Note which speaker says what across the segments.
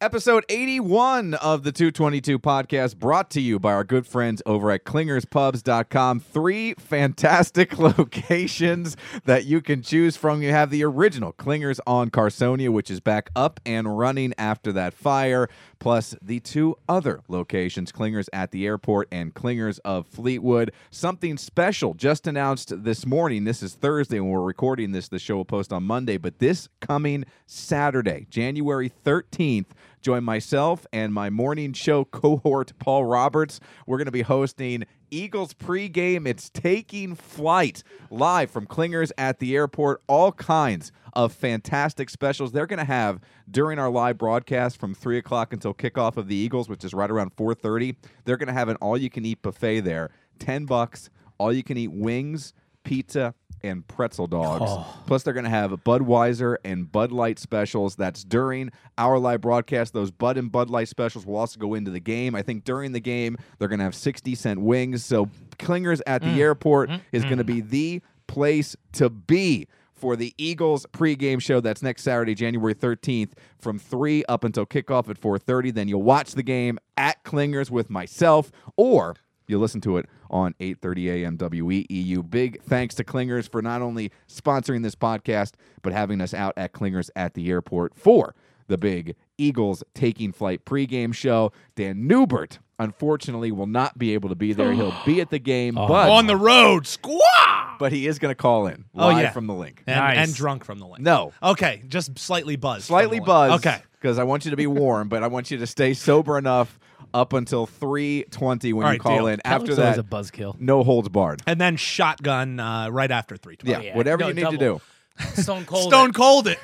Speaker 1: Episode 81 of the 222 podcast brought to you by our good friends over at clingerspubs.com. Three fantastic locations that you can choose from. You have the original Clingers on Carsonia, which is back up and running after that fire, plus the two other locations, Clingers at the airport and Clingers of Fleetwood. Something special just announced this morning. This is Thursday when we're recording this. The show will post on Monday, but this coming Saturday, January 13th, join myself and my morning show cohort, Paul Roberts. We're going to be hosting Eagles pregame. It's taking flight live from Clingers at the airport. All kinds of fantastic specials they're going to have during our live broadcast from three o'clock until kickoff of the Eagles, which is right around 4:30. They're going to have an all-you-can-eat buffet there. Ten bucks, all-you-can-eat wings, pizza, and pretzel dogs. Plus, they're going to have Budweiser and Bud Light specials. That's during our live broadcast. Those Bud and Bud Light specials will also go into the game. I think during the game, they're going to have 60 cent wings. So, Clingers at the airport is going to be the place to be for the Eagles pregame show. That's next Saturday, January 13th, from 3 up until kickoff at 4.30. Then you'll watch the game at Clingers with myself or You'll listen to it on 8:30 a.m. WEEU. E Big thanks to Clingers for not only sponsoring this podcast but having us out at Clingers at the airport for the big Eagles taking flight pregame show. Dan Newbert unfortunately will not be able to be there. He'll be at the game, but
Speaker 2: Oh. on the road, squaw,
Speaker 1: but he is going to call in
Speaker 2: Oh,
Speaker 1: live
Speaker 2: yeah.
Speaker 1: from the link.
Speaker 2: and,
Speaker 3: Nice.
Speaker 2: and drunk from the link.
Speaker 1: No,
Speaker 2: Okay, just slightly buzzed. from
Speaker 1: slightly
Speaker 2: the link.
Speaker 1: buzzed.
Speaker 2: Okay,
Speaker 1: because I want you to be warm, but I want you to stay sober enough up until 3:20 when
Speaker 2: All
Speaker 1: you
Speaker 2: right,
Speaker 1: call
Speaker 2: deal.
Speaker 1: in.
Speaker 3: That
Speaker 1: After
Speaker 3: looks always
Speaker 1: that,
Speaker 3: a buzzkill.
Speaker 1: no holds barred.
Speaker 2: and then shotgun uh, right after three
Speaker 1: Yeah,
Speaker 2: twenty.
Speaker 3: yeah.
Speaker 1: whatever
Speaker 3: No,
Speaker 1: you need to do.
Speaker 3: double. Stone Cold.
Speaker 2: Stone cold it.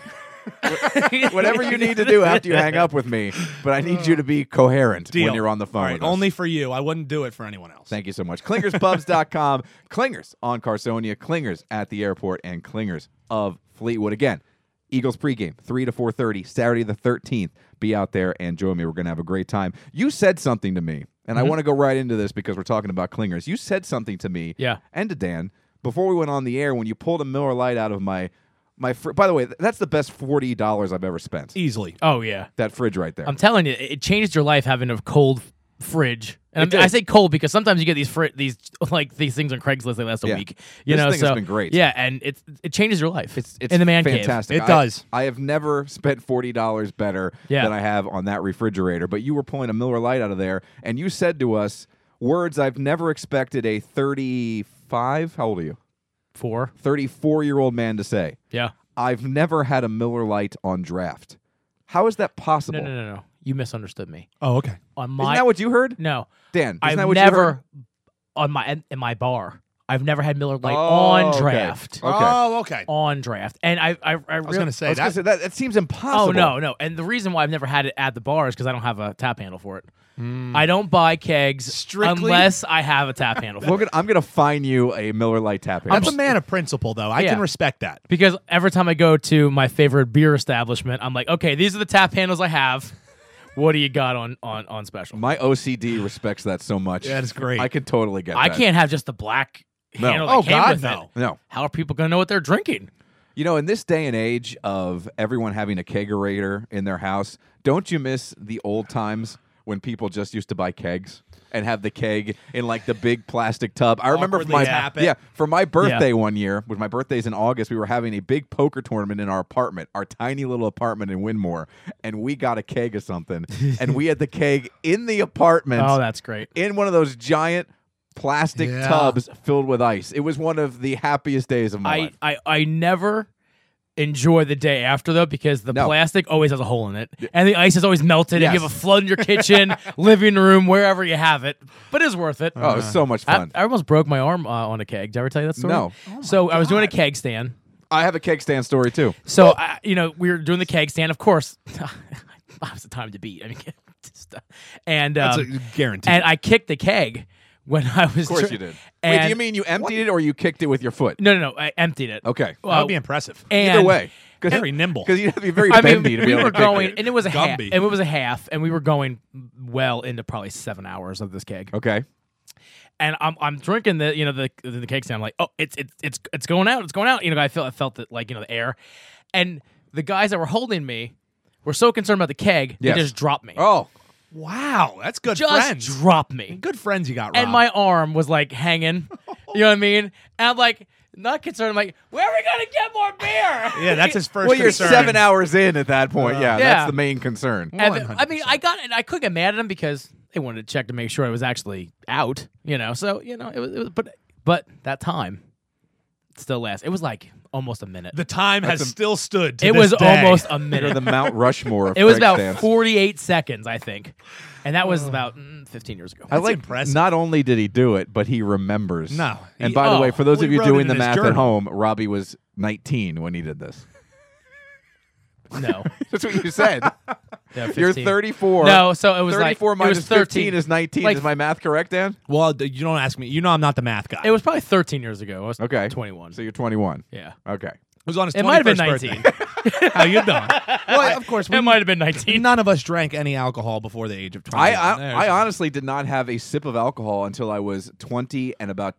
Speaker 1: whatever you need to do after you hang up with me, but I need you to be coherent
Speaker 2: Deal.
Speaker 1: when you're on the phone.
Speaker 2: All right,
Speaker 1: with us.
Speaker 2: only for you. I wouldn't do it for anyone else.
Speaker 1: Thank you so much. Clingerspubs.com, Clingers on Carsonia, Clingers at the airport, and Clingers of Fleetwood. Again, Eagles pregame, 3 to 4.30, Saturday the 13th. Be out there and join me. We're going to have a great time. You said something to me, and I want to go right into this because we're talking about Clingers. You said something to me
Speaker 3: Yeah.
Speaker 1: and to Dan before we went on the air when you pulled a Miller Lite out of my... my. Fr- By the way, th- that's the best $40 I've ever spent.
Speaker 2: Easily.
Speaker 3: Oh yeah,
Speaker 1: That fridge right there.
Speaker 3: I'm telling you, it changed your life having a cold f- fridge. And
Speaker 1: It
Speaker 3: I'm- I
Speaker 1: did.
Speaker 3: say cold because sometimes you get these fri- these like these things on Craigslist they last a
Speaker 1: Yeah.
Speaker 3: week. You
Speaker 1: This
Speaker 3: know,
Speaker 1: thing
Speaker 3: so
Speaker 1: has been great.
Speaker 3: Yeah, and it's it changes your life.
Speaker 1: It's, it's
Speaker 3: in the man
Speaker 1: fantastic.
Speaker 2: It
Speaker 1: I-
Speaker 2: does.
Speaker 1: I, have never spent forty dollars better
Speaker 3: Yeah.
Speaker 1: than I have on that refrigerator. But you were pulling a Miller Lite out of there, and you said to us words I've never expected a thirty-five. How old are you?
Speaker 3: cave. Four.
Speaker 1: Thirty-four-year-old man to say.
Speaker 3: Yeah.
Speaker 1: I've never had a Miller Lite on draft. How is that possible?
Speaker 3: No, no, no, no. You misunderstood me.
Speaker 2: Oh, okay.
Speaker 3: On
Speaker 1: Isn't
Speaker 3: my
Speaker 1: that what you heard,
Speaker 3: no,
Speaker 1: Dan? Isn't
Speaker 3: I've
Speaker 1: that what you heard?
Speaker 3: never on my in- in my bar. I've never had Miller Lite
Speaker 1: Oh,
Speaker 3: on
Speaker 1: okay.
Speaker 3: draft.
Speaker 1: Okay.
Speaker 2: Oh, okay.
Speaker 3: On draft, and I I, I,
Speaker 2: I was gonna
Speaker 1: I
Speaker 2: say
Speaker 1: was gonna
Speaker 2: that.
Speaker 1: say, that, that seems impossible.
Speaker 3: Oh no, no. And the reason why I've never had it at the bar is because I don't have a tap handle for it. I don't buy kegs
Speaker 2: Strictly-
Speaker 3: unless I have a tap handle for
Speaker 1: We're
Speaker 3: it.
Speaker 1: gonna, I'm going to fine you a Miller Lite tap handle.
Speaker 2: That's a man of principle, though. I can
Speaker 3: Yeah.
Speaker 2: respect that.
Speaker 3: Because every time I go to my favorite beer establishment, I'm like, okay, these are the tap handles I have. What do you got on on on special?
Speaker 1: My OCD respects that so much.
Speaker 2: That is great.
Speaker 1: I can totally get.
Speaker 3: I
Speaker 1: that.
Speaker 3: can't have just the black
Speaker 1: No.
Speaker 3: handle.
Speaker 2: Oh,
Speaker 3: that came
Speaker 2: God,
Speaker 3: with it.
Speaker 2: no.
Speaker 1: No.
Speaker 3: How are people gonna know what they're drinking?
Speaker 1: You know, in this day and age of everyone having a kegerator in their house, don't you miss the old times when people just used to buy kegs and have the keg in like the big plastic tub? I remember for
Speaker 2: Awkwardly
Speaker 1: my
Speaker 2: tap it.
Speaker 1: yeah for my birthday one year, with my birthday's in August, we were having a big poker tournament in our apartment, our tiny little apartment in Winmore, and we got a keg of something, and we had the keg in the apartment
Speaker 3: Oh, that's great.
Speaker 1: in one of those giant plastic
Speaker 2: Yeah.
Speaker 1: tubs filled with ice. It was one of the happiest days of my
Speaker 3: I,
Speaker 1: life.
Speaker 3: I I never enjoy the day after though because the
Speaker 1: No.
Speaker 3: plastic always has a hole in it and the ice is always melted and you have a
Speaker 1: Yes.
Speaker 3: flood in your kitchen, living room, wherever you have it. But it's worth it.
Speaker 1: Oh, it was so much
Speaker 3: I,
Speaker 1: fun.
Speaker 3: I almost broke my arm uh, on a keg. Did I ever tell you that story?
Speaker 1: No.
Speaker 3: so I was doing a keg stand.
Speaker 1: I have a keg stand story too.
Speaker 3: So I, you know we were doing the keg stand. Of course, I was the time to beat. I mean, just, uh, and
Speaker 2: That's
Speaker 3: um,
Speaker 2: a guarantee.
Speaker 3: and I kicked the keg when I was.
Speaker 1: Of course you did. Wait, do
Speaker 3: And-
Speaker 1: you mean you emptied it or you kicked it with your foot?
Speaker 3: No, no, no. I emptied it.
Speaker 1: Okay.
Speaker 2: that would
Speaker 3: Uh,
Speaker 2: be impressive.
Speaker 3: And
Speaker 1: Either way.
Speaker 2: Very nimble.
Speaker 1: Because you'd have to be very
Speaker 3: I mean,
Speaker 1: bendy to be
Speaker 3: we
Speaker 1: able
Speaker 3: were
Speaker 1: to kick
Speaker 3: going,
Speaker 1: it.
Speaker 3: and it was a half,
Speaker 2: Gumby.
Speaker 3: and it was a half, and we were going well into probably seven hours of this keg.
Speaker 1: Okay.
Speaker 3: And I'm I'm drinking the you know the the, the keg stand. I'm like, oh, it's it's it's it's going out, it's going out. You know, I felt I felt that like you know the air, and the guys that were holding me were so concerned about the keg,
Speaker 1: Yes.
Speaker 3: they just dropped me.
Speaker 1: Oh,
Speaker 2: Wow, that's good
Speaker 3: just
Speaker 2: friends.
Speaker 3: dropped me.
Speaker 2: good friends you got, Rob.
Speaker 1: Ah.
Speaker 3: And my arm was like hanging. you know what I mean? And I'm like, not concerned. I'm like, where are we going to get more beer?
Speaker 2: yeah, that's his first.
Speaker 1: well, you're
Speaker 2: concern.
Speaker 1: seven hours in at that point. yeah,
Speaker 3: Uh, Yeah.
Speaker 1: that's the main concern.
Speaker 3: And th- I mean,
Speaker 2: 100%.
Speaker 3: I got and I could get mad at him because they wanted to check to make sure I was actually out, you know. So you know, it was, it was but but that time still lasts. It was like almost a minute.
Speaker 2: The time has
Speaker 1: That's a-
Speaker 2: still stood. To
Speaker 3: it
Speaker 2: this
Speaker 3: was
Speaker 2: day.
Speaker 3: almost
Speaker 1: You're
Speaker 3: a minute.
Speaker 1: the Mount Rushmore. Of
Speaker 3: it was
Speaker 1: Craig
Speaker 3: about
Speaker 1: Stamps.
Speaker 3: 48 seconds, I think, and that was about mm, 15 years ago.
Speaker 1: Oh. I like
Speaker 2: impressive.
Speaker 1: not only did he do it, but he remembers.
Speaker 2: No,
Speaker 1: And
Speaker 2: he-
Speaker 1: by the
Speaker 3: oh,
Speaker 1: way, for those
Speaker 2: well,
Speaker 1: of
Speaker 2: he
Speaker 1: you
Speaker 2: wrote it
Speaker 1: doing
Speaker 2: in
Speaker 1: the
Speaker 2: his
Speaker 1: math at
Speaker 2: journal.
Speaker 1: home, Robbie was 19 when he did this.
Speaker 3: no,
Speaker 1: That's what you said.
Speaker 3: no,
Speaker 1: You're
Speaker 3: 15.
Speaker 1: 34.
Speaker 3: No, so it was like
Speaker 1: 34 minus
Speaker 3: it was 13.
Speaker 1: 15 is 19.
Speaker 3: Like-
Speaker 1: is my math correct, Dan?
Speaker 2: Well, d- you don't ask me. You know I'm not the math guy.
Speaker 3: It was probably 13 years ago. I was
Speaker 1: Okay.
Speaker 3: 21.
Speaker 1: So you're 21.
Speaker 3: yeah,
Speaker 1: Okay.
Speaker 2: was on his
Speaker 3: it might have been
Speaker 2: 21st
Speaker 3: 19.
Speaker 2: birthday. How you doing? well, of course, we,
Speaker 3: it might have been 19.
Speaker 2: none of us drank any alcohol before the age of 20.
Speaker 1: I I, I
Speaker 2: There's-
Speaker 1: honestly did not have a sip of alcohol until I was 20 and about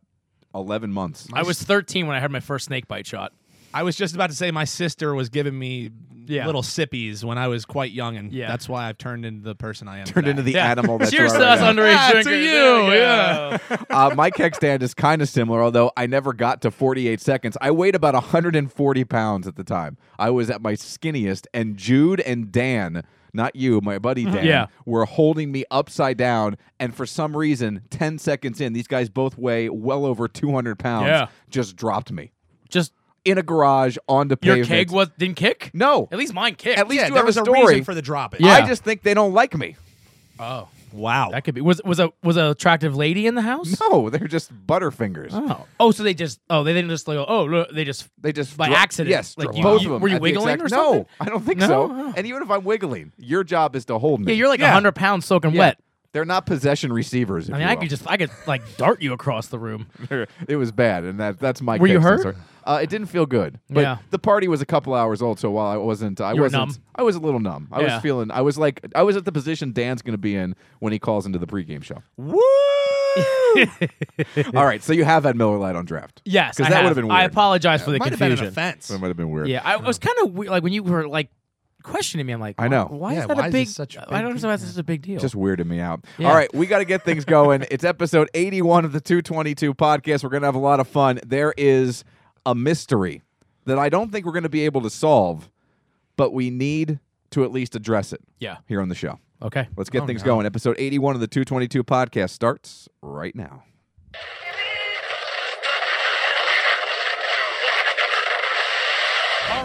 Speaker 1: 11 months.
Speaker 3: I was 13 when I had my first snake bite shot.
Speaker 2: I was just about to say my sister was giving me
Speaker 3: Yeah.
Speaker 2: little sippies when I was quite young, and
Speaker 3: Yeah.
Speaker 2: that's why I've turned into the person I am.
Speaker 1: turned
Speaker 2: today.
Speaker 1: into the
Speaker 3: Yeah.
Speaker 1: animal that
Speaker 3: Cheers
Speaker 1: you are
Speaker 3: to
Speaker 1: right
Speaker 3: us
Speaker 1: now.
Speaker 3: underage
Speaker 2: Ah, to
Speaker 3: drinkers. There we
Speaker 2: you,
Speaker 3: go.
Speaker 2: yeah.
Speaker 1: uh, my keg stand is kind of similar, although I never got to 48 seconds. I weighed about 140 pounds at the time. I was at my skinniest, and Jude and Dan, not you, my buddy Dan,
Speaker 3: Mm-hmm. Yeah.
Speaker 1: were holding me upside down. And for some reason, 10 seconds in, these guys both weigh well over 200 pounds,
Speaker 3: Yeah.
Speaker 1: just dropped me
Speaker 3: Just
Speaker 1: in a garage onto
Speaker 3: your
Speaker 1: pavement.
Speaker 3: keg was didn't kick.
Speaker 1: no.
Speaker 3: at least mine kicked.
Speaker 1: At least
Speaker 2: Yeah,
Speaker 1: you
Speaker 2: there
Speaker 1: have
Speaker 2: was
Speaker 1: a
Speaker 2: a
Speaker 1: story.
Speaker 2: reason for the drop.
Speaker 3: Yeah.
Speaker 1: I just think they don't like me.
Speaker 3: oh,
Speaker 2: Wow.
Speaker 3: that could be. Was was a was an attractive lady in the house?
Speaker 1: No, they're just butterfingers.
Speaker 3: Oh, oh, so they just oh they didn't just like oh look, they just
Speaker 1: They just
Speaker 3: By
Speaker 1: dro-
Speaker 3: accident,
Speaker 1: Yes,
Speaker 3: like,
Speaker 1: dro-
Speaker 3: you-
Speaker 1: both
Speaker 3: you-
Speaker 1: of them.
Speaker 3: were you
Speaker 1: at the
Speaker 3: wiggling
Speaker 1: exact-
Speaker 3: or something?
Speaker 1: No, I don't think
Speaker 3: No?
Speaker 1: so.
Speaker 3: Oh.
Speaker 1: And even if I'm wiggling, your job is to hold me.
Speaker 3: yeah you're like a
Speaker 2: Yeah.
Speaker 3: hundred pounds soaking wet.
Speaker 1: They're not possession receivers. If
Speaker 3: I mean
Speaker 1: you
Speaker 3: I
Speaker 1: will.
Speaker 3: could just I could like dart you across the room.
Speaker 1: it was bad, and that that's my.
Speaker 3: Were you
Speaker 1: kick
Speaker 3: hurt?
Speaker 1: sensor. Uh, it didn't feel good, but
Speaker 3: Yeah.
Speaker 1: the party was a couple hours old, so while I wasn't, I
Speaker 3: You were
Speaker 1: wasn't,
Speaker 3: numb.
Speaker 1: I was a little numb. I
Speaker 3: Yeah.
Speaker 1: was feeling, I was like, I was at the position Dan's going to be in when he calls into the pregame show.
Speaker 2: Woo!
Speaker 1: All right, so you have had Miller Lite on draft.
Speaker 3: Yes,
Speaker 1: because that
Speaker 3: I have.
Speaker 1: would have been weird.
Speaker 3: I apologize for the
Speaker 2: might have been an
Speaker 3: confusion.
Speaker 2: offense.
Speaker 1: That might have been weird.
Speaker 3: yeah, I was kind of we- like when you were like questioning me. I'm like
Speaker 1: I know.
Speaker 3: why
Speaker 2: Yeah,
Speaker 3: is that
Speaker 2: why
Speaker 3: a
Speaker 2: is
Speaker 3: big?
Speaker 2: this such a
Speaker 3: I
Speaker 2: big
Speaker 3: don't understand why this is a big deal.
Speaker 1: Just weirded me out.
Speaker 3: Yeah.
Speaker 1: All right, we got to get things going. it's episode 81 of the 222 podcast. We're going to have a lot of fun. There is a mystery that I don't think we're going to be able to solve, but we need to at least address it
Speaker 3: yeah.
Speaker 1: here on the show.
Speaker 3: Okay. Oh,
Speaker 1: Let's get things going. Episode 81 of the 222 podcast starts right now.
Speaker 4: All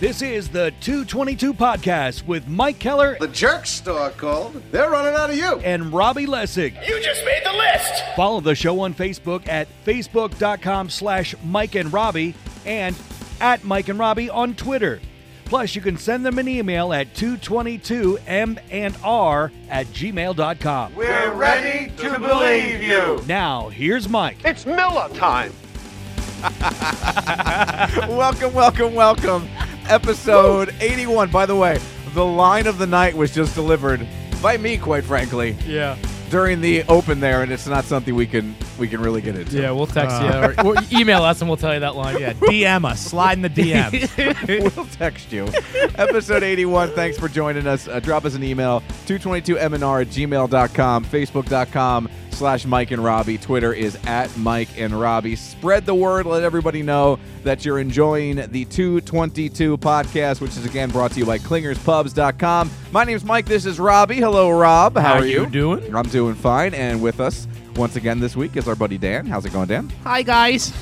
Speaker 5: This is the 222 Podcast with Mike Keller
Speaker 6: The jerk store called. They're running out of you.
Speaker 5: and Robbie Lessig.
Speaker 7: You just made the list!
Speaker 5: Follow the show on Facebook at facebook.com slash Mike and Robbie and at Mike and Robbie on Twitter. Plus, you can send them an email at 222m&r at gmail.com.
Speaker 6: We're ready to believe you.
Speaker 5: Now, here's Mike.
Speaker 8: It's Miller time.
Speaker 1: welcome, welcome, welcome. Episode 81. By the way, the line of the night was just delivered by me, quite frankly.
Speaker 3: Yeah.
Speaker 1: during the open there, and it's not something we can we can really get into.
Speaker 3: Yeah, we'll
Speaker 2: uh,
Speaker 3: text you or, or email us and we'll tell you that line.
Speaker 2: yeah, DM us. Slide in the DMs.
Speaker 1: we'll text you. Episode 81. Thanks for joining us. Uh, drop us an email, 222mnr at gmail.com, facebook.com slash Mike and Robbie. Twitter is at Mike and Robbie. Spread the word. Let everybody know that you're enjoying the 222 podcast, which is again brought to you by clingerspubs.com. My name's Mike. This is Robbie. Hello, Rob. How,
Speaker 3: How
Speaker 1: are you?
Speaker 3: you doing?
Speaker 1: I'm doing fine. And with us once again this week is our buddy Dan. How's it going, Dan?
Speaker 2: Hi, guys.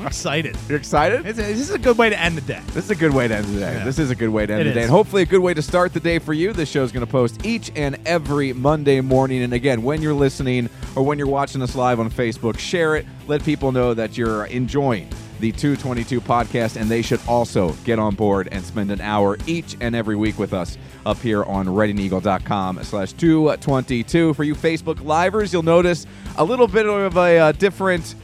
Speaker 2: I'm excited.
Speaker 1: You're excited?
Speaker 2: This is this is a good way to end the day.
Speaker 1: This is a good way to end the day.
Speaker 2: Yeah.
Speaker 1: This is a good way to end
Speaker 3: It
Speaker 1: the day.
Speaker 3: is.
Speaker 1: And hopefully a good way to start the day for you. This show is going to post each and every Monday morning. And again, when you're listening or when you're watching us live on Facebook, share it. Let people know that you're enjoying the 222 podcast, and they should also get on board and spend an hour each and every week with us up here on readeagle.com slash 222. For you Facebook livers, you'll notice a little bit of a uh, different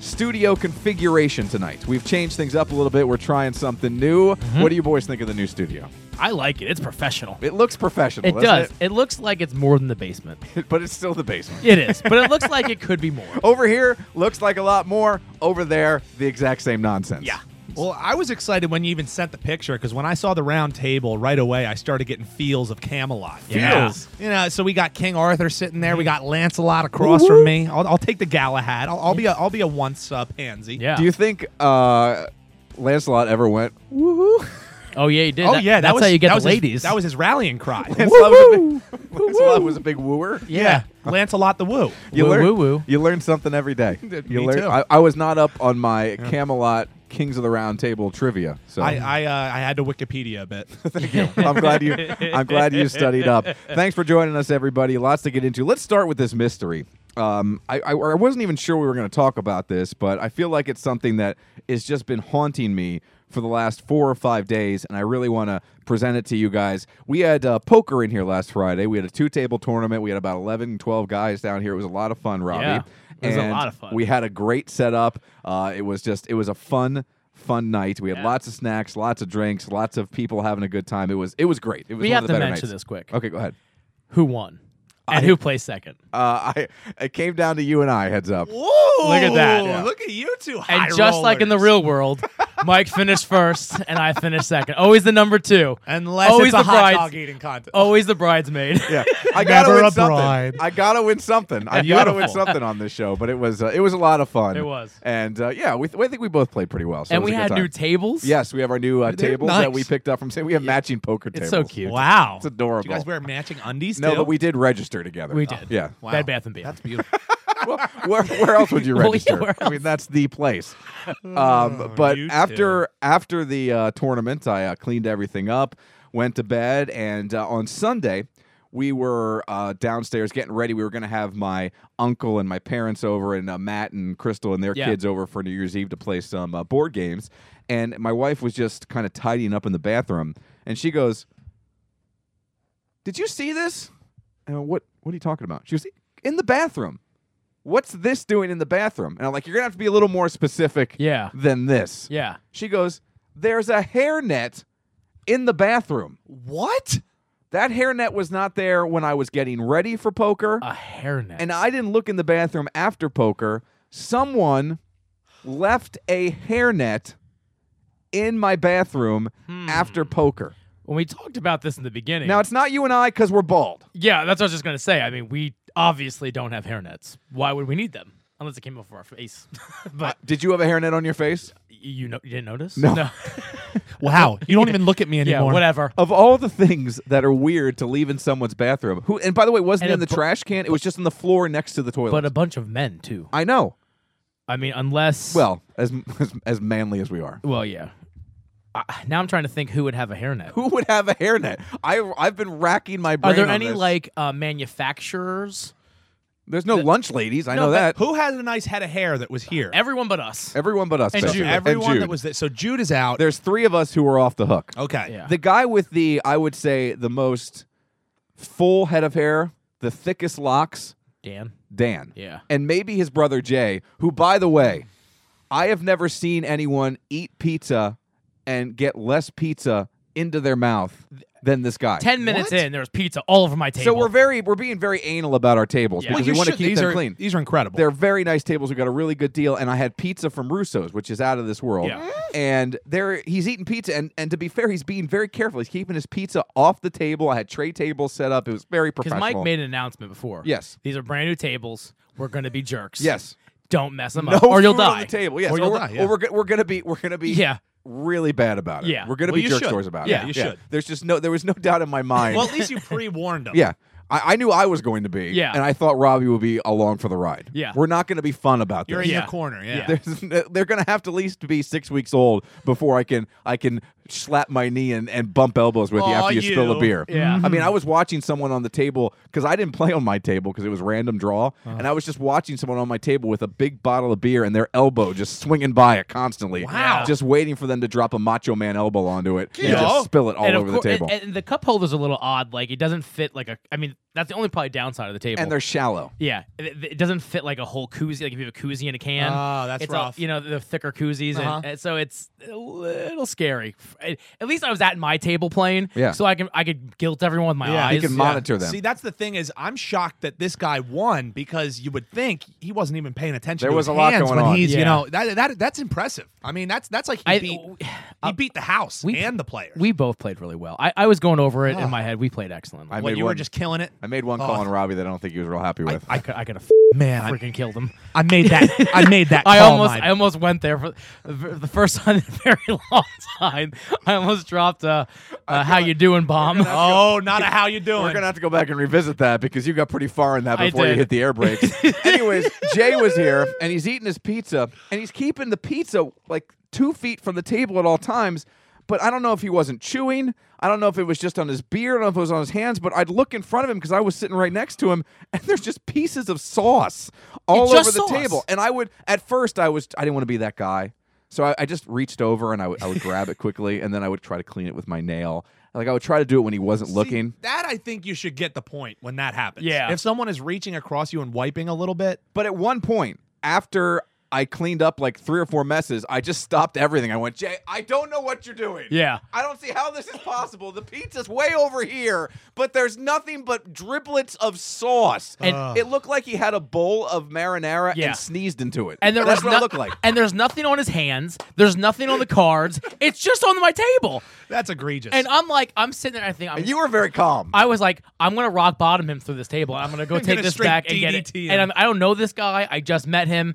Speaker 1: studio configuration tonight. We've changed things up a little bit. We're trying something new. What do you boys think of the new studio?
Speaker 3: I like it. It's professional.
Speaker 1: It looks professional.
Speaker 3: It
Speaker 1: doesn't
Speaker 3: does. It looks like it's more than the basement.
Speaker 1: it? but it's still the basement.
Speaker 3: It is, but it looks like it could be more.
Speaker 1: Over here looks like a lot more. Over there, the exact same nonsense.
Speaker 3: Yeah.
Speaker 2: Well, I was excited when you even sent the picture because when I saw the round table right away, I started getting feels of Camelot.
Speaker 3: Feels?
Speaker 2: You know, so we got King Arthur sitting there. We got Lancelot across from me. I'll, I'll take the Galahad. I'll, I'll be a I'll be a once uh, pansy.
Speaker 3: Yeah.
Speaker 1: Do you think uh, Lancelot ever went?
Speaker 3: oh yeah, you did.
Speaker 2: Oh
Speaker 3: That-
Speaker 2: yeah, that
Speaker 3: that's
Speaker 2: was,
Speaker 3: how you get
Speaker 2: that
Speaker 3: the
Speaker 2: was
Speaker 3: ladies.
Speaker 2: His, that was his rallying cry.
Speaker 1: Lancelot was, a big, Lancelot was a big wooer.
Speaker 2: yeah, Lancelot the Woo.
Speaker 1: You
Speaker 3: Woo,
Speaker 1: learn,
Speaker 3: woo, woo.
Speaker 1: You learn something every day. You
Speaker 2: Me
Speaker 1: learn.
Speaker 2: too.
Speaker 1: I, I was not up on my Camelot Kings of the Round Table trivia, so
Speaker 2: I I, uh, I had to Wikipedia a bit.
Speaker 1: I'm glad you. I'm glad you studied up. Thanks for joining us, everybody. Lots to get into. Let's start with this mystery. Um, I, I, I wasn't even sure we were going to talk about this, but I feel like it's something that has just been haunting me for the last four or five days, and I really want to present it to you guys. We had uh, poker in here last Friday. We had a two table tournament. We had about 11, 12 guys down here. It was a lot of fun, Robbie.
Speaker 3: Yeah, it was a
Speaker 1: And
Speaker 3: lot of fun.
Speaker 1: We had a great setup. Uh, it was just, it was a fun, fun night. We had lots of snacks, lots of drinks, lots of people having a good time. It was, it was great. It was
Speaker 3: we
Speaker 1: one
Speaker 3: have
Speaker 1: of
Speaker 3: to
Speaker 1: the
Speaker 3: mention
Speaker 1: better nights.
Speaker 3: this quick.
Speaker 1: Okay, go ahead.
Speaker 3: Who won? And who plays second?
Speaker 1: Uh, I, it came down to you and I. Heads up.
Speaker 2: Whoa!
Speaker 3: Look at that. Yeah.
Speaker 2: Oh, Look at you two. High
Speaker 3: And just like in the
Speaker 2: rollers.
Speaker 3: real world, Mike finished first and I finished second. Always the number two.
Speaker 2: Unless
Speaker 3: always
Speaker 2: it's a
Speaker 3: the
Speaker 2: hot
Speaker 3: brides- Oh,
Speaker 2: dog eating contest.
Speaker 3: Always the bridesmaid.
Speaker 1: Yeah, I gotta
Speaker 2: Never
Speaker 1: win
Speaker 2: a
Speaker 1: something.
Speaker 2: bride.
Speaker 1: I gotta win something. I gotta win
Speaker 3: Beautiful.
Speaker 1: something on this show. But it was uh, it was a lot of fun.
Speaker 3: It was.
Speaker 1: and uh, yeah, we I think we both played pretty well. So it
Speaker 3: and
Speaker 1: was
Speaker 3: we
Speaker 1: a good
Speaker 3: had
Speaker 1: time.
Speaker 3: new tables.
Speaker 1: Yes, we have our new uh,
Speaker 2: They're
Speaker 1: tables that we
Speaker 2: nice.
Speaker 1: picked up from. We have matching poker tables.
Speaker 3: It's so cute.
Speaker 2: Wow.
Speaker 1: It's adorable.
Speaker 2: Do you guys wear matching undies
Speaker 1: no,
Speaker 2: too?
Speaker 1: but we did register together.
Speaker 3: We did.
Speaker 1: yeah.
Speaker 2: Wow.
Speaker 3: Bed Bath and Beyond.
Speaker 2: That's beautiful.
Speaker 1: Well, where, where else would you
Speaker 3: Well, yeah,
Speaker 1: register?
Speaker 3: where
Speaker 1: I mean, that's the place. Um, but
Speaker 2: you
Speaker 1: after after the uh, tournament, I uh, cleaned everything up, went to bed, and uh, on Sunday we were uh, downstairs getting ready. We were going to have my uncle and my parents over, and uh, Matt and Crystal and their
Speaker 3: Yeah.
Speaker 1: kids over for New Year's Eve to play some uh, board games. And my wife was just kind of tidying up in the bathroom, and she goes, "Did you see this?" And I went, what what are you talking about? She was in the bathroom. What's this doing in the bathroom? And I'm like, you're gonna have to be a little more specific
Speaker 3: Yeah.
Speaker 1: than this.
Speaker 3: Yeah.
Speaker 1: She goes, There's a hairnet in the bathroom.
Speaker 2: what?
Speaker 1: That hairnet was not there when I was getting ready for poker.
Speaker 3: A hairnet.
Speaker 1: and I didn't look in the bathroom after poker. Someone left a hairnet in my bathroom
Speaker 3: Hmm.
Speaker 1: after poker.
Speaker 3: when we talked about this in the beginning.
Speaker 1: Now it's not you and I because we're bald.
Speaker 3: yeah, that's what I was just gonna say. I mean, we obviously don't have hairnets. Why would we need them? Unless it came over our face. but
Speaker 1: Did you have a hairnet on your face?
Speaker 3: y- you know you didn't notice? No.
Speaker 2: Wow. You don't even look at me
Speaker 3: yeah,
Speaker 2: anymore.
Speaker 3: whatever.
Speaker 1: of all the things that are weird to leave in someone's bathroom, who and by the way, it wasn't
Speaker 3: And
Speaker 1: in
Speaker 3: a
Speaker 1: the
Speaker 3: bu-
Speaker 1: trash can. It was just on the floor next to the toilet.
Speaker 3: But a bunch of men too.
Speaker 1: I know.
Speaker 3: I mean, unless
Speaker 1: Well, as, as as manly as we are,
Speaker 3: well, yeah. I, now I'm trying to think who would have a hairnet.
Speaker 1: who would have a hairnet? I I've been racking my brain.
Speaker 3: Are there
Speaker 1: on
Speaker 3: any
Speaker 1: this.
Speaker 3: like uh, manufacturers?
Speaker 1: There's no lunch ladies. I
Speaker 3: No,
Speaker 1: know that.
Speaker 3: but
Speaker 2: Who had a nice head of hair that was here?
Speaker 3: Everyone but us.
Speaker 1: Everyone but us.
Speaker 3: And
Speaker 1: though.
Speaker 3: Jude.
Speaker 2: Everyone
Speaker 1: Jude.
Speaker 2: that was there. So Jude is out.
Speaker 1: There's three of us who are off the hook.
Speaker 2: okay.
Speaker 3: Yeah.
Speaker 1: The guy with the I would say the most full head of hair, the thickest locks.
Speaker 3: Dan.
Speaker 1: Dan.
Speaker 3: Yeah.
Speaker 1: And maybe his brother Jay, who, by the way, I have never seen anyone eat pizza and get less pizza into their mouth than this guy.
Speaker 3: Ten minutes in, there was pizza all over my table.
Speaker 1: So we're very we're being very anal about our tables
Speaker 3: Yeah.
Speaker 1: because
Speaker 2: you
Speaker 1: we want to
Speaker 2: should-
Speaker 1: keep
Speaker 2: these
Speaker 1: them
Speaker 2: are,
Speaker 1: clean.
Speaker 2: These are incredible.
Speaker 1: They're very nice tables. We got a really good deal, and I had pizza from Russo's, which is out of this world.
Speaker 3: Yeah.
Speaker 2: Mm.
Speaker 1: And there, he's eating pizza, and and to be fair, he's being very careful. He's keeping his pizza off the table. I had tray tables set up. It was very
Speaker 3: because
Speaker 1: professional.
Speaker 3: Mike made an announcement before.
Speaker 1: Yes.
Speaker 3: These are brand new tables. We're gonna be jerks.
Speaker 1: Yes.
Speaker 3: Don't mess them
Speaker 1: no
Speaker 3: up, or you'll
Speaker 1: food
Speaker 3: die.
Speaker 1: on the table. Yes,
Speaker 2: Or Uh, you'll
Speaker 1: we're,
Speaker 2: die, yeah.
Speaker 1: we're, go- we're gonna be we're gonna be
Speaker 3: Yeah.
Speaker 1: really bad about it.
Speaker 3: Yeah.
Speaker 1: we're gonna
Speaker 2: Well,
Speaker 1: be
Speaker 2: you
Speaker 1: jerk
Speaker 2: should.
Speaker 1: stores about
Speaker 2: Yeah,
Speaker 1: it.
Speaker 2: you should.
Speaker 1: There's just no there was no doubt in my mind.
Speaker 2: well, at least you pre-warned them.
Speaker 1: yeah. I, I knew I was going to be,
Speaker 3: Yeah.
Speaker 1: and I thought Robbie would be along for the ride.
Speaker 3: Yeah.
Speaker 1: we're not going to be fun about
Speaker 2: You're
Speaker 1: this.
Speaker 2: in
Speaker 3: Yeah.
Speaker 2: your corner. Yeah.
Speaker 1: There's, they're going to have to at least be six weeks old before I can I can slap my knee and, and bump elbows with you
Speaker 3: Aw,
Speaker 1: after you, spill a
Speaker 3: you.
Speaker 1: beer.
Speaker 3: Yeah.
Speaker 1: I mean, I was watching someone on the table because I didn't play on my table because it was random draw,
Speaker 3: Uh-huh.
Speaker 1: and I was just watching someone on my table with a big bottle of beer and their elbow just swinging by it constantly.
Speaker 3: Wow.
Speaker 1: Just waiting for them to drop a macho man elbow onto it and just spill it all
Speaker 3: And of
Speaker 1: over
Speaker 3: cour-
Speaker 1: the table.
Speaker 3: And, and the cup holder's a little odd. Like it doesn't fit like a. I mean, that's the only probably downside of the table.
Speaker 1: and they're shallow.
Speaker 3: Yeah, it, it doesn't fit like a whole koozie. Like if you have a koozie in a can,
Speaker 1: Ah,
Speaker 2: Oh, that's
Speaker 3: it's all-
Speaker 2: rough.
Speaker 3: you know the thicker koozies,
Speaker 2: Uh-huh.
Speaker 3: and, and so it's a little scary. At at least I was at my table playing,
Speaker 1: Yeah.
Speaker 3: So I can I could guilt everyone with my
Speaker 2: Yeah.
Speaker 1: You
Speaker 3: eyes.
Speaker 1: can monitor them.
Speaker 2: See, that's the thing is, I'm shocked that this guy won because you would think he wasn't even paying attention.
Speaker 1: There
Speaker 2: to
Speaker 1: was a
Speaker 2: his
Speaker 1: lot
Speaker 2: hands
Speaker 1: going
Speaker 2: when
Speaker 1: on.
Speaker 2: He's, you
Speaker 3: Yeah.
Speaker 2: know, that, that that's impressive. I mean, that's that's like he
Speaker 3: I-
Speaker 2: beat
Speaker 3: w-
Speaker 2: he beat the house
Speaker 3: we-
Speaker 2: and the player.
Speaker 3: we both played really well. I, I was going over it in my head. We played excellent.
Speaker 1: I
Speaker 3: I,
Speaker 2: what
Speaker 1: made
Speaker 2: you were
Speaker 1: one-
Speaker 2: just killing it.
Speaker 1: I made one call
Speaker 2: Oh.
Speaker 1: on Robbie that I don't think he was real happy with.
Speaker 3: I, could, I could have
Speaker 2: Man, I-
Speaker 3: freaking killed him.
Speaker 2: I made that. I made that.
Speaker 3: I
Speaker 1: Oh
Speaker 2: call,
Speaker 3: almost,
Speaker 2: man.
Speaker 3: I almost went there for, for the first time in a very long time. I almost dropped a, a "How you doing?" bomb.
Speaker 2: oh, not a how you
Speaker 1: We're
Speaker 2: doing.
Speaker 1: gonna have to go back and revisit that because you got pretty far in that
Speaker 3: I
Speaker 1: before you
Speaker 3: did.
Speaker 1: hit the air brakes. Anyways, Jay was here and he's eating his pizza and he's keeping the pizza like two feet from the table at all times. But I don't know if he wasn't chewing. I don't know if it was just on his beard. I don't know if it was on his hands. But I'd look in front of him because I was sitting right next to him, and there's just pieces of sauce all
Speaker 3: It's
Speaker 1: over
Speaker 3: just
Speaker 1: the
Speaker 3: sauce.
Speaker 1: table. And I would at first I was I didn't want to be that guy, so I, I just reached over and I would I would grab it quickly, and then I would try to clean it with my nail. Like I would try to do it when he wasn't
Speaker 2: See,
Speaker 1: looking.
Speaker 2: that I think you should get the point when that happens.
Speaker 3: Yeah.
Speaker 2: If someone is reaching across you and wiping a little bit,
Speaker 1: But at one point, after I cleaned up like three or four messes, I just stopped everything. I went, Jay, I don't know what you're doing.
Speaker 3: Yeah.
Speaker 1: I don't see how this is possible. The pizza's way over here, but there's nothing but driblets of sauce.
Speaker 3: And-
Speaker 1: it looked like he had a bowl of marinara
Speaker 3: Yeah.
Speaker 1: and sneezed into it.
Speaker 3: And there
Speaker 1: that's
Speaker 3: was
Speaker 1: what
Speaker 3: no-
Speaker 1: it looked like.
Speaker 3: And there's nothing on his hands. There's nothing on the cards. it's just on my table.
Speaker 2: that's egregious.
Speaker 3: And I'm like, I'm sitting there. I think I'm.
Speaker 1: You were very calm.
Speaker 3: I was like, I'm gonna rock bottom him through this table. I'm gonna go
Speaker 2: Get
Speaker 3: take
Speaker 2: a
Speaker 3: this
Speaker 2: straight
Speaker 3: back and get it.
Speaker 2: DDT him.
Speaker 3: And I'm, I don't know this guy. I just met him,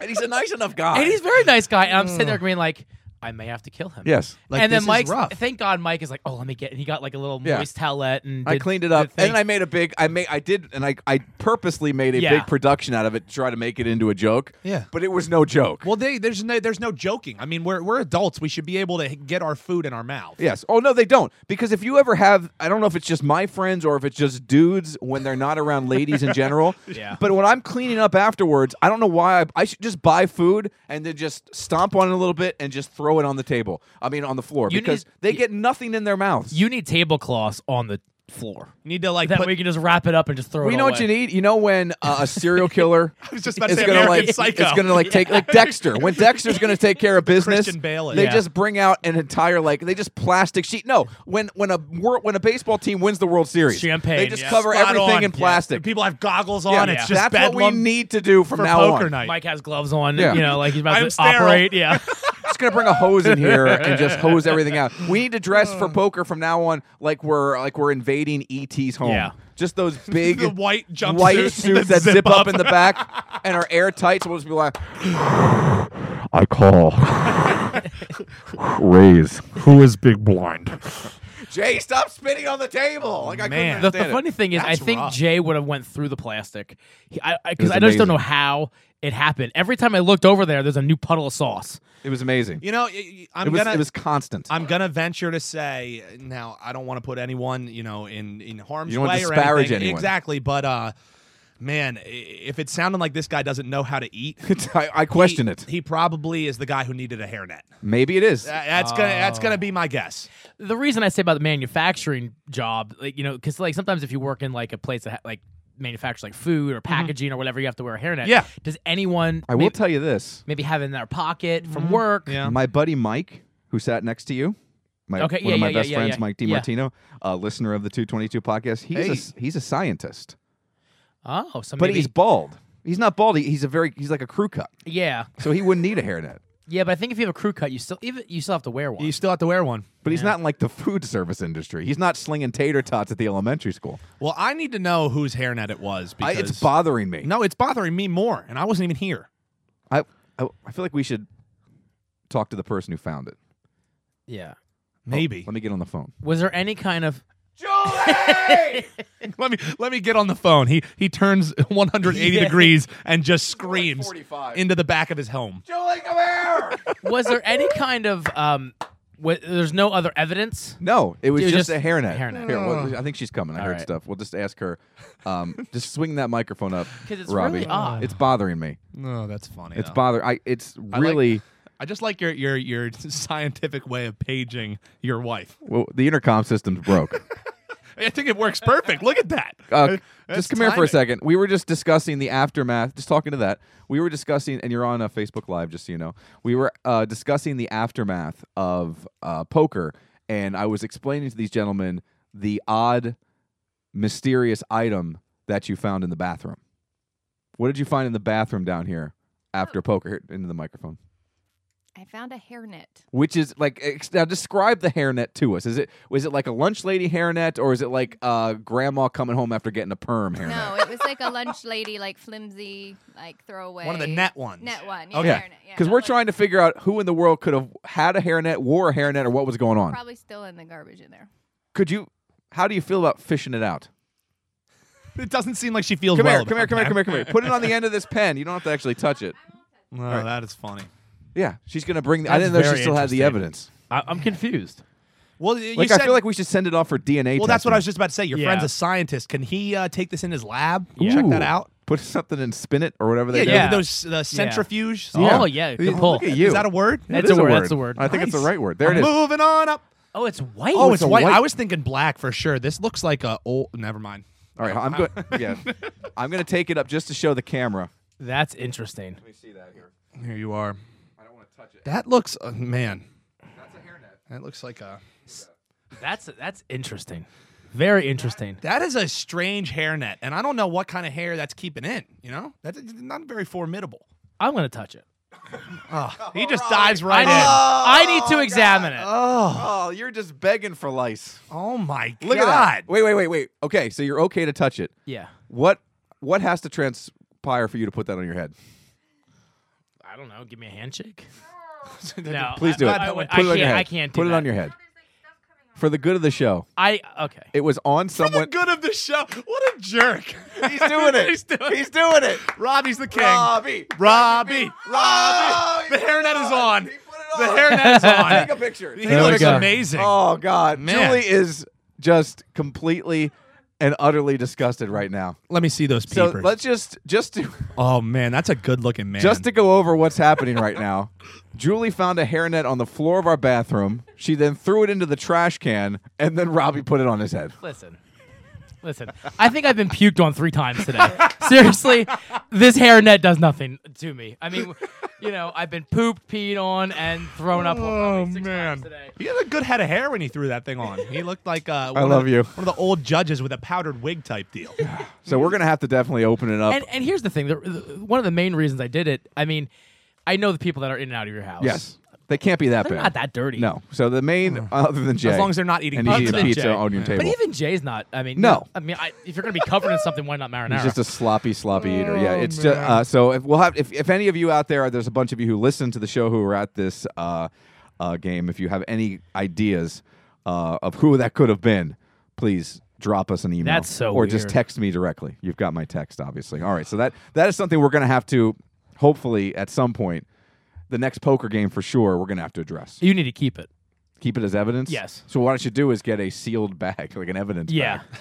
Speaker 1: and he's a nice enough guy.
Speaker 3: and he's a very nice guy. And I'm sitting there being like, I may have to kill him.
Speaker 1: Mm. Yes.
Speaker 2: Like,
Speaker 3: and
Speaker 2: this
Speaker 3: then
Speaker 2: is
Speaker 3: Mike,
Speaker 2: rough.
Speaker 3: thank God, Mike is like, oh, let me get. And he got like a little
Speaker 1: Yeah.
Speaker 3: moist towelette, and
Speaker 1: I
Speaker 3: did
Speaker 1: cleaned it up,
Speaker 3: the
Speaker 1: and
Speaker 3: thing.
Speaker 1: then I made a big. I made, I did, and I, I purposely made a
Speaker 3: Yeah.
Speaker 1: big production out of it to try to make it into a joke.
Speaker 2: Yeah.
Speaker 1: but it was no joke.
Speaker 2: well, they, there's no there's no joking. I mean, we're we're adults. We should be able to get our food in our mouth.
Speaker 1: Yes. Oh no, they don't. Because if you ever have, I don't know if it's just my friends or if it's just dudes when they're not around ladies in general.
Speaker 3: Yeah.
Speaker 1: But when I'm cleaning up afterwards, I don't know why I, I should just buy food and then just stomp on it a little bit and just throw it on the table. I mean, on the floor
Speaker 3: You
Speaker 1: because
Speaker 3: need-
Speaker 1: they get nothing in their mouths.
Speaker 3: you need tablecloths on the floor.
Speaker 2: Need to like
Speaker 3: That
Speaker 2: put
Speaker 3: way you can just wrap it up and just throw.
Speaker 1: we
Speaker 3: it
Speaker 1: know what
Speaker 3: away.
Speaker 1: you need. You know when uh, a serial killer
Speaker 2: was just about to
Speaker 1: is
Speaker 2: say
Speaker 1: gonna
Speaker 2: American
Speaker 1: like
Speaker 2: Psycho.
Speaker 1: it's gonna like take like Dexter. When Dexter's gonna take care of business,
Speaker 2: Christian Bale is-
Speaker 1: they
Speaker 3: Yeah.
Speaker 1: just bring out an entire like they just plastic sheet. No, when when a wor- when a baseball team wins the World Series,
Speaker 3: Champagne,
Speaker 1: they just
Speaker 3: yeah.
Speaker 1: cover
Speaker 2: Spot
Speaker 1: everything
Speaker 2: on.
Speaker 1: in plastic.
Speaker 2: Yeah. People have goggles on.
Speaker 1: Yeah,
Speaker 2: It's just
Speaker 1: that's what
Speaker 2: bedlam
Speaker 1: we need to do from
Speaker 2: for
Speaker 1: now
Speaker 2: poker
Speaker 1: on.
Speaker 2: night.
Speaker 3: Mike has gloves on.
Speaker 1: Yeah.
Speaker 3: You know, like he's about
Speaker 2: I'm
Speaker 3: to
Speaker 2: sterile.
Speaker 3: operate. Yeah.
Speaker 1: just gonna bring a hose in here and just hose everything out. We need to dress
Speaker 2: Oh.
Speaker 1: for poker from now on, like we're like we're invading ET's home.
Speaker 3: Yeah.
Speaker 1: Just those big
Speaker 2: The white jumpsuits
Speaker 1: white suits that
Speaker 2: that
Speaker 1: zip
Speaker 2: zip
Speaker 1: up
Speaker 2: up.
Speaker 1: in the back and are airtight. So we'll just be like,
Speaker 7: I call. Raise. Who is big blind?
Speaker 1: Jay, stop spitting on the table. Like I couldn't
Speaker 2: Man.
Speaker 3: the,
Speaker 1: understand
Speaker 3: the funny
Speaker 1: it.
Speaker 3: thing is, I
Speaker 2: That's
Speaker 3: think
Speaker 2: rough.
Speaker 3: Jay would have went through the plastic. He, I, I,
Speaker 1: was
Speaker 3: cause I just
Speaker 1: amazing.
Speaker 3: don't know how it happened. Every time I looked over there, there's a new puddle of sauce.
Speaker 1: It was amazing.
Speaker 2: You know, y- y- I'm
Speaker 1: it was
Speaker 2: gonna
Speaker 1: it was constant.
Speaker 2: I'm gonna venture to say now I don't want to put anyone you know in in harm's
Speaker 1: You don't wanna
Speaker 2: way or
Speaker 1: disparage
Speaker 2: anything.
Speaker 1: anyone.
Speaker 2: exactly. But uh, man, i- if it's sounding like this guy doesn't know how to eat,
Speaker 1: I, I question
Speaker 2: he,
Speaker 1: it.
Speaker 2: He probably is the guy who needed a hairnet.
Speaker 1: Maybe it is.
Speaker 2: That- That's gonna that's
Speaker 1: Oh.
Speaker 2: gonna be my guess.
Speaker 3: The reason I say about the manufacturing job, like, you know, because like sometimes if you work in like a place that ha- like manufactures like food or packaging or whatever, you have to wear a hairnet.
Speaker 2: Yeah.
Speaker 3: Does anyone?
Speaker 1: I will
Speaker 3: maybe,
Speaker 1: tell you this.
Speaker 3: maybe have it in their pocket from work.
Speaker 2: Yeah.
Speaker 1: My buddy Mike, who sat next to you, my,
Speaker 3: Uh-huh. Okay,
Speaker 1: one
Speaker 3: yeah,
Speaker 1: of my
Speaker 3: yeah, yeah,
Speaker 1: best
Speaker 3: yeah,
Speaker 1: friends,
Speaker 3: yeah.
Speaker 1: Mike
Speaker 3: Yeah.
Speaker 1: DiMartino, a listener of the 222 podcast, he's, a, s- he's a scientist,
Speaker 3: Oh, so
Speaker 1: but
Speaker 3: maybe,
Speaker 1: he's bald. He's not bald. He, he's a very he's like a crew cut,
Speaker 3: yeah,
Speaker 1: so he wouldn't need a hairnet.
Speaker 3: yeah. But I think if you have a crew cut, you still even you still have to wear one.
Speaker 2: You still have to wear one.
Speaker 1: But he's not in like the food service industry. He's not slinging tater tots at the elementary school.
Speaker 2: Well, I need to know whose hairnet it was
Speaker 1: I,
Speaker 2: because
Speaker 1: it's bothering me.
Speaker 2: no, it's bothering me more, and I wasn't even
Speaker 1: Oh.
Speaker 2: here.
Speaker 1: I, I I feel like we should talk to the person who found it.
Speaker 3: yeah.
Speaker 2: Maybe
Speaker 1: Let me get on the phone.
Speaker 3: Was there any kind of
Speaker 2: let me let me get on the phone. He he turns 180
Speaker 3: Yeah.
Speaker 2: degrees and just screams
Speaker 1: 45.
Speaker 2: into the back of his home.
Speaker 1: Julie, come here.
Speaker 3: was there any kind of um Wh- there's no other evidence.
Speaker 1: No, it was
Speaker 3: It was
Speaker 1: just,
Speaker 3: just
Speaker 1: a hairnet.
Speaker 3: a hairnet.
Speaker 1: Here, well, I think she's coming. I
Speaker 3: All
Speaker 1: heard
Speaker 3: right.
Speaker 1: stuff. We'll just ask her. Um, just swing that microphone up,
Speaker 3: 'Cause it's
Speaker 1: Robbie.
Speaker 3: really odd.
Speaker 1: It's bothering me.
Speaker 2: No, Oh, that's funny.
Speaker 1: It's
Speaker 2: though.
Speaker 1: bother. I. It's
Speaker 2: like-
Speaker 1: really
Speaker 2: I just like your your your scientific way of paging your wife.
Speaker 1: well, the intercom system's broke.
Speaker 2: I think it works perfect. Look at that.
Speaker 1: Uh,
Speaker 2: That's
Speaker 1: just come here for a
Speaker 2: timing.
Speaker 1: second. We were just discussing the aftermath. Just talking to that. We were discussing, and you're on uh, Facebook Live, just so you know. We were uh, discussing the aftermath of uh, poker, and I was explaining to these gentlemen the odd, mysterious item that you found in the bathroom. What did you find in the bathroom down here after poker? Here, into the microphone.
Speaker 9: I found a hairnet.
Speaker 1: Which is like ex- now describe the hairnet to us. Is it was it like a lunch lady hairnet or is it like uh, grandma coming home after getting a perm hairnet?
Speaker 9: No, it was like a lunch lady, like flimsy, like throwaway.
Speaker 2: One of the net ones.
Speaker 9: Net one. Yeah,
Speaker 1: Okay.
Speaker 9: hairnet, yeah.
Speaker 1: Because
Speaker 9: But,
Speaker 1: we're
Speaker 9: like,
Speaker 1: trying to figure out who in the world could have had a hairnet, wore a hairnet, or what was going on.
Speaker 9: Probably still in the garbage in there.
Speaker 1: Could you? How do you feel about fishing it out?
Speaker 2: It doesn't seem like she feels
Speaker 1: Come here,
Speaker 2: well.
Speaker 1: come here, come here, come here, come here. Put it on the end of this pen. You don't have to actually touch it.
Speaker 2: No, that is funny.
Speaker 1: Yeah, she's gonna bring. The, I
Speaker 2: That's
Speaker 1: didn't know she
Speaker 2: very
Speaker 1: still had the
Speaker 2: interesting.
Speaker 1: evidence.
Speaker 3: I, I'm confused.
Speaker 2: Well, you
Speaker 1: Like
Speaker 2: said,
Speaker 1: I feel like we should send it off for DNA.
Speaker 2: well, that's what I was
Speaker 1: testing.
Speaker 2: just about to say. Your
Speaker 3: Yeah.
Speaker 2: friend's a scientist. Can he uh, take this in his lab?
Speaker 1: Ooh.
Speaker 2: Check that out.
Speaker 1: Put something in spin it or whatever they
Speaker 2: Yeah,
Speaker 1: do.
Speaker 2: yeah.
Speaker 3: Yeah.
Speaker 2: Those the centrifuge.
Speaker 3: Yeah. Oh, yeah, good pull.
Speaker 1: Look at you.
Speaker 2: Is that a word?
Speaker 1: That
Speaker 3: It's
Speaker 1: is
Speaker 3: a word, that's a word.
Speaker 1: I think it's the
Speaker 2: Nice.
Speaker 1: right word. There it is.
Speaker 2: Moving on up.
Speaker 3: Oh, it's white.
Speaker 2: Oh, it's,
Speaker 1: a
Speaker 2: white.
Speaker 1: white-
Speaker 2: I was thinking black for sure. This looks like a old. Never mind.
Speaker 1: All right, I'm good. Yeah, I'm gonna take it up just to show the camera.
Speaker 3: That's interesting.
Speaker 1: Let me see that here.
Speaker 2: Here you are.
Speaker 1: I don't want to touch it.
Speaker 2: That looks uh, man.
Speaker 1: That's a hairnet.
Speaker 2: That looks like a.
Speaker 3: That's that's interesting. Very interesting.
Speaker 2: That is a strange hairnet, and I don't know what kind of hair that's keeping in. You know, that's it's not very formidable.
Speaker 3: I'm gonna touch it.
Speaker 2: He just dives right
Speaker 3: I
Speaker 2: in.
Speaker 3: need, I need to examine it.
Speaker 1: Oh, you're just begging for lice.
Speaker 2: Oh my god!
Speaker 1: Look at that. Wait, wait, wait, wait. Okay, so you're okay to touch it.
Speaker 3: yeah.
Speaker 1: What what has to transpire for you to put that on your head?
Speaker 3: I don't know. Give me a handshake. no,
Speaker 1: Please do
Speaker 3: I,
Speaker 1: it.
Speaker 3: I, I,
Speaker 1: put
Speaker 3: I
Speaker 1: it on your
Speaker 3: can't-
Speaker 1: head.
Speaker 3: I can't do
Speaker 1: Put it on
Speaker 3: that.
Speaker 1: your head. For the good of the show.
Speaker 3: I okay.
Speaker 1: It was on
Speaker 2: The
Speaker 1: someone.
Speaker 2: good of the show. What a jerk!
Speaker 1: He's doing it.
Speaker 2: He's doing it.
Speaker 1: doing it.
Speaker 2: Robbie's the king.
Speaker 1: Robbie.
Speaker 2: Robbie.
Speaker 1: Oh,
Speaker 2: Robbie. The
Speaker 1: he
Speaker 2: hairnet is on.
Speaker 1: He put
Speaker 2: The
Speaker 1: it on.
Speaker 2: hairnet is
Speaker 1: Take a
Speaker 2: on.
Speaker 1: picture.
Speaker 2: He
Speaker 1: Take a
Speaker 3: we
Speaker 2: looks
Speaker 1: picture.
Speaker 3: go.
Speaker 2: amazing.
Speaker 1: Oh God.
Speaker 2: Man.
Speaker 1: Julie is just completely and utterly disgusted right now.
Speaker 2: Let me see those
Speaker 1: So
Speaker 2: papers.
Speaker 1: let's just just to
Speaker 2: oh man, that's a good-looking man.
Speaker 1: Just to go over what's happening right now, Julie found a hairnet on the floor of our bathroom. She then threw it into the trash can, and then Robbie put it on his head.
Speaker 3: Listen. Listen. I think I've been puked on three times today. Seriously, this hairnet does nothing to me. I mean, you know, I've been pooped, peed on, and thrown up on
Speaker 1: Oh,
Speaker 3: probably six times today.
Speaker 2: He had a good head of hair when he threw that thing on. He looked like uh, one
Speaker 1: I
Speaker 2: of
Speaker 1: love
Speaker 2: the-
Speaker 1: you.
Speaker 2: One of the old judges with a powdered wig type deal.
Speaker 1: So we're gonna have to definitely open it up.
Speaker 3: And and here's the thing. The, the, one of the main reasons I did it. I mean, I know the people that are in and out of your house.
Speaker 1: yes, they can't be that
Speaker 3: They're
Speaker 1: bad.
Speaker 3: not that dirty. Mm.
Speaker 1: No. So the main, other than Jay,
Speaker 2: long as they're not eating
Speaker 1: and he's
Speaker 3: pizza.
Speaker 1: eating
Speaker 3: Other than
Speaker 1: pizza
Speaker 3: Jay.
Speaker 1: on your table.
Speaker 3: But even Jay's not. I mean,
Speaker 1: No.
Speaker 3: I mean, I, if you're gonna be covered in something, why not marinara?
Speaker 1: He's just a sloppy, sloppy eater.
Speaker 2: Oh,
Speaker 1: Yeah, it's just uh, so. If we'll have if, if any of you out there, there's a bunch of you who listen to the show who are at this uh, uh, game. If you have any ideas uh, of who that could have been, please drop us an email.
Speaker 3: That's so
Speaker 1: Or just
Speaker 3: weird.
Speaker 1: text me directly. You've got my text, obviously. All right, so that that is something we're gonna have to hopefully at some point. The next poker game for sure, we're gonna have to address.
Speaker 3: you need to keep it.
Speaker 1: Keep it as evidence.
Speaker 3: Yes.
Speaker 1: So what I should do is get a sealed bag, like an evidence.
Speaker 3: Yeah,
Speaker 1: Bag.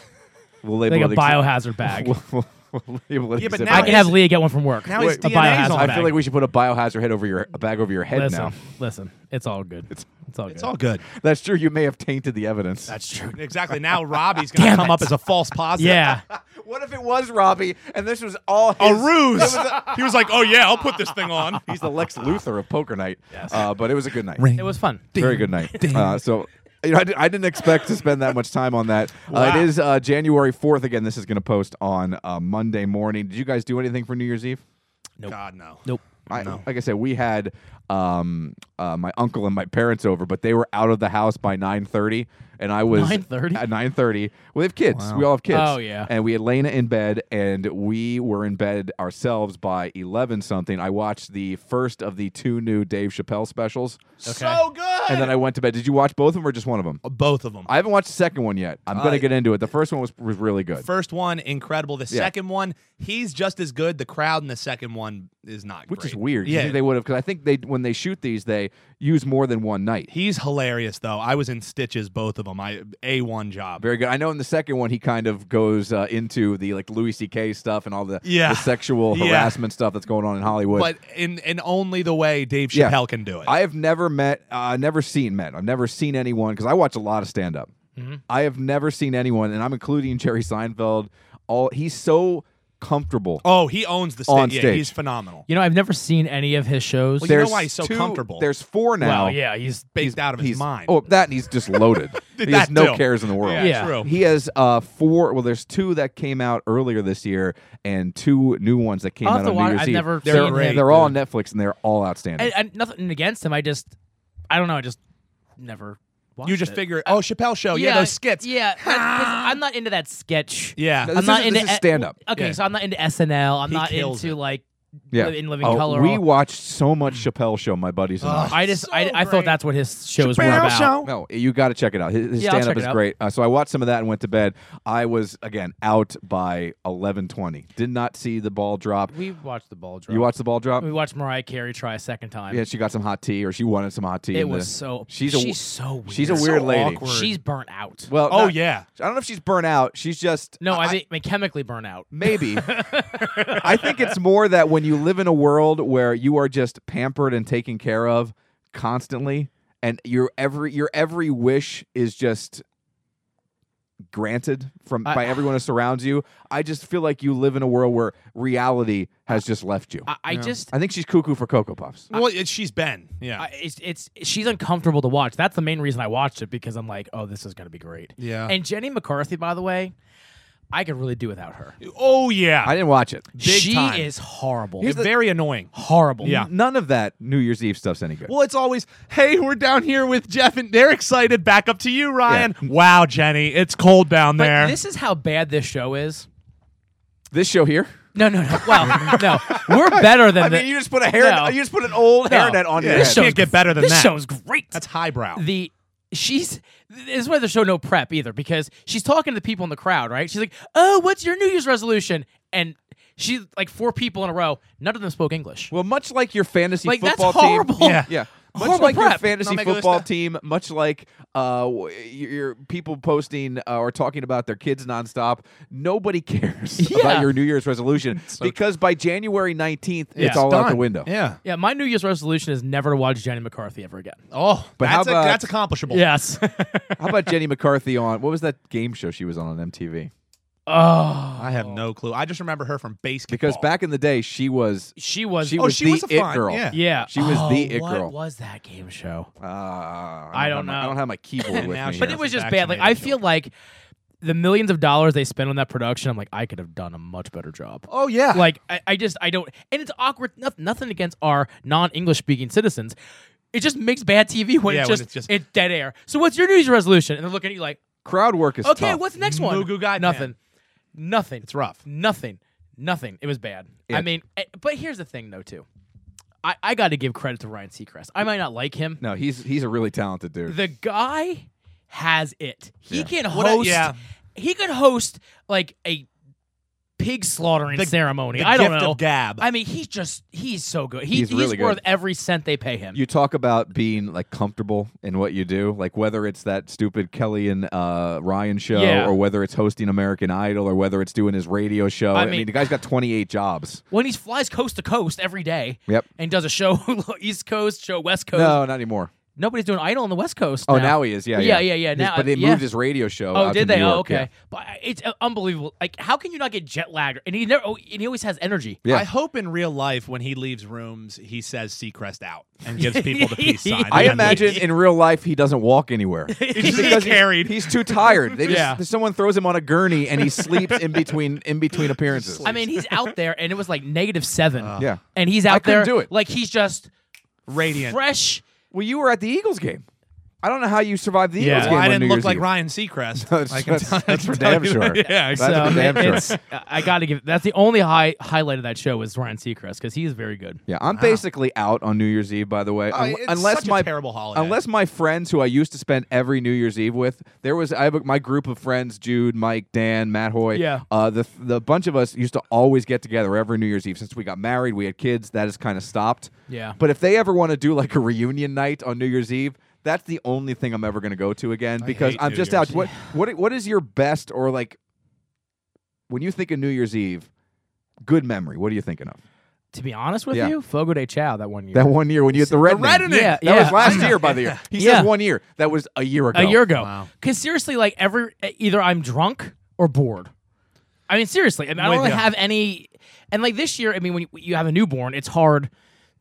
Speaker 1: We'll label
Speaker 3: like a
Speaker 1: it exhi-
Speaker 3: biohazard bag.
Speaker 1: We'll, we'll- we'll label it.
Speaker 2: Yeah, but
Speaker 1: exhibit
Speaker 2: now
Speaker 3: I
Speaker 1: A.
Speaker 3: can have Leah get one from work.
Speaker 2: Now his
Speaker 3: a
Speaker 2: DNA's
Speaker 3: biohazard
Speaker 2: on
Speaker 1: I
Speaker 2: it.
Speaker 3: bag.
Speaker 1: feel like we should put a biohazard head over your a bag over your head
Speaker 3: listen,
Speaker 1: now.
Speaker 3: listen, it's all good. It's, all good.
Speaker 2: It's all good.
Speaker 1: That's true. You may have tainted the evidence.
Speaker 3: That's true.
Speaker 2: Exactly. Now Robbie's going to
Speaker 3: Damn
Speaker 2: come
Speaker 3: it.
Speaker 2: up as a false positive.
Speaker 3: Yeah,
Speaker 1: what if it was Robbie and this was all
Speaker 2: A
Speaker 1: his-
Speaker 2: ruse. he was like, "Oh yeah, I'll put this thing on."
Speaker 1: He's the Lex Luthor of poker night. Uh, but it was a good night.
Speaker 3: it was fun.
Speaker 1: Very good night. Uh, so. You know, I, did, I didn't expect to spend that much time on that. Uh,
Speaker 2: Wow.
Speaker 1: it is uh, January 4th. Again, this is going to post on uh, Monday morning. Did you guys do anything for New Year's Eve?
Speaker 2: God no.
Speaker 3: Nope.
Speaker 1: I, Like I said, we had um, uh, my uncle and my parents over, but they were out of the house by nine thirty, and I was
Speaker 3: 9:30?
Speaker 1: at nine thirty. We have kids. We all have kids.
Speaker 3: Oh, yeah.
Speaker 1: And we had Lena in bed, and we were in bed ourselves by eleven something. I watched the first of the two new Dave Chappelle specials,
Speaker 2: So good.
Speaker 1: and then I went to bed. Did you watch both of them or just one of them?
Speaker 2: Both of them.
Speaker 1: I haven't watched the second one yet. I'm gonna
Speaker 2: I-
Speaker 1: get into it. The first one was was really good.
Speaker 2: First one incredible. The
Speaker 1: Yeah.
Speaker 2: second one, he's just as good. The crowd in the second one
Speaker 5: is not
Speaker 1: which
Speaker 5: great.
Speaker 1: is weird. Yeah,
Speaker 2: Yeah.
Speaker 1: think they would have because I think they when they shoot these they use more than one night.
Speaker 2: He's hilarious though. I was in stitches both of them. I a one job.
Speaker 1: Very good. I know in the second one he kind of goes uh, into the like Louis C.K. stuff and all the,
Speaker 2: Yeah.
Speaker 1: the sexual
Speaker 2: Yeah.
Speaker 1: harassment stuff that's going on in Hollywood.
Speaker 2: but in in only the way Dave Chappelle
Speaker 1: Yeah.
Speaker 2: can do it.
Speaker 1: I have never met, uh, never seen men. I've never seen anyone because I watch a lot of stand up.
Speaker 2: Mm-hmm.
Speaker 1: I have never seen anyone, and I'm including Jerry Seinfeld. All he's so comfortable.
Speaker 2: oh, he owns the stage.
Speaker 1: On
Speaker 2: Yeah,
Speaker 1: stage.
Speaker 2: he's phenomenal.
Speaker 3: You know, I've never seen any of his shows.
Speaker 2: Well, you know why he's so
Speaker 1: two-
Speaker 2: comfortable.
Speaker 1: There's four now.
Speaker 3: Well, yeah, he's
Speaker 2: Based out of his
Speaker 1: He's-
Speaker 2: mind.
Speaker 1: Oh, that and he's just loaded. he has
Speaker 2: That
Speaker 1: no
Speaker 2: too.
Speaker 1: cares in the world.
Speaker 2: yeah,
Speaker 3: yeah.
Speaker 2: true.
Speaker 1: He has uh four. Well, there's two that came out earlier this year, and two new ones that came
Speaker 3: I'll
Speaker 1: out
Speaker 3: have to
Speaker 1: on
Speaker 3: watch-
Speaker 1: New Year's
Speaker 3: I've
Speaker 1: Eve.
Speaker 3: never
Speaker 1: they're
Speaker 3: seen him,
Speaker 1: they're all on
Speaker 3: dude.
Speaker 1: Netflix, and they're all outstanding.
Speaker 3: and, uh, and nothing against him. I just, I don't know. I just never. Watched
Speaker 2: You just
Speaker 1: Uh,
Speaker 3: it.
Speaker 2: figure, oh, Chappelle show, yeah, those skits.
Speaker 3: Yeah, that's- 'cause I'm not into that sketch.
Speaker 2: Yeah.
Speaker 1: No,
Speaker 3: I'm
Speaker 1: this
Speaker 3: not
Speaker 1: is-
Speaker 3: into
Speaker 1: this is
Speaker 3: e-
Speaker 1: stand-up.
Speaker 3: Okay,
Speaker 2: Yeah.
Speaker 3: so I'm not into SNL. I'm
Speaker 2: He
Speaker 3: not
Speaker 2: kills
Speaker 3: into
Speaker 2: it.
Speaker 3: like
Speaker 1: yeah,
Speaker 3: in living
Speaker 1: Oh,
Speaker 3: color.
Speaker 1: We
Speaker 3: or-
Speaker 1: watched so much Chappelle show, my buddies and I.
Speaker 3: I just I, I
Speaker 2: great.
Speaker 3: thought that's what his shows were
Speaker 2: Chappelle
Speaker 3: about.
Speaker 2: show.
Speaker 1: No, you got to check it out. His, his
Speaker 3: Yeah, I'll
Speaker 1: stand up
Speaker 3: check
Speaker 1: is
Speaker 3: it out.
Speaker 1: great. Uh, so I watched some of that and went to bed. I was again out by eleven twenty. Did not see the ball drop.
Speaker 3: We watched the ball drop.
Speaker 1: You watched the ball drop?
Speaker 3: We watched Mariah Carey try a second time.
Speaker 1: Yeah, she got some hot tea, or she wanted some hot tea.
Speaker 3: it
Speaker 1: in the-
Speaker 3: was so.
Speaker 1: She's
Speaker 3: She's
Speaker 1: a-
Speaker 3: she's so weird.
Speaker 1: she's a weird
Speaker 2: So
Speaker 1: lady.
Speaker 2: awkward.
Speaker 3: She's burnt out.
Speaker 1: Well,
Speaker 2: Oh
Speaker 1: not-
Speaker 2: yeah.
Speaker 1: I don't know if she's burnt out. She's just
Speaker 3: no, I, mean, I mean chemically burnt out.
Speaker 1: Maybe. I think it's more that when you live in a world where you are just pampered and taken care of constantly and your every your every wish is just granted from
Speaker 3: I-
Speaker 1: by everyone who surrounds you, I just feel like you live in a world where reality has just left you. I,
Speaker 3: I, I just
Speaker 1: think she's cuckoo for cocoa puffs.
Speaker 2: Well, it, she's Ben. Yeah.
Speaker 3: I, it's, it's she's uncomfortable to watch. That's the main reason I watched it because I'm like, oh, this is gonna be great.
Speaker 2: Yeah.
Speaker 3: And Jenny McCarthy, by the way, I could really do without her.
Speaker 2: oh yeah.
Speaker 1: I didn't watch it.
Speaker 2: Big
Speaker 3: she
Speaker 2: time.
Speaker 3: is horrible.
Speaker 2: Very annoying.
Speaker 3: horrible.
Speaker 2: Yeah.
Speaker 1: None of that New Year's Eve stuff's any good.
Speaker 2: Well, it's always, hey, we're down here with Jeff and they're excited. Back up to you, Ryan. Wow, Jenny, it's cold down
Speaker 3: But
Speaker 2: there.
Speaker 3: this is how bad this show is.
Speaker 1: This show here.
Speaker 3: No, no, no. Well, no, we're better than
Speaker 1: I
Speaker 3: the,
Speaker 1: mean, you just put a hair.
Speaker 3: No.
Speaker 1: You just put an old
Speaker 3: no.
Speaker 1: hairnet on your
Speaker 2: This
Speaker 1: head.
Speaker 2: show-
Speaker 3: show's
Speaker 2: Can't get better than
Speaker 3: this
Speaker 2: that.
Speaker 3: show's great.
Speaker 2: That's highbrow.
Speaker 3: the she's this is why the show no prep either because she's talking to the people in the crowd, right? She's like, "Oh, what's your New Year's resolution?" And she's like four people in a row. None of them spoke English.
Speaker 1: Well, much like your fantasy
Speaker 3: Like, that's
Speaker 1: football
Speaker 3: horrible.
Speaker 1: team.
Speaker 2: Yeah.
Speaker 1: Yeah. Much
Speaker 3: Horrible
Speaker 1: like your
Speaker 3: prep.
Speaker 1: fantasy
Speaker 2: No me
Speaker 1: football
Speaker 2: gusta.
Speaker 1: team, much like uh, w- your your people posting uh, or talking about their kids nonstop, nobody cares about
Speaker 3: Yeah.
Speaker 1: your New Year's resolution because by January 19th, it's
Speaker 3: Yeah.
Speaker 1: all out the
Speaker 2: Done.
Speaker 1: window.
Speaker 2: Yeah.
Speaker 3: Yeah, my New Year's resolution is never to watch Jenny McCarthy ever again.
Speaker 2: Oh,
Speaker 1: But how
Speaker 2: that's,
Speaker 1: about-
Speaker 2: a, that's accomplishable.
Speaker 3: Yes.
Speaker 1: How about Jenny McCarthy on what was that game show she was on on MTV?
Speaker 3: oh,
Speaker 2: I have no clue. I just remember her from basketball.
Speaker 1: Because back in the day, she was
Speaker 3: she was.
Speaker 1: she
Speaker 2: Oh,
Speaker 1: was
Speaker 2: she
Speaker 1: the
Speaker 2: was a
Speaker 1: it
Speaker 2: fun-
Speaker 1: girl.
Speaker 2: yeah.
Speaker 3: yeah,
Speaker 1: she was
Speaker 3: Oh,
Speaker 1: the it
Speaker 3: what
Speaker 1: girl.
Speaker 3: was that game show?
Speaker 1: Uh, I,
Speaker 3: I
Speaker 1: don't have
Speaker 3: don't
Speaker 1: My, I
Speaker 3: know.
Speaker 1: don't have my keyboard with
Speaker 2: Now
Speaker 1: me. here.
Speaker 2: she
Speaker 3: But it
Speaker 2: it's
Speaker 3: was
Speaker 2: a
Speaker 3: just bad. Like I
Speaker 2: vaccinated
Speaker 3: feel like the millions of dollars they spend on that production, I'm like, I could have done a much better job.
Speaker 2: Oh, yeah.
Speaker 3: Like I, I just I don't, and it's awkward. No, nothing against our non-English speaking citizens. It just makes bad TV when,
Speaker 2: Yeah,
Speaker 3: it's,
Speaker 2: when
Speaker 3: just,
Speaker 2: it's just-
Speaker 3: it's dead air. So what's your New Year's resolution? And they're looking at you like,
Speaker 1: Crowd work is
Speaker 3: okay,
Speaker 1: tough.
Speaker 3: what's the next one?
Speaker 2: Mugu Guy
Speaker 3: nothing, nothing.
Speaker 2: It's rough.
Speaker 3: Nothing, nothing. It was bad.
Speaker 1: Yeah.
Speaker 3: I mean, eh, but here's the thing though too. I, I got to give credit to Ryan Seacrest. I might not like him.
Speaker 1: No, he's he's a really talented dude.
Speaker 3: The guy has it. He can
Speaker 2: What a-
Speaker 3: host.
Speaker 2: yeah.
Speaker 3: He could host like a pig slaughtering
Speaker 2: The-
Speaker 3: ceremony.
Speaker 2: the
Speaker 3: I don't
Speaker 2: gift
Speaker 3: know.
Speaker 2: of gab.
Speaker 3: I mean, he's just he's so good. He,
Speaker 1: He's
Speaker 3: he's
Speaker 1: really good.
Speaker 3: worth every cent they pay him.
Speaker 1: you talk about being like comfortable in what you do, like whether it's that stupid Kelly and uh, Ryan show,
Speaker 3: Yeah.
Speaker 1: or whether it's hosting American Idol, or whether it's doing his radio show. I,
Speaker 3: I
Speaker 1: mean,
Speaker 3: mean-
Speaker 1: the guy's got 28 jobs.
Speaker 3: when he flies coast to coast every day.
Speaker 1: Yep.
Speaker 3: And does a show East Coast, show West Coast.
Speaker 1: No, not anymore.
Speaker 3: Nobody's doing Idol on the West Coast.
Speaker 1: Oh,
Speaker 3: Oh, now.
Speaker 1: now he is. Yeah,
Speaker 3: Yeah,
Speaker 1: yeah,
Speaker 3: yeah, yeah,
Speaker 1: He's-
Speaker 3: now-
Speaker 1: but they
Speaker 3: yeah.
Speaker 1: moved his radio show.
Speaker 3: Oh,
Speaker 1: out to
Speaker 3: did they?
Speaker 1: New
Speaker 3: oh,
Speaker 1: York,
Speaker 3: okay.
Speaker 1: yeah.
Speaker 3: But it's uh, unbelievable. Like, how can you not get jet lagged? And he never. Oh, and he always has energy.
Speaker 1: Yeah.
Speaker 2: I hope in real life when he leaves rooms, he says Seacrest out and gives people the peace sign.
Speaker 1: I
Speaker 2: Yeah.
Speaker 1: imagine in real life he doesn't walk anywhere
Speaker 2: just
Speaker 1: because he-
Speaker 2: carried.
Speaker 1: He's too tired. They just,
Speaker 3: Yeah.
Speaker 1: someone throws him on a gurney and he sleeps in between in between appearances.
Speaker 3: I mean, he's out there, and it was like negative seven.
Speaker 1: Yeah.
Speaker 3: And he's out
Speaker 1: couldn't
Speaker 3: there.
Speaker 1: do it.
Speaker 3: Like he's just
Speaker 2: radiant.
Speaker 3: fresh.
Speaker 1: well, you were at the Eagles game. I don't know how you survived the Eagles
Speaker 3: Yeah.
Speaker 1: game on
Speaker 2: I didn't
Speaker 1: New
Speaker 2: look
Speaker 1: Year's
Speaker 2: like
Speaker 1: Eve.
Speaker 2: Ryan Seacrest.
Speaker 1: That's-
Speaker 2: I can
Speaker 1: that's-
Speaker 2: tell- I
Speaker 1: that's
Speaker 2: can
Speaker 1: for
Speaker 2: tell
Speaker 1: damn
Speaker 2: you
Speaker 1: sure.
Speaker 2: that. Yeah,
Speaker 1: That's for
Speaker 2: exactly.
Speaker 1: damn sure.
Speaker 3: It's, I got to give. That's the only high highlight of that show was Ryan Seacrest because he is very good.
Speaker 1: Yeah, I'm basically out on New Year's Eve. By the way, Unle-
Speaker 2: Oh, it's
Speaker 1: unless
Speaker 2: such a
Speaker 1: my
Speaker 2: terrible holiday.
Speaker 1: unless my friends who I used to spend every New Year's Eve with, there was I have a, my group of friends: Jude, Mike, Dan, Matt Hoy.
Speaker 3: Yeah.
Speaker 1: uh, the the bunch of us used to always get together every New Year's Eve. Since we got married, we had kids. That has kind of stopped.
Speaker 3: Yeah.
Speaker 1: but if they ever want to do like a reunion night on New Year's Eve. That's the only thing I'm ever going to go to again because
Speaker 2: hate
Speaker 1: I'm
Speaker 2: New
Speaker 1: just
Speaker 2: Year's.
Speaker 1: out. What what what is your best or like when you think of New Year's Eve? Good memory. What are you thinking of?
Speaker 3: To be honest with
Speaker 1: Yeah.
Speaker 3: you, Fogo de Chao that one year.
Speaker 1: That one year when you hit the red.
Speaker 2: Reddening.
Speaker 3: Yeah,
Speaker 1: That
Speaker 3: yeah.
Speaker 1: was last year, by the year. He
Speaker 3: Yeah.
Speaker 1: says one year. That was a year ago.
Speaker 3: a year ago.
Speaker 2: Wow.
Speaker 3: Because seriously, like every e, either I'm drunk or bored. I mean, seriously, I, mean, I don't
Speaker 2: With
Speaker 3: really
Speaker 2: ya.
Speaker 3: have any. And like this year, I mean, when you, you have a newborn, it's hard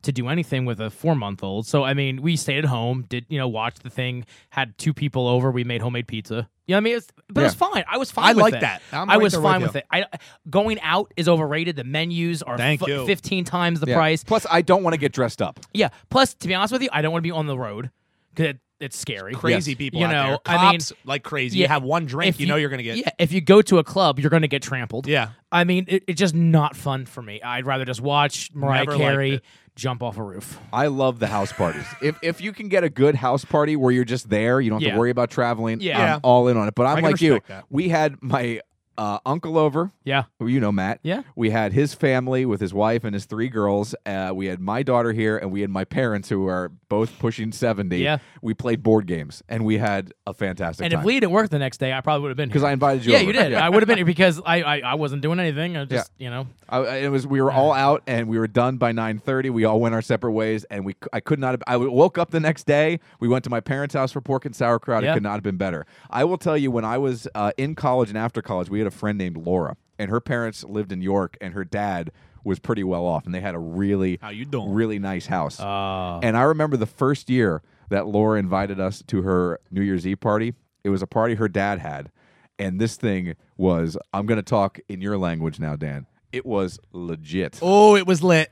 Speaker 3: to do anything with a four month old. So I mean, we stayed at home, did you know, watched the thing, had two people over, we made homemade pizza. You know what I mean? It's, but it was fine. I was fine.
Speaker 2: I
Speaker 3: with
Speaker 2: like
Speaker 3: it.
Speaker 2: that. I'm
Speaker 3: I
Speaker 2: right
Speaker 3: was
Speaker 2: there
Speaker 3: fine
Speaker 2: with
Speaker 3: with it. I going out is overrated. The menus are
Speaker 2: Thank
Speaker 3: fu-
Speaker 2: you.
Speaker 3: fifteen times the
Speaker 1: Yeah.
Speaker 3: price.
Speaker 1: Plus, I don't want to get dressed up.
Speaker 3: Yeah. Plus, to be honest with you, I don't want to be on the road because it, it's scary.
Speaker 2: Crazy
Speaker 3: Yes.
Speaker 2: people
Speaker 3: You
Speaker 2: out
Speaker 3: know,
Speaker 2: there.
Speaker 3: I mean,
Speaker 2: Cops, like crazy.
Speaker 3: yeah,
Speaker 2: you have one drink,
Speaker 3: if
Speaker 2: you, know you're going to get.
Speaker 3: Yeah, if you go to a club, you're going to get trampled.
Speaker 2: Yeah.
Speaker 3: I mean, it, it's just not fun for me. I'd rather just watch Mariah
Speaker 2: Never liked
Speaker 3: Carey
Speaker 2: it.
Speaker 3: jump off a roof.
Speaker 1: I love the house parties. if if you can get a good house party where you're just there, you don't have
Speaker 3: Yeah.
Speaker 1: to worry about traveling.
Speaker 3: Yeah.
Speaker 1: I'm
Speaker 3: Yeah.
Speaker 1: all in on it. But I'm
Speaker 2: can
Speaker 1: like you.
Speaker 2: respect that.
Speaker 1: We had my uh, uncle over.
Speaker 3: Yeah.
Speaker 1: who You know Matt.
Speaker 3: Yeah.
Speaker 1: We had his family with his wife and his three girls. Uh, we had my daughter here, and we had my parents who are both pushing seventy.
Speaker 3: Yeah.
Speaker 1: We played board games, and we had a fantastic
Speaker 3: And
Speaker 1: time.
Speaker 3: if we didn't work the next day, I probably would have been here.
Speaker 1: because I invited you.
Speaker 3: yeah,
Speaker 1: over.
Speaker 3: you did. I would have been here because I, I, I wasn't doing anything. I just, you know.
Speaker 1: I, I- it was we were all out and we were done by 9:30. We all went our separate ways and we c- I could not have, I woke up the next day. We went to my parents' house for pork and sauerkraut. It
Speaker 3: Yeah.
Speaker 1: could not have been better. I will tell you when I was uh, in college and after college, we had a friend named Laura and her parents lived in York and her dad was pretty well off and they had a really
Speaker 2: How you doing?
Speaker 1: really nice house.
Speaker 2: Ah.
Speaker 1: and I remember the first year that Laura invited us to her New Year's Eve party. It was a party her dad had. And this thing was, I'm going to talk in your language now, Dan. It was legit.
Speaker 2: Oh, it was lit.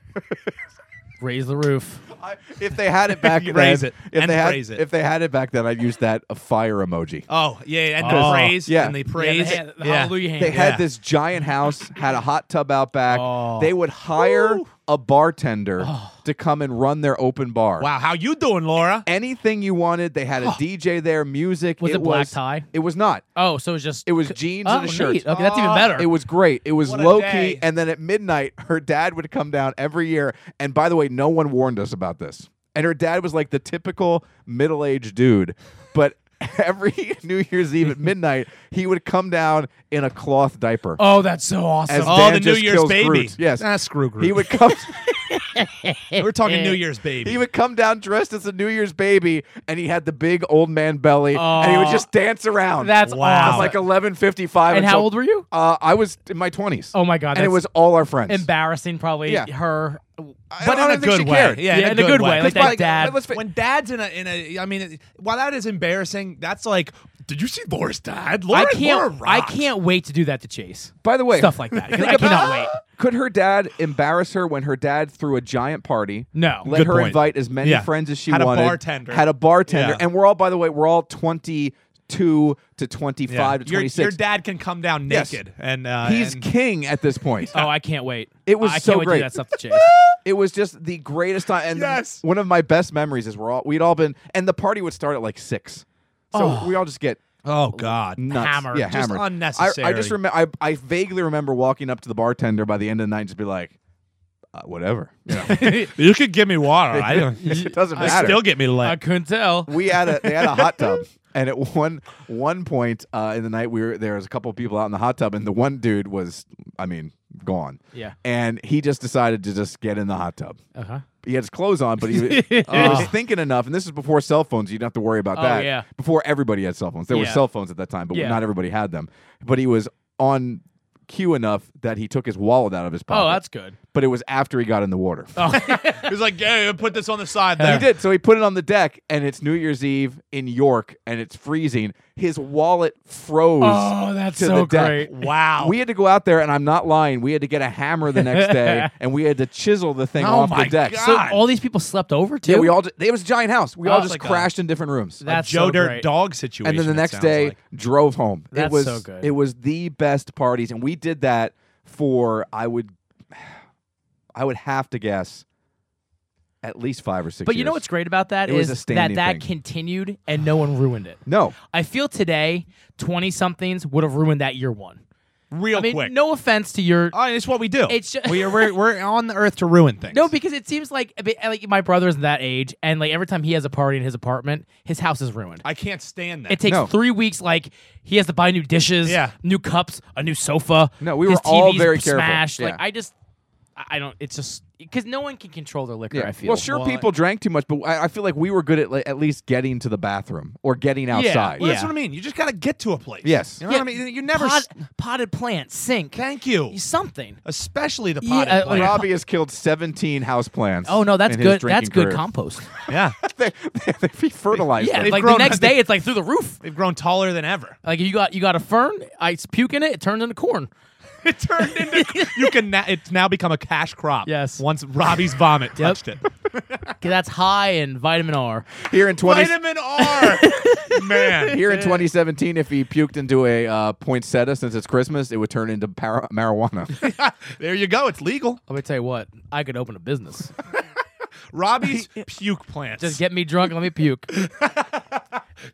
Speaker 3: Raise the roof.
Speaker 1: I- if they had it back then,
Speaker 2: Raise it
Speaker 1: if
Speaker 2: and
Speaker 1: they had,
Speaker 2: praise it.
Speaker 1: if they had it back then, I'd use that a fire emoji.
Speaker 2: Oh, yeah. And
Speaker 3: Oh.
Speaker 2: the praise.
Speaker 1: Yeah.
Speaker 2: And the
Speaker 1: Yeah,
Speaker 2: praise.
Speaker 3: Yeah, the, the
Speaker 2: Yeah.
Speaker 3: Hallelujah hand.
Speaker 1: They
Speaker 2: Yeah. Oh.
Speaker 1: had this giant house, had a hot tub out back. They would hire a bartender to come and run their open bar.
Speaker 2: Wow. How you doing, Laura?
Speaker 1: Anything you wanted, they had a DJ there, music.
Speaker 3: Was it black
Speaker 1: was-
Speaker 3: tie?
Speaker 1: It was not.
Speaker 3: Oh, so it was just.
Speaker 1: It was jeans
Speaker 3: oh,
Speaker 1: and a shirt.
Speaker 3: neat. Okay, that's even better.
Speaker 1: It was great. It was
Speaker 2: What a
Speaker 1: low
Speaker 2: day.
Speaker 1: key. And then at midnight, her dad would come down every year. And by the way, no one warned us about this. And her dad was like the typical middle aged dude. But every New Year's Eve at midnight, he would come down in a cloth diaper.
Speaker 3: oh, that's so awesome.
Speaker 1: As
Speaker 2: Oh,
Speaker 1: Dan
Speaker 2: the
Speaker 1: just
Speaker 2: New Year's
Speaker 1: kills
Speaker 2: baby.
Speaker 1: Groot. Yes.
Speaker 2: Ah, screw Groot.
Speaker 1: He would come.
Speaker 2: We're talking New Year's baby.
Speaker 1: He would come down dressed as a New Year's baby, and he had the big old man belly, and he would
Speaker 3: Oh.
Speaker 1: just dance around.
Speaker 3: that's
Speaker 2: Wow.
Speaker 1: It's
Speaker 3: awesome.
Speaker 1: like eleven fifty five.
Speaker 3: and how old were you?
Speaker 1: Uh, I was in my twenties.
Speaker 3: Oh my God,
Speaker 1: And it
Speaker 3: that's
Speaker 1: was all our friends.
Speaker 3: Embarrassing, probably.
Speaker 1: Yeah.
Speaker 3: Her.
Speaker 1: but
Speaker 2: in a good way. Yeah,
Speaker 3: in a good way.
Speaker 1: 'Cause
Speaker 3: Like that
Speaker 1: by-
Speaker 3: dad.
Speaker 1: let's fa-
Speaker 2: when dad's in a in a I mean it- while that is embarrassing, that's like did you see Laura's dad? Laura,
Speaker 3: I can't.
Speaker 2: Laura
Speaker 3: I
Speaker 2: rocks.
Speaker 3: can't wait to do that to Chase.
Speaker 1: by the way,
Speaker 3: stuff like that. 'cause
Speaker 1: think
Speaker 3: I cannot
Speaker 1: about-
Speaker 3: wait.
Speaker 1: Could her dad embarrass her when her dad threw a giant party?
Speaker 3: No.
Speaker 1: Let
Speaker 2: Good
Speaker 1: her
Speaker 2: point.
Speaker 1: invite as many
Speaker 2: Yeah.
Speaker 1: friends as she
Speaker 2: Had a
Speaker 1: wanted.
Speaker 2: bartender.
Speaker 1: Had a bartender.
Speaker 2: Yeah.
Speaker 1: And we're all, by the way, we're all 22 to 25
Speaker 2: Yeah.
Speaker 1: to
Speaker 2: Your,
Speaker 1: 26.
Speaker 2: your dad can come down
Speaker 1: Yes.
Speaker 2: naked and uh,
Speaker 1: He's
Speaker 2: and-
Speaker 1: king at this point.
Speaker 3: Oh, I can't wait.
Speaker 1: It was
Speaker 3: I
Speaker 1: so
Speaker 3: can't wait
Speaker 1: great.
Speaker 3: to do that stuff to Chase.
Speaker 1: It was just the greatest time. And
Speaker 2: Yes.
Speaker 1: one of my best memories is we're all, we'd all been, and the party would start at like six. So we all just get
Speaker 2: oh god.
Speaker 1: nuts.
Speaker 3: Hammered.
Speaker 1: Yeah,
Speaker 2: Just
Speaker 1: hammered. I- I,
Speaker 2: unnecessary.
Speaker 1: just remember. I, I vaguely remember walking up to the bartender by the end of the night and just be like, uh, whatever. You know,
Speaker 2: You could give me water. I don't
Speaker 1: it doesn't matter.
Speaker 2: get me
Speaker 3: I
Speaker 2: lit.
Speaker 3: couldn't tell.
Speaker 1: we had a they had a hot tub, and at one one point uh, in the night, we were there was a couple of people out in the hot tub, and the one dude was, I mean, gone.
Speaker 3: Yeah.
Speaker 1: and he just decided to just get in the hot tub.
Speaker 3: Uh huh.
Speaker 1: He had his clothes on, but he, was- he was thinking enough. And this is before cell phones. You didn't have to worry about
Speaker 3: Oh,
Speaker 1: that.
Speaker 3: yeah.
Speaker 1: Before everybody had cell phones. There were
Speaker 3: Yeah.
Speaker 1: cell phones at that time, but
Speaker 3: Yeah.
Speaker 1: not everybody had them. But he was on cue enough that he took his wallet out of his pocket.
Speaker 3: Oh, that's Oh. good.
Speaker 1: but it was after he got in the water.
Speaker 2: He's like, yeah, put this on the side
Speaker 1: He
Speaker 2: there.
Speaker 1: did. So he put it on the deck, and it's New Year's Eve in York, and it's freezing. His wallet froze.
Speaker 3: Oh, that's
Speaker 1: to
Speaker 3: so
Speaker 1: the deck.
Speaker 3: great.
Speaker 2: Wow.
Speaker 1: We had to go out there, and I'm not lying. We had to get a hammer the next day, and we had to chisel the thing
Speaker 2: Oh
Speaker 1: off
Speaker 2: my
Speaker 1: the deck.
Speaker 2: God.
Speaker 3: So all these people slept over too.
Speaker 1: Yeah, we all. ju- it was a giant house. We
Speaker 3: Oh,
Speaker 1: all
Speaker 3: it's
Speaker 1: just
Speaker 3: like a-
Speaker 1: crashed in different rooms,
Speaker 3: That's
Speaker 2: Joe
Speaker 3: so
Speaker 2: Dirt
Speaker 3: great.
Speaker 2: dog situation.
Speaker 1: and then the
Speaker 2: it
Speaker 1: next
Speaker 2: sounds
Speaker 1: day
Speaker 2: like.
Speaker 1: drove home. it
Speaker 3: That's
Speaker 1: was
Speaker 3: so good.
Speaker 1: It was the best parties, and we did that for I would, I would have to guess, at least five or six.
Speaker 3: But you know
Speaker 1: years.
Speaker 3: what's great about that
Speaker 1: It was
Speaker 3: is
Speaker 1: a standing
Speaker 3: that that
Speaker 1: thing.
Speaker 3: continued and no one ruined it.
Speaker 1: No,
Speaker 3: I feel today, twenty somethings would have ruined that year one.
Speaker 2: real
Speaker 3: I mean,
Speaker 2: quick.
Speaker 3: no offense to your
Speaker 2: Oh, and it's what we do.
Speaker 3: It's ju-
Speaker 10: we are, we're, we're on the earth to ruin things.
Speaker 3: no, because it seems like a bit- like my brother's that age, and like every time he has a party in his apartment, his house is ruined.
Speaker 2: I can't stand that.
Speaker 3: It takes
Speaker 1: No.
Speaker 3: three weeks. Like he has to buy new dishes,
Speaker 2: Yeah.
Speaker 3: new cups, a new sofa.
Speaker 1: No, we
Speaker 3: His
Speaker 1: were all
Speaker 3: TV's
Speaker 1: very careful.
Speaker 3: smashed.
Speaker 1: Yeah.
Speaker 3: Like I just, I I don't. It's just because no one can control their liquor.
Speaker 1: yeah.
Speaker 3: I feel
Speaker 1: well, sure,
Speaker 2: Well,
Speaker 1: people drank too much, but I, I feel like we were good at like, at least getting to the bathroom or getting outside.
Speaker 2: well, that's
Speaker 3: yeah.
Speaker 2: what I mean. You just got to get to a place.
Speaker 1: Yes.
Speaker 2: You know
Speaker 3: Yeah.
Speaker 2: what I mean? You never.
Speaker 3: Pot-
Speaker 2: s-
Speaker 3: potted plant sink.
Speaker 2: Thank you.
Speaker 3: Something.
Speaker 2: Especially the
Speaker 3: Yeah,
Speaker 2: potted
Speaker 3: uh,
Speaker 2: plant.
Speaker 3: like-
Speaker 1: Robbie has killed 17 houseplants.
Speaker 3: Oh no, that's
Speaker 1: in his
Speaker 3: good.
Speaker 1: drinking
Speaker 3: That's good
Speaker 1: career.
Speaker 3: compost.
Speaker 2: yeah.
Speaker 1: they, they, they fertilized
Speaker 3: yeah,
Speaker 1: them.
Speaker 3: like the
Speaker 2: grown-
Speaker 3: next
Speaker 2: they-
Speaker 3: day, it's like through the roof.
Speaker 2: They've grown taller than ever.
Speaker 3: Like you got you got a fern, I puke in it, it turns into corn.
Speaker 2: It turned into. you can. Na- it's now become a cash crop.
Speaker 3: Yes.
Speaker 2: Once Robbie's vomit touched it.
Speaker 3: 'Cause that's high in vitamin R.
Speaker 1: Here in 20,
Speaker 2: Vitamin R. Man.
Speaker 1: here in 2017, if he puked into a uh, poinsettia since it's Christmas, it would turn into par- marijuana.
Speaker 2: there you go. It's legal.
Speaker 3: Let me tell you what, I could open a business.
Speaker 2: Robbie's puke plants.
Speaker 3: Just get me drunk, and let me puke.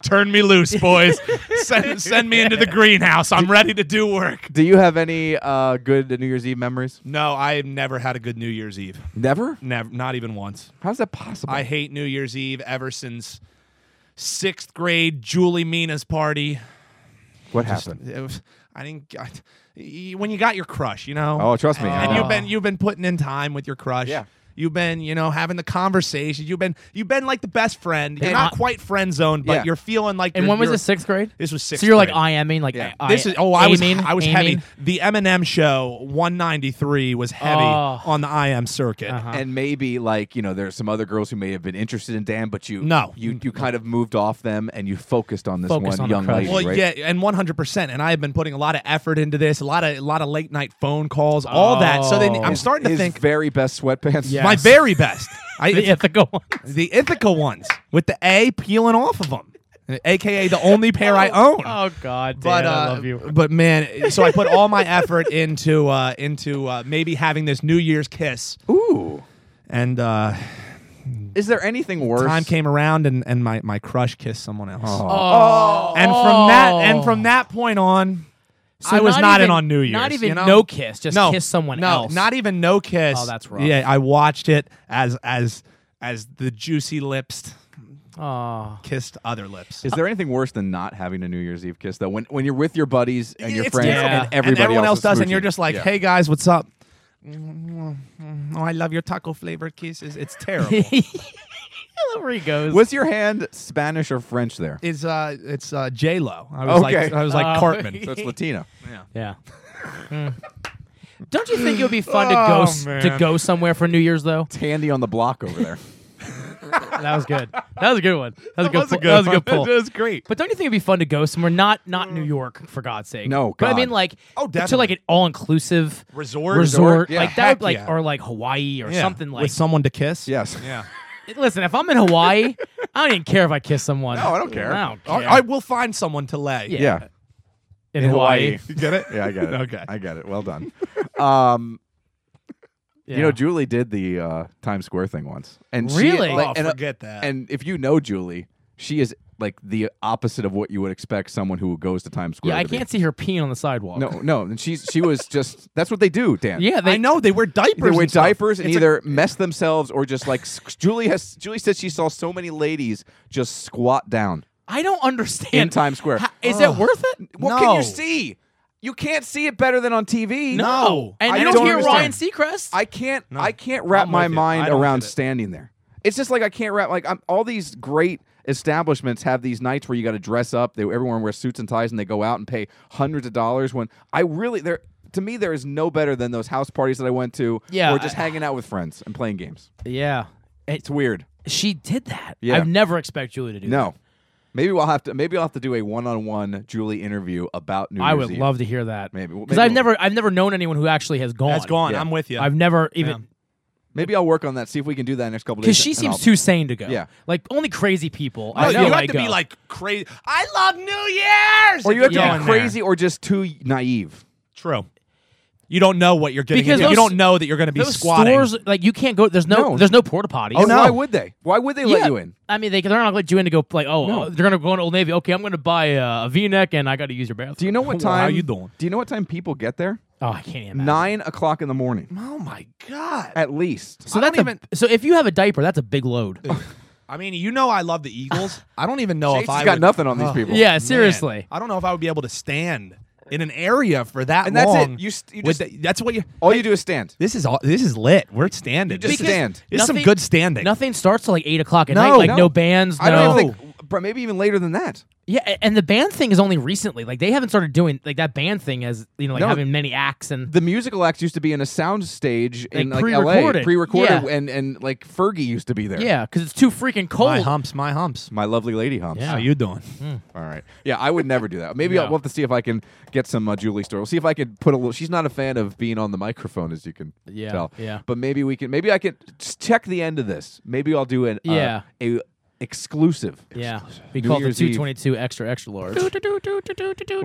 Speaker 2: Turn me loose, boys. send, send me into the greenhouse. I'm ready to do work.
Speaker 1: Do you have any uh, good New Year's Eve memories?
Speaker 2: No, I've never had a good New Year's Eve.
Speaker 1: Never.
Speaker 2: Never, not even once.
Speaker 1: How's that possible?
Speaker 2: I hate New Year's Eve ever since sixth grade Julie Mina's party.
Speaker 1: what happened?
Speaker 2: It was, I didn't. I, y- when you got your crush, you know.
Speaker 1: Oh, trust me. I
Speaker 2: And
Speaker 1: know.
Speaker 2: you've been you've been putting in time with your crush.
Speaker 1: Yeah.
Speaker 2: You've been, you know, having the conversation. You've been, you've been like the best friend. You're
Speaker 3: And
Speaker 2: not
Speaker 3: I-
Speaker 2: quite friend zoned, but
Speaker 1: Yeah.
Speaker 2: you're feeling like.
Speaker 3: And
Speaker 2: you're-
Speaker 3: when was
Speaker 2: you're-
Speaker 3: this? Sixth grade.
Speaker 2: This was sixth
Speaker 3: So you're like
Speaker 2: grade.
Speaker 3: I amming, like
Speaker 1: Yeah.
Speaker 3: I,
Speaker 2: This is oh, I was
Speaker 3: aiming,
Speaker 2: I was heavy.
Speaker 3: aiming.
Speaker 2: The Eminem show 193 was heavy
Speaker 3: Oh. Uh-huh.
Speaker 2: on the IM circuit.
Speaker 1: and maybe like you know, there's some other girls who may have been interested in Dan, but you
Speaker 2: No.
Speaker 1: you you kind of moved off them and you focused on this
Speaker 3: Focused
Speaker 1: one
Speaker 3: on the
Speaker 1: young
Speaker 3: crush.
Speaker 1: lady,
Speaker 2: Well,
Speaker 1: right?
Speaker 2: yeah, and 100%. And I have been putting a lot of effort into this, a lot of a lot of late night phone calls, all that. So then
Speaker 3: Oh.
Speaker 2: I'm starting to
Speaker 1: His
Speaker 2: think
Speaker 1: very best sweatpants.
Speaker 3: Yeah.
Speaker 2: my
Speaker 3: ass.
Speaker 2: very best. I,
Speaker 3: The Ithaca one.
Speaker 2: the Ithaca ones with the A peeling off of them, aka the only pair I own.
Speaker 3: Oh God,
Speaker 2: but
Speaker 3: Dan, I
Speaker 2: uh,
Speaker 3: love you.
Speaker 2: but man, so I put all my effort into uh, into uh, maybe having this New Year's kiss,
Speaker 1: Ooh.
Speaker 2: and uh,
Speaker 1: Is there anything worse?
Speaker 2: time came around, and, and my, my crush kissed someone else.
Speaker 3: Oh,
Speaker 2: And from that and from that point on,
Speaker 3: So
Speaker 2: I was not, in
Speaker 3: even-
Speaker 2: on New Year's.
Speaker 3: Not even
Speaker 2: you know?
Speaker 3: no kiss, just
Speaker 2: no,
Speaker 3: kiss someone
Speaker 2: no,
Speaker 3: else.
Speaker 2: Not even no kiss.
Speaker 3: Oh, that's rough.
Speaker 2: Yeah, I watched it as as as the juicy lips
Speaker 3: Oh.
Speaker 2: kissed other lips.
Speaker 1: Is there anything worse than not having a New Year's Eve kiss though? When when you're with your buddies and your
Speaker 2: It's
Speaker 1: friends
Speaker 2: different.
Speaker 1: and everybody
Speaker 2: everyone
Speaker 1: else,
Speaker 2: else
Speaker 1: is
Speaker 2: does, and
Speaker 1: smooching.
Speaker 2: you're just like,
Speaker 1: Yeah.
Speaker 2: "Hey guys, what's up?" Oh, I love your taco flavored kisses. It's terrible.
Speaker 3: Where he goes.
Speaker 1: Was your hand Spanish or French there?
Speaker 2: it's uh, it's uh, J Lo. I was like,
Speaker 1: Okay.
Speaker 2: I was like
Speaker 3: Oh.
Speaker 2: Cartman.
Speaker 1: So it's Latina.
Speaker 3: yeah. Mm. Don't you think it would be fun
Speaker 2: Oh,
Speaker 3: to go s- to go somewhere for New Year's though?
Speaker 1: It's handy on the block over there.
Speaker 3: That was good. That was a good one. That was a good. pull. That
Speaker 2: was a
Speaker 3: was a
Speaker 2: good
Speaker 3: good
Speaker 2: one.
Speaker 3: pull.
Speaker 2: That was great. Mm.
Speaker 3: But don't you think it'd be fun to go somewhere not not New York for God's sake?
Speaker 1: No,
Speaker 3: but I
Speaker 1: God.
Speaker 3: mean like
Speaker 2: Oh,
Speaker 3: to like
Speaker 2: definitely.
Speaker 3: an all inclusive
Speaker 2: Resort.
Speaker 3: resort
Speaker 2: Yeah.
Speaker 3: like that
Speaker 2: Heck
Speaker 3: would, like
Speaker 2: yeah.
Speaker 3: or like Hawaii or
Speaker 2: Yeah.
Speaker 3: something like.
Speaker 2: with someone to kiss.
Speaker 1: Yes.
Speaker 2: yeah.
Speaker 3: Listen, if I'm in Hawaii, I don't even care if I kiss someone.
Speaker 1: No, Oh, I don't care.
Speaker 3: I don't
Speaker 2: I,
Speaker 3: care.
Speaker 2: I will find someone to lay.
Speaker 3: Yeah.
Speaker 1: Yeah.
Speaker 3: in, Hawaii.
Speaker 2: You get it?
Speaker 1: Yeah, I get it.
Speaker 2: Okay.
Speaker 1: I get it. Well done. Um,
Speaker 3: Yeah.
Speaker 1: You know, Julie did the uh, Times Square thing once, and she-
Speaker 3: Really?
Speaker 1: like,
Speaker 2: Oh,
Speaker 1: and, uh,
Speaker 2: forget that.
Speaker 1: And if you know Julie, she is like the opposite of what you would expect someone who goes to Times Square.
Speaker 3: yeah, I
Speaker 1: to be.
Speaker 3: can't see her peeing on the sidewalk.
Speaker 1: No, no, and she's she was just that's what they do, Dan.
Speaker 3: Yeah, they
Speaker 2: I know they wear diapers.
Speaker 1: They wear
Speaker 2: and stuff.
Speaker 1: diapers and
Speaker 2: It's a-
Speaker 1: either mess themselves or just like s- Julie has. Julie said she saw so many ladies just squat down.
Speaker 3: I don't understand.
Speaker 1: in Times Square.
Speaker 3: Ha- is it worth it?
Speaker 1: What can
Speaker 2: No.
Speaker 1: you see? You can't see it better than on TV.
Speaker 2: No.
Speaker 3: And
Speaker 1: I
Speaker 3: you
Speaker 1: don't
Speaker 3: don't, hear
Speaker 1: understand.
Speaker 3: Ryan Seacrest.
Speaker 1: I can't. I can't wrap
Speaker 2: I'm
Speaker 1: my
Speaker 2: with you. I
Speaker 1: mind
Speaker 2: don't
Speaker 1: around
Speaker 2: get it.
Speaker 1: standing there. It's just like I can't wrap. Like I'm, all these great establishments have these nights where you got to dress up. They everyone wears suits and ties and they go out and pay hundreds of dollars. When I really there to me, there is no better than those house parties that I went to,
Speaker 3: Yeah,
Speaker 1: or just
Speaker 3: I-
Speaker 1: hanging out with friends and playing games.
Speaker 3: Yeah.
Speaker 1: It's weird.
Speaker 3: She did that.
Speaker 1: Yeah.
Speaker 3: I've never expect Julie to do
Speaker 1: No, maybe we'll have to. Maybe I'll have to do a one-on-one Julie interview about New
Speaker 3: that. I
Speaker 1: Year's
Speaker 3: would
Speaker 1: Eve.
Speaker 3: love to hear that.
Speaker 1: Maybe
Speaker 3: Because
Speaker 1: maybe
Speaker 3: I've
Speaker 1: we'll-
Speaker 3: never I've never known anyone who actually has gone.
Speaker 2: That's gone.
Speaker 1: Yeah.
Speaker 2: I'm with you.
Speaker 3: I've never even
Speaker 1: Maybe I'll work on that. See if we can do that in the next couple days.
Speaker 3: because she
Speaker 1: and
Speaker 3: seems
Speaker 1: I'll-
Speaker 3: too sane to go.
Speaker 1: Yeah.
Speaker 3: Like only crazy people.
Speaker 11: No,
Speaker 3: I
Speaker 11: you
Speaker 3: know
Speaker 11: have
Speaker 3: I
Speaker 11: to
Speaker 3: go.
Speaker 11: be like crazy. I love New Year's.
Speaker 1: Or
Speaker 11: if
Speaker 1: you have
Speaker 11: you're
Speaker 1: to
Speaker 11: going
Speaker 1: be
Speaker 11: there.
Speaker 1: crazy, or just too naive.
Speaker 2: True. You don't know what you're getting.
Speaker 3: Because
Speaker 2: into. you
Speaker 3: those-
Speaker 2: don't know that you're going to be
Speaker 3: Those
Speaker 2: squatting.
Speaker 3: stores like you can't go. There's no,
Speaker 1: No.
Speaker 3: there's no porta potties.
Speaker 1: Oh no! Why would they? Why would they let
Speaker 3: Yeah.
Speaker 1: you in?
Speaker 3: I mean, they, they're not gonna let you in to go like, oh, uh, they're gonna go into Old Navy. Okay, I'm gonna buy uh, a V-neck and I got to use your bathroom.
Speaker 1: Do you know what
Speaker 2: Well,
Speaker 1: time?
Speaker 2: how you doing?
Speaker 1: Do you know what time people get there?
Speaker 3: oh, I can't even. imagine.
Speaker 1: Nine o'clock in the morning,
Speaker 2: oh my god!
Speaker 1: at least.
Speaker 3: So that's a, so if you have a diaper, that's a big load.
Speaker 1: Oh,
Speaker 2: I mean, you know, I love the Eagles. I don't even know if
Speaker 1: Jason's
Speaker 2: I
Speaker 1: got
Speaker 2: would-
Speaker 1: nothing on these
Speaker 2: Oh,
Speaker 1: people.
Speaker 3: yeah, seriously.
Speaker 2: I don't know if I would be able to stand in an area for that
Speaker 1: And that's it.
Speaker 2: long.
Speaker 1: You st- you
Speaker 2: with
Speaker 1: just-
Speaker 2: the- that's what you.
Speaker 1: All you do is stand.
Speaker 2: This is all. This is lit. We're standing.
Speaker 1: just
Speaker 2: This is-
Speaker 1: stand.
Speaker 2: This is some
Speaker 3: Nothing-
Speaker 2: good standing.
Speaker 3: Nothing starts till like eight o'clock at
Speaker 2: No,
Speaker 3: night. Like no,
Speaker 1: no.
Speaker 3: bands. No.
Speaker 1: I don't even think, but maybe even later than that.
Speaker 3: Yeah, a- and the band thing is only recently. Like they haven't started doing like that band thing as you know like
Speaker 1: No.
Speaker 3: having many acts and
Speaker 1: The musical acts used to be in a sound stage in like LA,
Speaker 3: pre-recorded.
Speaker 1: pre-recorded,
Speaker 3: Yeah.
Speaker 1: and and like Fergie used to be there.
Speaker 3: yeah, because it's too freaking cold.
Speaker 2: My humps. My humps.
Speaker 1: My lovely lady humps.
Speaker 3: Yeah.
Speaker 2: How you doing?
Speaker 1: All right. Yeah, I would never do that. Maybe I'll
Speaker 3: No.
Speaker 1: we'll have to see if I can get some uh, Julie story. We'll see if I can put a little. She's not a fan of being on the microphone, as you can
Speaker 3: Yeah,
Speaker 1: tell.
Speaker 3: yeah.
Speaker 1: But maybe we can. Maybe I can just check the end of this. Maybe I'll do an uh,
Speaker 3: Yeah.
Speaker 1: a exclusive.
Speaker 3: Yeah, we
Speaker 1: New
Speaker 3: call it the
Speaker 1: Year's Eve.
Speaker 3: 222 extra extra large.
Speaker 1: We'll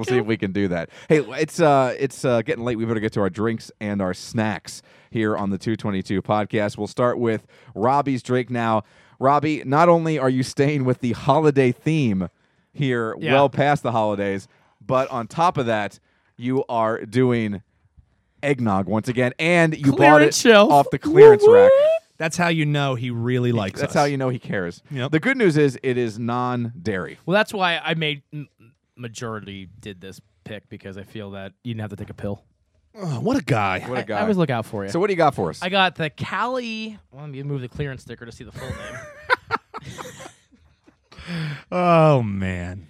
Speaker 1: see if we can do that. Hey, it's uh, it's uh, getting late. We better get to our drinks and our snacks here on the 222 podcast. We'll start with Robbie's drink now. Robbie, not only are you staying with the holiday theme here,
Speaker 3: Yeah.
Speaker 1: well past the holidays, but on top of that, you are doing eggnog once again, and you bought it
Speaker 3: Clearance shelf.
Speaker 1: off the clearance rack.
Speaker 2: That's how you know he really likes
Speaker 1: That's
Speaker 2: us.
Speaker 1: how you know he cares.
Speaker 2: Yep.
Speaker 1: The good news is it is non-dairy.
Speaker 3: Well, that's why I made m- majority did this pick because I feel that you didn't have to take a pill.
Speaker 2: Oh, what a guy.
Speaker 1: What a
Speaker 3: I
Speaker 1: guy!
Speaker 3: always look out for you.
Speaker 1: so what do you got for us?
Speaker 3: I got the Cali. Well, let me move the clearance sticker to see the full name.
Speaker 2: Oh man.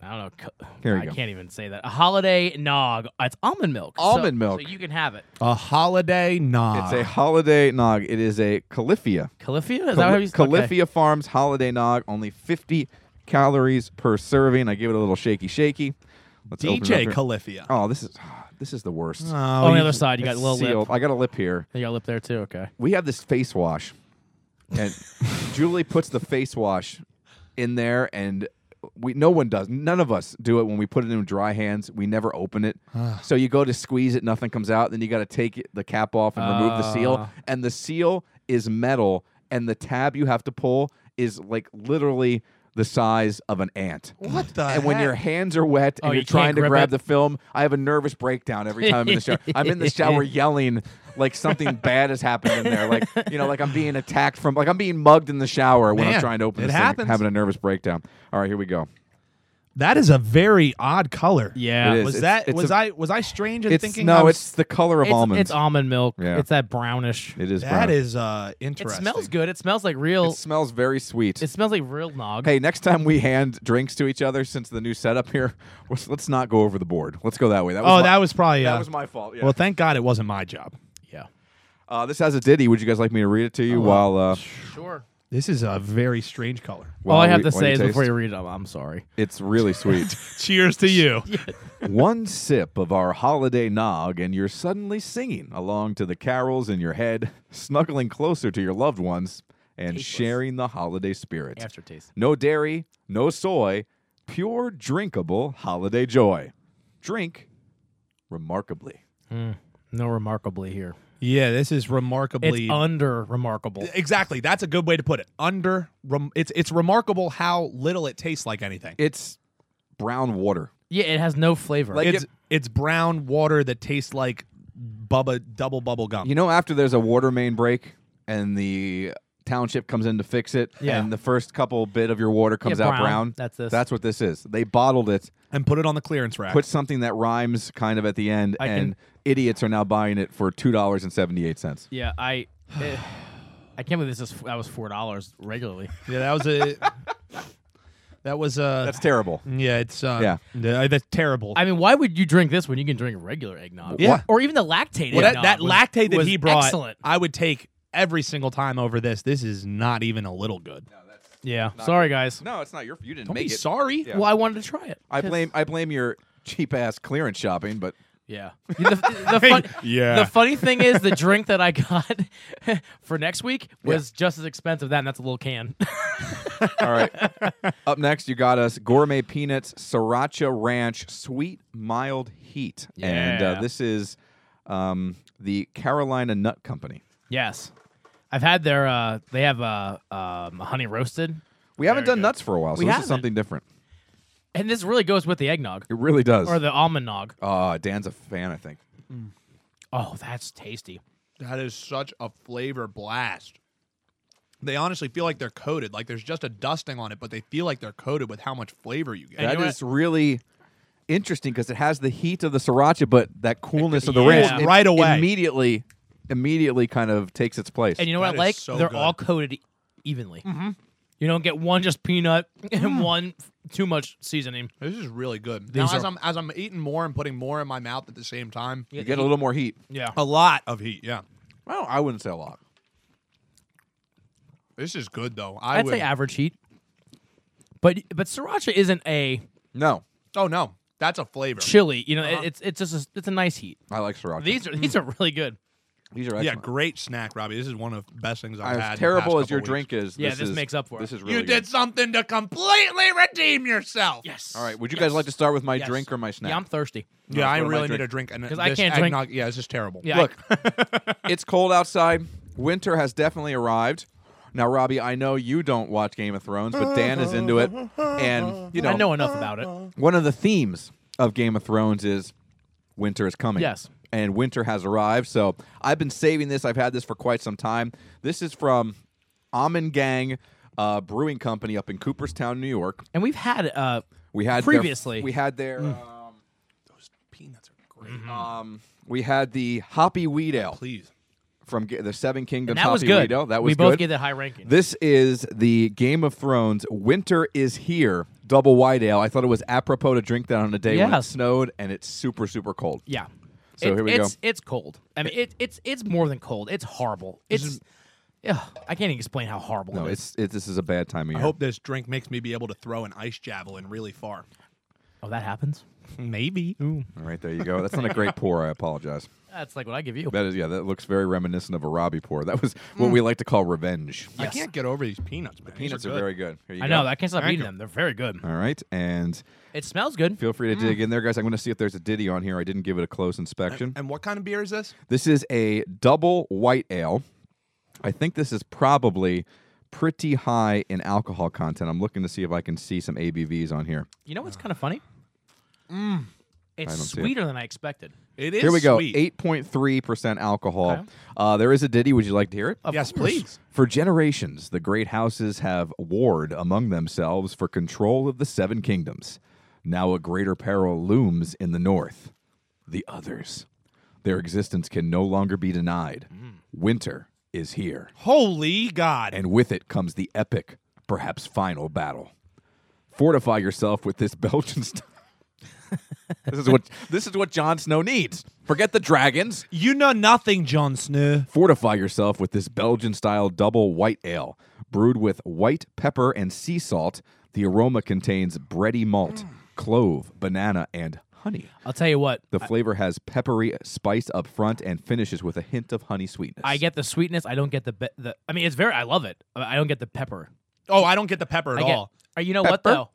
Speaker 3: I don't know. co-
Speaker 1: Here we
Speaker 3: I
Speaker 1: go.
Speaker 3: can't even say that. A holiday nog. It's almond milk. So-
Speaker 1: Almond milk.
Speaker 3: So you can have it.
Speaker 2: A holiday nod.
Speaker 1: It's a holiday nog. It is a Califia.
Speaker 3: Califia? Ah. Is that how
Speaker 1: Cal-
Speaker 3: you
Speaker 1: Califia Farms holiday nog. Only 50 calories per serving. I give it a little shaky, shaky. Let's open it
Speaker 2: DJ
Speaker 1: up here.
Speaker 2: Califia.
Speaker 1: Oh, this is this is the worst.
Speaker 2: Oh,
Speaker 3: On the
Speaker 2: you-
Speaker 3: other side, you got
Speaker 1: It's
Speaker 3: a little
Speaker 1: sealed.
Speaker 3: lip.
Speaker 1: I got a lip here.
Speaker 3: You got a lip there too. Okay.
Speaker 1: We have this face wash, and Julie puts the face wash in there, and we no one does. None of us do it when we put it in dry hands. We never open it.
Speaker 2: Ah.
Speaker 1: so you go to squeeze it, nothing comes out. Then you got to take it, the cap off and remove the
Speaker 2: Ah.
Speaker 1: seal, and the seal is metal, and the tab you have to pull is like literally. The size of an ant.
Speaker 2: What the
Speaker 1: And when
Speaker 2: heck?
Speaker 1: your hands are wet and
Speaker 3: Oh,
Speaker 1: you're
Speaker 3: you can't
Speaker 1: trying to
Speaker 3: grip
Speaker 1: grab
Speaker 3: it?
Speaker 1: the film, I have a nervous breakdown every time I'm in the shower. I'm in the shower yelling like something bad has happened in there. Like you know, like I'm being attacked from, like I'm being mugged in the shower when I'm
Speaker 2: Man,
Speaker 1: trying to open.
Speaker 2: it
Speaker 1: this thing,
Speaker 2: happens.
Speaker 1: having a nervous breakdown. All right, here we go.
Speaker 2: That is a very odd color.
Speaker 3: Yeah.
Speaker 1: It is.
Speaker 2: Was
Speaker 1: It's-
Speaker 2: that
Speaker 1: it's
Speaker 2: was
Speaker 1: a-
Speaker 2: I was I strange in
Speaker 1: It's
Speaker 2: thinking? I
Speaker 1: no,
Speaker 2: was-
Speaker 1: it's the color of
Speaker 3: It's,
Speaker 1: almonds.
Speaker 3: it's almond milk.
Speaker 1: Yeah.
Speaker 3: It's that brownish.
Speaker 1: it is.
Speaker 2: that
Speaker 1: brown.
Speaker 2: is uh
Speaker 3: It
Speaker 2: interesting.
Speaker 3: smells good. It smells like real.
Speaker 1: It smells very sweet.
Speaker 3: it smells like real nog.
Speaker 1: Hey, next time we hand drinks to each other, since the new setup here, let's, let's not go over the board. Let's go that way. That was
Speaker 2: Oh,
Speaker 1: my,
Speaker 2: that was probably
Speaker 1: that
Speaker 2: uh,
Speaker 1: was my fault. Yeah.
Speaker 2: Well, thank God it wasn't my job.
Speaker 3: Yeah.
Speaker 1: uh, this has a ditty. Would you guys like me to read it to
Speaker 2: Oh,
Speaker 1: you while? Uh,
Speaker 3: Sure.
Speaker 2: This is a very strange color.
Speaker 1: while
Speaker 3: All I have
Speaker 1: we-
Speaker 3: to
Speaker 1: while
Speaker 3: say is before
Speaker 1: taste?
Speaker 3: you read it, I'm, I'm sorry.
Speaker 1: It's really sweet.
Speaker 11: Cheers to you.
Speaker 1: One sip of our holiday nog, and you're suddenly singing along to the carols in your head, snuggling closer to your loved ones, and sharing the holiday spirit.
Speaker 3: Aftertaste.
Speaker 1: No dairy, no soy, pure drinkable holiday joy. Drink remarkably.
Speaker 3: No remarkably here.
Speaker 2: Yeah, this is remarkably
Speaker 3: It's under remarkable.
Speaker 2: exactly. That's a good way to put it. Under rem- it's it's remarkable how little it tastes like anything.
Speaker 1: It's brown water.
Speaker 3: Yeah, it has no flavor.
Speaker 1: Like-
Speaker 2: it's
Speaker 1: it-
Speaker 2: it's brown water that tastes like bubba double bubble gum.
Speaker 1: You know, after there's a water main break and the township comes in to fix it,
Speaker 3: Yeah.
Speaker 1: and the first couple bit of your water comes out
Speaker 3: brown.
Speaker 1: brown.
Speaker 3: That's this.
Speaker 1: That's what this is. They bottled it.
Speaker 2: and put it on the clearance rack.
Speaker 1: put something that rhymes kind of at the end,
Speaker 3: I can-
Speaker 1: and idiots are now buying it for two dollars and seventy eight cents.
Speaker 3: yeah, I. eh, I can't believe this is. That was four dollars regularly.
Speaker 2: yeah, that was a That was uh.
Speaker 1: That's terrible.
Speaker 3: Mm-hmm.
Speaker 2: Yeah, it's uh.
Speaker 1: Yeah.
Speaker 2: th- that's terrible.
Speaker 3: I mean, why would you drink this when you can drink regular eggnog?
Speaker 2: Yeah.
Speaker 3: Or, or even the lactate
Speaker 2: Well, that,
Speaker 3: eggnog.
Speaker 2: that
Speaker 3: was-
Speaker 2: lactate that
Speaker 3: was
Speaker 2: he brought,
Speaker 3: Excellent.
Speaker 2: I would take every single time over this. This is not even a little good.
Speaker 3: Yeah. Sorry, guys.
Speaker 1: No, it's not your. You didn't
Speaker 2: Don't
Speaker 1: make
Speaker 2: be
Speaker 1: it.
Speaker 2: sorry.
Speaker 1: Yeah.
Speaker 3: Well, I wanted to try it.
Speaker 1: I blame. I blame your cheap ass clearance shopping. But
Speaker 3: Yeah. The, the fun-
Speaker 11: Yeah.
Speaker 3: the funny thing is, the drink that I got for next week was just as expensive. That and that's a little can.
Speaker 1: all right. Up next, you got us gourmet peanuts sriracha ranch sweet mild heat, and uh,
Speaker 3: Yeah.
Speaker 1: this is um, the Carolina Nut Company.
Speaker 3: yes. I've had their. Uh, they have uh, um, honey roasted,
Speaker 1: We haven't done nuts for a while, so
Speaker 3: We
Speaker 1: this is
Speaker 3: haven't.
Speaker 1: something different.
Speaker 3: and this really goes with the eggnog
Speaker 1: It really does.
Speaker 3: or the almond nog.
Speaker 1: uh, Dan's a fan, I think.
Speaker 3: Oh, that's tasty.
Speaker 2: That is such a flavor blast. They honestly feel like they're coated. Like there's just a dusting on it, but they feel like they're coated with how much flavor you get.
Speaker 1: That
Speaker 3: you know
Speaker 1: is really interesting because it has the heat of the sriracha, but that coolness of the
Speaker 3: Yeah.
Speaker 1: ranch it
Speaker 2: Right away.
Speaker 1: immediately, immediately kind of takes its place.
Speaker 3: And you know
Speaker 2: That
Speaker 3: what I like?
Speaker 2: is so
Speaker 3: They're
Speaker 2: good.
Speaker 3: all coated e- evenly. Mm-hmm. You don't get one just peanut and one f- too much seasoning.
Speaker 2: This is really good. now,
Speaker 3: These
Speaker 2: as
Speaker 3: are-
Speaker 2: I'm as I'm eating more and putting more in my mouth at the same time,
Speaker 1: you get a little more heat.
Speaker 3: Yeah.
Speaker 2: a lot of heat. Yeah,
Speaker 1: Well, I wouldn't say a lot.
Speaker 2: this is good though. I
Speaker 3: I'd
Speaker 2: would.
Speaker 3: say average heat. But but sriracha isn't a
Speaker 1: No,
Speaker 2: oh no, that's a flavor.
Speaker 3: chili. You know, it- it's it's just a, it's a nice heat.
Speaker 1: I like sriracha.
Speaker 3: These are these are really good.
Speaker 1: These are
Speaker 2: yeah,
Speaker 1: excellent.
Speaker 2: great snack, Robbie. This is one of the best things I've had. in
Speaker 1: as
Speaker 2: the
Speaker 1: terrible
Speaker 2: past
Speaker 1: as your
Speaker 2: couple weeks.
Speaker 1: drink is,
Speaker 3: Yeah, this
Speaker 1: is-
Speaker 3: makes up for it.
Speaker 1: This is really
Speaker 2: you did
Speaker 1: good.
Speaker 2: something to completely redeem yourself.
Speaker 3: Yes.
Speaker 1: All right, would you guys like to start with my
Speaker 3: Yes.
Speaker 1: drink or my snack?
Speaker 3: Yeah, I'm thirsty.
Speaker 2: Yeah,
Speaker 1: No,
Speaker 2: I
Speaker 1: what am I
Speaker 2: really need a drink, and
Speaker 3: 'Cause I
Speaker 2: this
Speaker 3: can't drink-
Speaker 2: eggnog- Yeah, this is terrible.
Speaker 3: Yeah. I-
Speaker 1: Look, it's cold outside. Winter has definitely arrived. Now, Robbie, I know you don't watch Game of Thrones, but Dan is into it, and you know,
Speaker 3: I know enough about it.
Speaker 1: one of the themes of Game of Thrones is winter is coming.
Speaker 3: Yes.
Speaker 1: And winter has arrived. So I've been saving this. I've had this for quite some time. This is from Almond Gang uh, Brewing Company up in Cooperstown, New York.
Speaker 3: And we've had uh
Speaker 1: We had their-
Speaker 3: previously Mm.
Speaker 1: we had their um,
Speaker 2: Peanuts are great.
Speaker 3: Mm-hmm.
Speaker 1: um, we had the Hoppy Wheat Ale
Speaker 2: Please.
Speaker 1: from Ga- the Seven Kingdoms
Speaker 3: and that was
Speaker 1: Hoppy
Speaker 3: good.
Speaker 1: Wheat Ale. That was
Speaker 3: we both
Speaker 1: good.
Speaker 3: get that high ranking.
Speaker 1: This is the Game of Thrones Winter is Here double white ale. I thought it was apropos to drink that on a day when it
Speaker 3: Yes.
Speaker 1: snowed and it's super super cold.
Speaker 3: yeah.
Speaker 1: So
Speaker 3: It-
Speaker 1: here we go.
Speaker 3: it's, It's cold. I mean, it, it's it's more than cold. It's horrible. It's yeah. I can't even explain how horrible
Speaker 1: No,
Speaker 3: it is.
Speaker 1: it's it, this is a bad time of year.
Speaker 2: I hope this drink makes me be able to throw an ice javelin really far.
Speaker 3: Oh, that happens.
Speaker 2: Maybe.
Speaker 1: All right, there you go. That's not a great pour. I apologize.
Speaker 3: That's like what I give you.
Speaker 1: That is yeah. That looks very reminiscent of a Robbie pour. That was
Speaker 3: Mm.
Speaker 1: what we like to call revenge.
Speaker 2: I can't get over these peanuts, man. These
Speaker 1: Peanuts
Speaker 2: are
Speaker 1: are
Speaker 2: good.
Speaker 1: very good. Here you
Speaker 3: I
Speaker 1: go.
Speaker 3: know. I can't stop eating them. They're very good.
Speaker 1: All right, and
Speaker 3: It smells good.
Speaker 1: feel free to
Speaker 3: Mm.
Speaker 1: dig in there, guys. I'm going to see if there's a ditty on here. I didn't give it a close inspection.
Speaker 2: And what kind of beer is this?
Speaker 1: This is a double white ale. I think this is probably pretty high in alcohol content. I'm looking to see if I can see some ABVs on here.
Speaker 3: You know what's kind of funny? Mm. It's
Speaker 1: uh, don't see it.
Speaker 3: sweeter than I expected.
Speaker 2: Mm. It is
Speaker 1: Here we go.
Speaker 2: sweet.
Speaker 1: 8.3% alcohol. Uh, there is a ditty. Would you like to hear it?
Speaker 3: Of
Speaker 2: Yes,
Speaker 3: course.
Speaker 2: please.
Speaker 1: For generations, the great houses have warred among themselves for control of the seven kingdoms. Now a greater peril looms in the north the others. Their existence can no longer be denied.
Speaker 3: Mm.
Speaker 1: Winter is here.
Speaker 2: Holy God.
Speaker 1: and with it comes the epic, perhaps final battle. Fortify yourself with this Belgian style. this is what this is what Jon Snow needs. Forget the dragons.
Speaker 2: You know nothing, Jon Snow.
Speaker 1: Fortify yourself with this Belgian style double white ale, brewed with white pepper and sea salt. The aroma contains bready malt, clove, banana, and honey.
Speaker 3: I'll tell you what.
Speaker 1: The flavor has peppery spice up front and finishes with a hint of honey sweetness.
Speaker 3: I get the sweetness. I don't get the, be- the I mean, it's very. I love it. I I don't get the pepper.
Speaker 2: Oh, I don't get the pepper
Speaker 3: I
Speaker 2: at
Speaker 3: get.
Speaker 2: all.
Speaker 3: uh, You know what
Speaker 1: Pepper?
Speaker 3: though?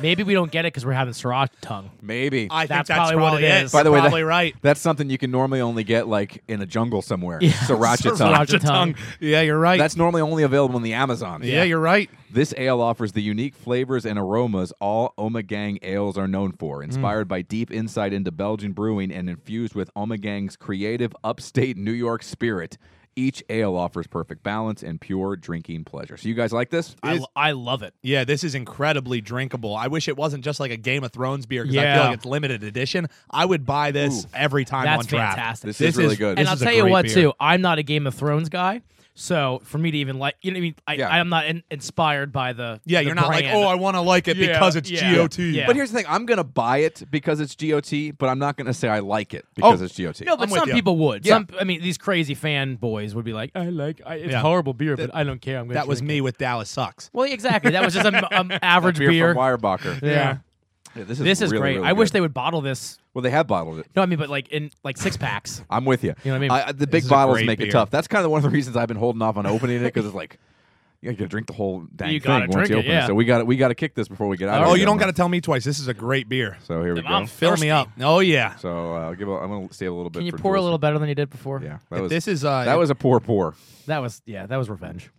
Speaker 3: Maybe we don't get it because we're having sriracha tongue.
Speaker 1: maybe.
Speaker 2: I
Speaker 3: That's
Speaker 2: think that's
Speaker 3: probably what it
Speaker 2: it
Speaker 3: is.
Speaker 1: By the way,
Speaker 2: probably
Speaker 1: that-
Speaker 2: right.
Speaker 1: That's something you can normally only get like in a jungle somewhere. Sriracha tongue.
Speaker 3: Sriracha tongue.
Speaker 2: Yeah, you're right.
Speaker 1: That's normally only available on the Amazon.
Speaker 2: yeah, you're right.
Speaker 1: This ale offers the unique flavors and aromas all Omegang ales are known
Speaker 2: Mm.
Speaker 1: for, inspired by deep insight into Belgian brewing and infused with Omegang's creative upstate New York spirit. Each ale offers perfect balance and pure drinking pleasure. So you guys like this?
Speaker 2: I,
Speaker 1: Is-
Speaker 2: lo- I love it. Yeah, this is incredibly drinkable. I wish it wasn't just like a Game of Thrones beer because I
Speaker 3: Yeah.
Speaker 2: feel like it's limited edition. I would buy this every time
Speaker 3: That's
Speaker 2: on draft.
Speaker 3: fantastic. This
Speaker 1: is really good.
Speaker 3: and
Speaker 2: this
Speaker 3: I'll
Speaker 2: is a
Speaker 3: tell you
Speaker 2: great
Speaker 3: what
Speaker 2: beer.
Speaker 3: too. I'm not a Game of Thrones guy, so for me to even like, you know, what I mean, I,
Speaker 1: Yeah.
Speaker 3: I'm not in, inspired by the.
Speaker 2: Yeah,
Speaker 3: the
Speaker 2: you're not like,
Speaker 3: brand.
Speaker 2: oh, I want to like it
Speaker 3: Yeah,
Speaker 2: because it's
Speaker 3: yeah,
Speaker 2: GOT.
Speaker 3: yeah.
Speaker 1: But here's the thing: I'm gonna buy it because it's GOT, but I'm not gonna say I like it because it's GOT.
Speaker 3: No, but
Speaker 2: I'm with
Speaker 3: some
Speaker 2: Oh. you.
Speaker 3: people would.
Speaker 1: Yeah.
Speaker 3: Some, I mean, these crazy fanboys would be like, I like, I, it's
Speaker 2: Yeah.
Speaker 3: horrible beer,
Speaker 2: That-
Speaker 3: but I don't care. I'm gonna
Speaker 2: That was
Speaker 3: drink
Speaker 2: me
Speaker 3: It.
Speaker 2: with Dallas Sucks.
Speaker 3: Well, exactly. That was just an average
Speaker 1: beer,
Speaker 3: beer.
Speaker 1: from Weyerbacher.
Speaker 3: Yeah.
Speaker 1: Yeah, this is
Speaker 3: This is
Speaker 1: really,
Speaker 3: great.
Speaker 1: really
Speaker 3: I wish
Speaker 1: good.
Speaker 3: they would bottle this.
Speaker 1: Well, they have bottled it.
Speaker 3: No, I mean, but like in like six packs.
Speaker 1: I'm with you.
Speaker 3: You know what I mean?
Speaker 1: the big
Speaker 2: is a
Speaker 1: bottles
Speaker 2: great
Speaker 1: make it
Speaker 2: beer.
Speaker 1: tough. That's kind of one of the reasons I've been holding off on opening it because it's like you gotta drink the whole dang
Speaker 3: You
Speaker 1: thing
Speaker 3: gotta
Speaker 1: once
Speaker 3: drink
Speaker 1: you
Speaker 3: it,
Speaker 1: open
Speaker 3: yeah.
Speaker 1: So we got to we got to kick this before we get out. of
Speaker 2: Oh,
Speaker 1: here,
Speaker 2: you don't got to
Speaker 1: gentlemen.
Speaker 2: tell me twice. This is a great beer.
Speaker 1: So here we
Speaker 3: I'm
Speaker 1: go.
Speaker 2: Fill me
Speaker 3: thirsty.
Speaker 2: up. Oh yeah.
Speaker 1: So uh, I'll give. A, I'm gonna save a little bit.
Speaker 3: Can you
Speaker 1: for
Speaker 3: pour a
Speaker 1: Jules.
Speaker 3: little better than you did before?
Speaker 1: Yeah, that was
Speaker 2: this is uh
Speaker 1: that was a poor pour.
Speaker 3: That was yeah. That was revenge.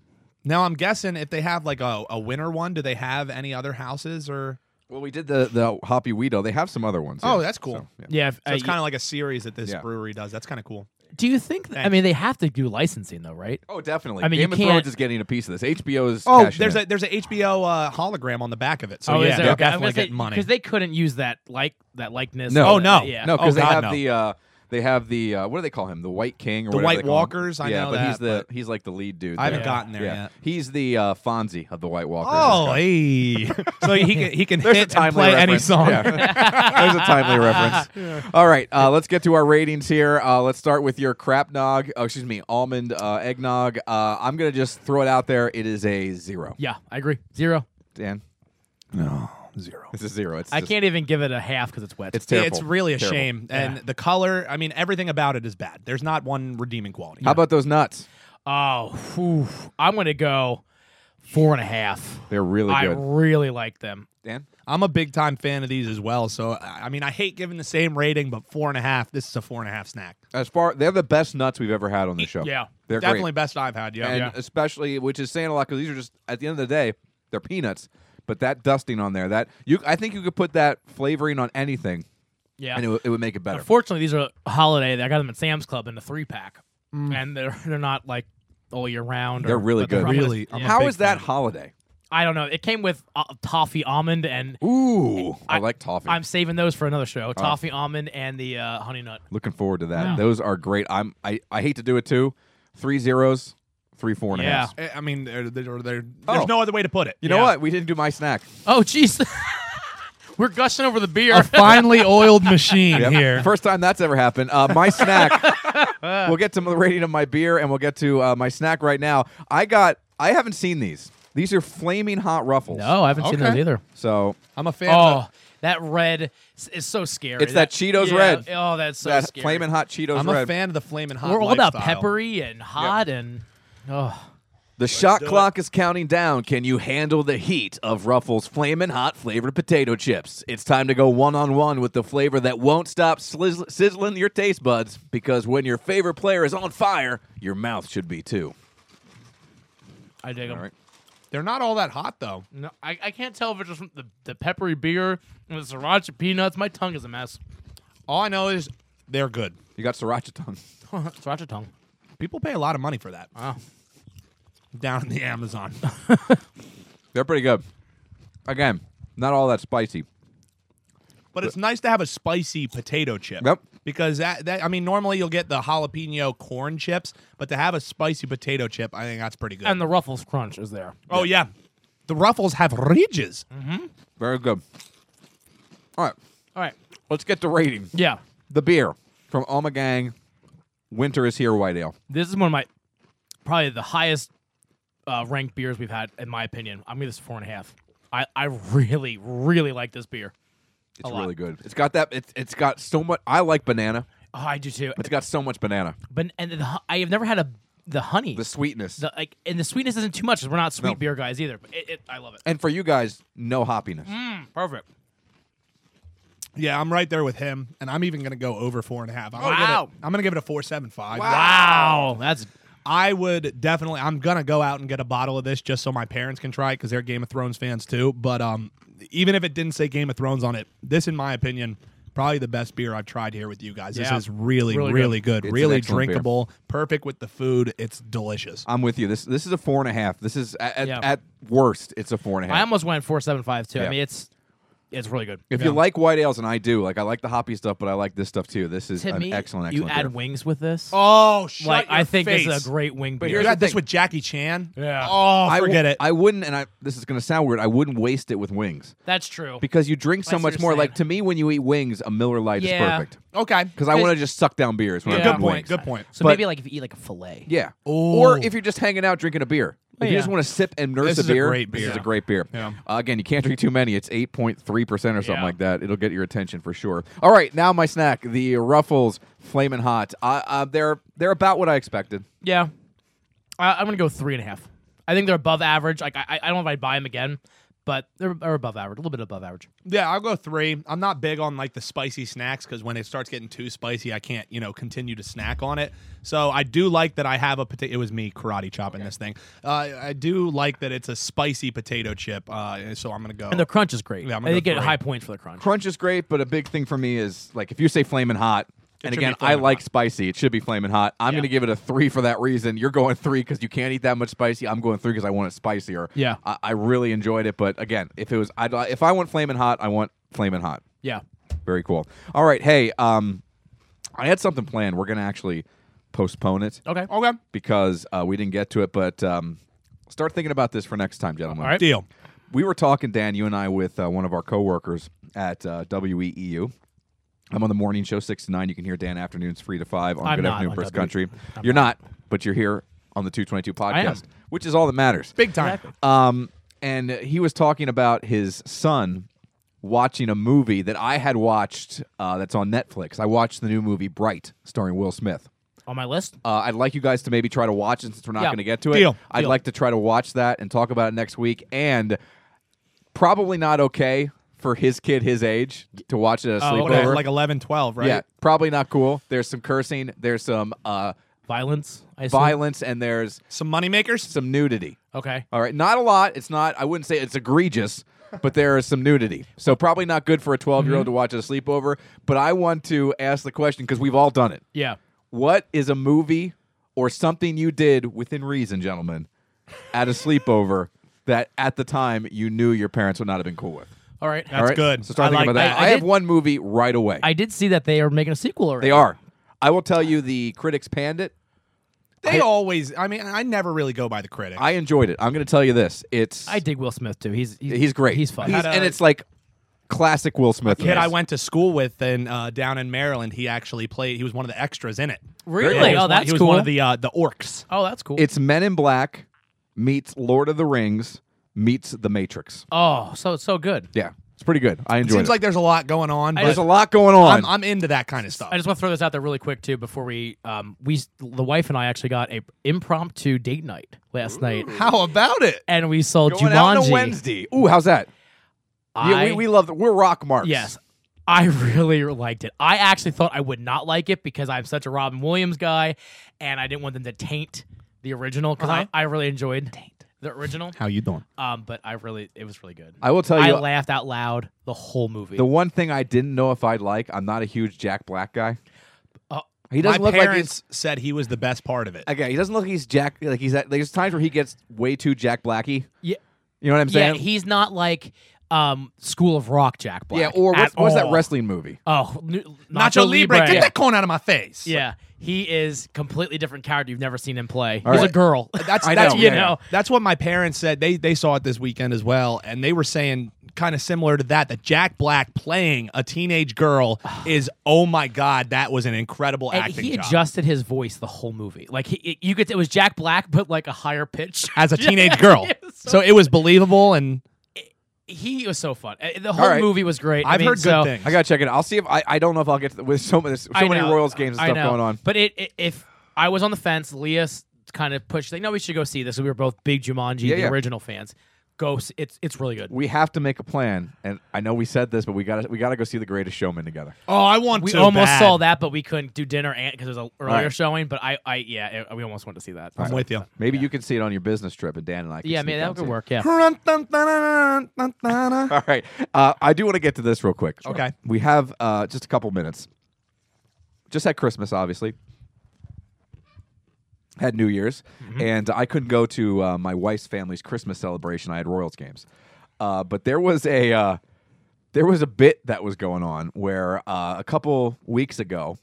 Speaker 2: now I'm guessing if they have like a, a winter one, do they have any other houses or
Speaker 1: Well, we did the the hoppy weedo. They have some other ones.
Speaker 2: Oh,
Speaker 1: yeah.
Speaker 2: that's cool.
Speaker 1: So, yeah.
Speaker 3: Yeah. If,
Speaker 2: so
Speaker 3: uh,
Speaker 2: it's
Speaker 3: you-
Speaker 2: kind of like a series that this
Speaker 1: Yeah.
Speaker 2: brewery does. That's kind of cool.
Speaker 3: do you think? I mean, they have to do licensing though, right?
Speaker 1: Oh, definitely.
Speaker 3: I mean, you
Speaker 1: Game of Thrones
Speaker 3: can't-
Speaker 1: is getting a piece of this. HBO is.
Speaker 2: Oh,
Speaker 1: cashing
Speaker 2: there's
Speaker 1: in.
Speaker 2: a there's a HBO uh, hologram on the back of it. So
Speaker 3: oh,
Speaker 2: yeah,
Speaker 3: is there?
Speaker 2: they're
Speaker 3: okay.
Speaker 2: definitely getting money.
Speaker 3: because they couldn't use that like that likeness.
Speaker 1: No.
Speaker 3: or
Speaker 1: Oh,
Speaker 3: that-
Speaker 2: no.
Speaker 3: Yeah.
Speaker 1: No, because
Speaker 2: Oh,
Speaker 1: they,
Speaker 2: God,
Speaker 1: have
Speaker 2: no.
Speaker 1: the uh, they have the uh, what do they call him? The White King or
Speaker 2: The
Speaker 1: whatever
Speaker 2: White
Speaker 1: they call him.
Speaker 2: Walkers, I
Speaker 1: yeah,
Speaker 2: know
Speaker 1: but he's the
Speaker 2: that,
Speaker 1: he's like the lead dude.
Speaker 2: I haven't
Speaker 1: there.
Speaker 2: gotten there
Speaker 1: yeah.
Speaker 2: yet.
Speaker 1: He's the uh, Fonzie of the White Walkers.
Speaker 2: oh, hey. so he can he can
Speaker 1: There's a
Speaker 2: hit
Speaker 1: timely
Speaker 2: and play
Speaker 1: reference.
Speaker 2: any song.
Speaker 1: Yeah. There's a timely reference. All right, uh, let's get to our ratings here. Uh, let's start with your crap nog. Oh, excuse me, almond uh, eggnog. Uh, I'm gonna just throw it out there. It is a zero.
Speaker 3: Yeah, I agree. Zero.
Speaker 1: Dan,
Speaker 2: No, zero.
Speaker 1: it's a zero. It's
Speaker 3: I
Speaker 1: just-
Speaker 3: can't even give it a half because it's wet.
Speaker 1: It's terrible.
Speaker 2: It's really a
Speaker 1: Terrible.
Speaker 2: shame. And the color, I mean, everything about it is bad. There's not one redeeming quality.
Speaker 1: How about those nuts?
Speaker 3: oh, whew. I'm gonna go four and a half.
Speaker 1: They're really
Speaker 3: I
Speaker 1: good.
Speaker 3: really like them.
Speaker 1: Dan,
Speaker 2: I'm a big time fan of these as well. So, I I mean, I hate giving the same rating, but four and a half. This is a four and a half snack.
Speaker 1: as far they're the best nuts we've ever had on the show.
Speaker 3: Yeah.
Speaker 1: they're great.
Speaker 2: Definitely best I've had. Yeah.
Speaker 1: and especially which is saying a lot because these are just at the end of the day they're peanuts but that dusting on there that you i think you could put that flavoring on anything
Speaker 3: Yeah.
Speaker 1: and it, would- it would make it better
Speaker 3: Unfortunately, these are holiday. I got them at Sam's Club in a three pack, and they're they're not like all year round.
Speaker 1: Mm.
Speaker 3: or-
Speaker 1: They're really
Speaker 3: but they're
Speaker 1: good.
Speaker 3: from-
Speaker 2: Really?
Speaker 3: yeah.
Speaker 2: I'm a
Speaker 1: how
Speaker 2: big
Speaker 1: is that
Speaker 2: fan.
Speaker 1: holiday
Speaker 3: I don't know. It came with uh, toffee almond, and
Speaker 1: ooh i,
Speaker 3: I-
Speaker 1: like toffee
Speaker 3: I'm saving those for another show. Toffee almond and the uh, honey nut.
Speaker 1: looking forward to that those are great i'm i, I hate to do it too three zeros three four and a half.
Speaker 3: Yeah.
Speaker 2: Eh, I- I mean, they're, they're, they're,
Speaker 1: Oh.
Speaker 2: there's no other way to put it.
Speaker 1: you know
Speaker 3: Yeah.
Speaker 1: what we didn't do my snack
Speaker 3: Oh, jeez. We're gushing over the beer.
Speaker 11: A finely oiled machine
Speaker 1: Yep.
Speaker 11: here.
Speaker 1: First time that's ever happened. Uh, my snack. we'll get to the rating of my beer, and we'll get to uh, my snack right now. I got. I haven't seen these. These are flaming hot ruffles.
Speaker 3: no, I haven't seen
Speaker 2: Okay.
Speaker 3: those either.
Speaker 1: So
Speaker 2: I'm a fan of
Speaker 3: Oh, that red s- is so scary.
Speaker 1: uh, It's that Cheetos
Speaker 3: yeah,
Speaker 1: red.
Speaker 3: Oh, that's so
Speaker 1: that
Speaker 3: scary.
Speaker 1: flaming hot Cheetos
Speaker 2: I'm
Speaker 1: red.
Speaker 2: a fan of the flaming hot.
Speaker 3: We're all about
Speaker 2: lifestyle.
Speaker 3: peppery and hot and oh.
Speaker 1: The shot clock is counting down. Can you handle the heat of Ruffles Flamin' Hot flavored potato chips? It's time to go one on one with the flavor that won't stop sliz- sizzling your taste buds because when your favorite player is on fire, your mouth should be too.
Speaker 3: I dig them.
Speaker 1: All right.
Speaker 2: They're not all that hot though.
Speaker 3: No, I, I can't tell if it's just from the, the peppery beer and the sriracha peanuts. My tongue is a mess.
Speaker 2: All I know is they're good.
Speaker 1: You got sriracha tongue.
Speaker 3: sriracha tongue.
Speaker 2: People pay a lot of money for that
Speaker 3: Wow.
Speaker 2: down in the Amazon.
Speaker 1: They're pretty good. Again, not all that spicy.
Speaker 2: but it's nice to have a spicy potato chip.
Speaker 1: Yep.
Speaker 2: Because that, that I mean, normally you'll get the jalapeno corn chips, but to have a spicy potato chip, I think that's pretty good.
Speaker 3: And the Ruffles crunch is there.
Speaker 2: oh yeah, the Ruffles have ridges.
Speaker 1: Very good. All right,
Speaker 3: All right.
Speaker 1: let's get to rating.
Speaker 3: Yeah.
Speaker 1: The beer from Alma Gang. Winter is here, White Ale.
Speaker 3: This is one of my probably the highest uh, ranked beers we've had, in my opinion. I'm giving this four and a half. I, I really, really like this beer.
Speaker 1: It's
Speaker 3: lot.
Speaker 1: really good. It's got that. It's it's got so much. I like banana.
Speaker 3: Oh, I do too.
Speaker 1: It's got so much banana.
Speaker 3: But and the, hu- I have never had a the honey.
Speaker 1: The sweetness.
Speaker 3: The- like and the sweetness isn't too much 'cause we're not sweet
Speaker 1: No.
Speaker 3: beer guys either. But it, it, I love it.
Speaker 1: and for you guys, no hoppiness.
Speaker 3: Mm. Perfect.
Speaker 2: Yeah, I'm right there with him, and I'm even gonna go over four and a half. I'm gonna give
Speaker 3: Wow.
Speaker 2: it- I'm gonna give it a four seven five.
Speaker 3: Wow, that's
Speaker 2: I would definitely. I'm gonna go out and get a bottle of this just so my parents can try it because they're Game of Thrones fans too. But um, even if it didn't say Game of Thrones on it, this, in my opinion, probably the best beer I've tried here with you guys.
Speaker 11: Yeah.
Speaker 2: This is really,
Speaker 11: Really
Speaker 2: really,
Speaker 11: good.
Speaker 2: good,
Speaker 1: It's an
Speaker 2: really
Speaker 1: excellent beer. Uh,
Speaker 2: drinkable, perfect with the food. It's delicious.
Speaker 1: I'm with you. This this is a four and a half. This is at, at,
Speaker 3: Yeah.
Speaker 1: at worst, it's a four and a half.
Speaker 3: I almost went four seven five too.
Speaker 1: Yeah.
Speaker 3: I mean, it's it's really good.
Speaker 1: if you like white ales, and I do, like I like the hoppy stuff, but I like this stuff too. This is
Speaker 3: to
Speaker 1: an
Speaker 3: me,
Speaker 1: excellent,
Speaker 3: you
Speaker 1: excellent.
Speaker 3: add
Speaker 1: beer.
Speaker 3: wings with this.
Speaker 2: Oh, shut
Speaker 3: like I
Speaker 2: your
Speaker 3: think this
Speaker 2: face.
Speaker 3: is a great wing
Speaker 2: But
Speaker 3: beer.
Speaker 2: you got this
Speaker 1: thing.
Speaker 2: with Jackie Chan.
Speaker 3: Yeah.
Speaker 2: Oh,
Speaker 1: I
Speaker 2: forget
Speaker 1: w-
Speaker 2: it.
Speaker 1: I wouldn't, and I this is going to sound weird. I wouldn't waste it with wings
Speaker 3: That's true.
Speaker 1: because you drink
Speaker 3: I
Speaker 1: so
Speaker 3: see
Speaker 1: much
Speaker 3: what
Speaker 1: more.
Speaker 3: you're
Speaker 1: Like
Speaker 3: saying.
Speaker 1: to me, when you eat wings, a Miller Lite is
Speaker 3: Yeah.
Speaker 1: perfect
Speaker 2: okay.
Speaker 1: because I
Speaker 3: Because-
Speaker 1: want to just suck down beers. When
Speaker 3: Yeah.
Speaker 1: I'm
Speaker 3: Good
Speaker 1: eating
Speaker 3: point,
Speaker 1: wings.
Speaker 2: Good point.
Speaker 3: so
Speaker 1: but-
Speaker 3: maybe like if you eat like a fillet.
Speaker 1: Yeah.
Speaker 2: Ooh.
Speaker 1: Or if you're just hanging out drinking a beer. If you
Speaker 3: yeah.
Speaker 1: just want to sip and nurse
Speaker 2: This
Speaker 1: a
Speaker 2: is a
Speaker 1: beer,
Speaker 2: great
Speaker 1: this is
Speaker 2: beer.
Speaker 1: a great beer.
Speaker 2: Yeah.
Speaker 1: Uh, again, you can't drink too many. It's 8.3% or something
Speaker 3: Yeah.
Speaker 1: like that. It'll get your attention for sure. All right, now my snack, the Ruffles Flamin' Hot. Uh, uh, they're they're about what I expected.
Speaker 3: Yeah, I, I'm gonna go three and a half. I think they're above average. Like I, I I don't know if I'd buy them again, but they're, they're above average, a little bit above average.
Speaker 2: Yeah, I'll go three. I'm not big on like the spicy snacks because when it starts getting too spicy, I can't, you know, continue to snack on it. So I do like that I have a potato. It was me karate chopping this thing. Uh, I do like that it's a spicy potato chip. Uh, so I'm gonna go.
Speaker 3: And the crunch is great.
Speaker 2: Yeah, I'm gonna
Speaker 3: they
Speaker 2: go
Speaker 3: get
Speaker 2: three.
Speaker 3: high points for the crunch.
Speaker 1: Crunch is great, but a big thing for me is like if you say Flamin' Hot, and
Speaker 2: should
Speaker 1: again,
Speaker 2: be
Speaker 1: I
Speaker 2: Flamin'
Speaker 1: like
Speaker 2: Hot.
Speaker 1: spicy. It should be flaming hot. I'm going to give it a three for that reason. You're going three because you can't eat that much spicy. I'm going three because I want it spicier.
Speaker 3: Yeah.
Speaker 1: I, I really enjoyed it, but again, if it was, I'd, li- if I want flaming hot, I want flaming hot.
Speaker 3: Yeah,
Speaker 1: Very cool. All right, hey, um, I had something planned. We're gonna actually postpone it
Speaker 3: Okay.
Speaker 2: okay
Speaker 1: because uh, we didn't get to it. But um, start thinking about this for next time, gentlemen.
Speaker 2: deal.
Speaker 1: We were talking, Dan, you and I, with uh, one of our coworkers at uh, WEEU. I'm on the morning show, six to nine. You can hear Dan afternoons, three to five on
Speaker 3: I'm
Speaker 1: Good
Speaker 3: not
Speaker 1: Afternoon
Speaker 3: on
Speaker 1: First
Speaker 3: W- E
Speaker 1: Country.
Speaker 3: I'm
Speaker 1: you're not. but you're here on the 222
Speaker 3: am.
Speaker 1: podcast, which is all that matters.
Speaker 2: Big time.
Speaker 1: Um, and he was talking about his son watching a movie that I had watched uh, that's on Netflix. I watched the new movie Bright, starring Will Smith.
Speaker 3: on my list.
Speaker 1: Uh, I'd like you guys to maybe try to watch it since we're not
Speaker 3: Yeah.
Speaker 1: going to get to it.
Speaker 2: Deal.
Speaker 1: I'd
Speaker 2: Deal.
Speaker 1: like to try to watch that and talk about it next week. And probably not okay for his kid his age to watch it at a
Speaker 3: Oh,
Speaker 1: sleepover.
Speaker 2: What,
Speaker 3: okay.
Speaker 2: like 11, 12, right?
Speaker 1: Yeah, probably not cool. There's some cursing. There's some uh,
Speaker 3: Violence. I assume.
Speaker 1: violence, and there's
Speaker 2: Some moneymakers.
Speaker 1: some nudity.
Speaker 3: Okay.
Speaker 1: All right, not a lot. It's not. I wouldn't say it's egregious, but there is some nudity. So probably not good for a twelve-year-old to
Speaker 3: Mm-hmm.
Speaker 1: watch at a sleepover. But I want to ask the question because we've all done it.
Speaker 3: Yeah.
Speaker 1: What is a movie or something you did within reason, gentlemen, at a sleepover that at the time you knew your parents would not have been cool with?
Speaker 3: All right.
Speaker 1: All
Speaker 2: That's
Speaker 1: right?
Speaker 2: good.
Speaker 1: So start
Speaker 3: I
Speaker 1: thinking
Speaker 3: like-
Speaker 1: about that.
Speaker 3: I-
Speaker 1: I,
Speaker 3: I
Speaker 1: have
Speaker 3: did-
Speaker 1: one movie right away.
Speaker 3: I did see that they are making a sequel already.
Speaker 1: they are. I will tell you the critics panned it.
Speaker 2: They always. I mean, I never really go by the critics.
Speaker 1: I enjoyed it. I'm going to tell you this. It's
Speaker 3: I dig Will Smith too. He's he's,
Speaker 1: he's great.
Speaker 3: He's fun.
Speaker 1: He's- and it's like classic Will Smith.
Speaker 2: kid I
Speaker 1: movies.
Speaker 2: went to school with in uh, down in Maryland, he actually played. He was one of the extras in it.
Speaker 3: Really?
Speaker 2: Yeah, he was
Speaker 3: Oh,
Speaker 2: one-
Speaker 3: that's
Speaker 2: He was
Speaker 3: cool.
Speaker 2: one of the uh, the orcs.
Speaker 3: oh, that's cool.
Speaker 1: It's Men in Black meets Lord of the Rings meets The Matrix.
Speaker 3: oh, so so good.
Speaker 1: Yeah, it's pretty good. I enjoyed
Speaker 2: Seems
Speaker 1: it.
Speaker 2: like there's a lot going on. But
Speaker 1: There's a lot going on.
Speaker 2: I'm, I'm into that kind of stuff.
Speaker 3: I just want to throw this out there really quick too before we um we the wife and I actually got a impromptu date night last night
Speaker 2: How about it?
Speaker 3: and we saw
Speaker 1: Going
Speaker 3: Jumanji.
Speaker 1: out on a Wednesday. Ooh, how's that? yeah,
Speaker 3: I-
Speaker 1: we, we love. The, we're rock marks.
Speaker 3: Yes. I really liked it. I actually thought I would not like it because I'm such a Robin Williams guy and I didn't want them to taint the original because
Speaker 1: Uh-huh.
Speaker 3: I, I really enjoyed the original.
Speaker 2: How you doing?
Speaker 3: Um, but I really, it was really good.
Speaker 1: I will tell
Speaker 3: I
Speaker 1: you uh,
Speaker 3: laughed out loud the whole movie.
Speaker 1: the one thing I didn't know if I'd like. I'm not a huge Jack Black guy.
Speaker 3: Uh,
Speaker 1: he doesn't
Speaker 2: My
Speaker 1: look like he's.
Speaker 2: parents said he was the best part of it.
Speaker 1: Again, he doesn't look like he's Jack. Like he's at, there's times where he gets way too Jack Blacky.
Speaker 3: yeah,
Speaker 1: You know what I'm
Speaker 3: yeah,
Speaker 1: saying?
Speaker 3: he's not like um, School of Rock Jack Black.
Speaker 1: yeah. Or
Speaker 3: at
Speaker 1: what's, what's that
Speaker 3: all.
Speaker 1: wrestling movie?
Speaker 3: Oh, nu-
Speaker 2: Nacho Libre, get
Speaker 3: Yeah.
Speaker 2: that corn out of my face.
Speaker 3: Yeah, he is completely different character you've never seen him play.
Speaker 1: All
Speaker 3: he's a
Speaker 1: right.
Speaker 3: girl.
Speaker 2: Uh, That's
Speaker 1: I
Speaker 2: that's
Speaker 1: know.
Speaker 2: you
Speaker 1: Yeah.
Speaker 2: know that's what my parents said. They they saw it this weekend as well, and they were saying kind of similar to that that Jack Black playing a teenage girl is oh my god that was an incredible
Speaker 3: and
Speaker 2: acting
Speaker 3: he
Speaker 2: job.
Speaker 3: adjusted his voice the whole movie. Like he, it- you could, it was Jack Black, but like a higher pitch.
Speaker 2: as a teenage girl.
Speaker 3: It was so-
Speaker 2: so it was believable, and
Speaker 3: he was so fun. Uh, The whole
Speaker 1: right.
Speaker 3: movie was great. I
Speaker 2: I've
Speaker 3: mean,
Speaker 2: heard good
Speaker 3: so-
Speaker 2: things.
Speaker 1: I gotta check it. out. I'll see if I. I don't know if I'll get to the, with so many so
Speaker 3: I
Speaker 1: many
Speaker 3: know,
Speaker 1: Royals games and
Speaker 3: I
Speaker 1: stuff
Speaker 3: know.
Speaker 1: going on.
Speaker 3: But it, it, if I was on the fence, Leah s- kind of pushed, like, no, we should go see this. We were both big Jumanji,
Speaker 1: Yeah,
Speaker 3: the
Speaker 1: yeah.
Speaker 3: original fans. go. s- It's it's really good.
Speaker 1: We have to make a plan, and I know we said this, but we got to we got to go see The Greatest Showman together.
Speaker 11: Oh, I want
Speaker 3: We
Speaker 11: to.
Speaker 3: almost
Speaker 11: bad.
Speaker 3: saw that, but we couldn't do dinner and because it was an earlier
Speaker 1: right.
Speaker 3: showing. But I, I yeah, it- we almost went to see that.
Speaker 1: I'm
Speaker 3: So-
Speaker 2: with you.
Speaker 1: Maybe you can see it on your business trip, and Dan and I. Can
Speaker 3: Yeah,
Speaker 1: sneak
Speaker 3: man,
Speaker 1: out and
Speaker 3: that could
Speaker 1: see it.
Speaker 3: work. Yeah.
Speaker 1: All right, uh, I do want to get to this real quick.
Speaker 2: Okay.
Speaker 1: we have uh, just a couple minutes. Just had Christmas, obviously. Had New Year's,
Speaker 3: Mm-hmm.
Speaker 1: and I couldn't go to uh, my wife's family's Christmas celebration. I had Royals games, uh, but there was a uh, there was a bit that was going on where uh, a couple weeks ago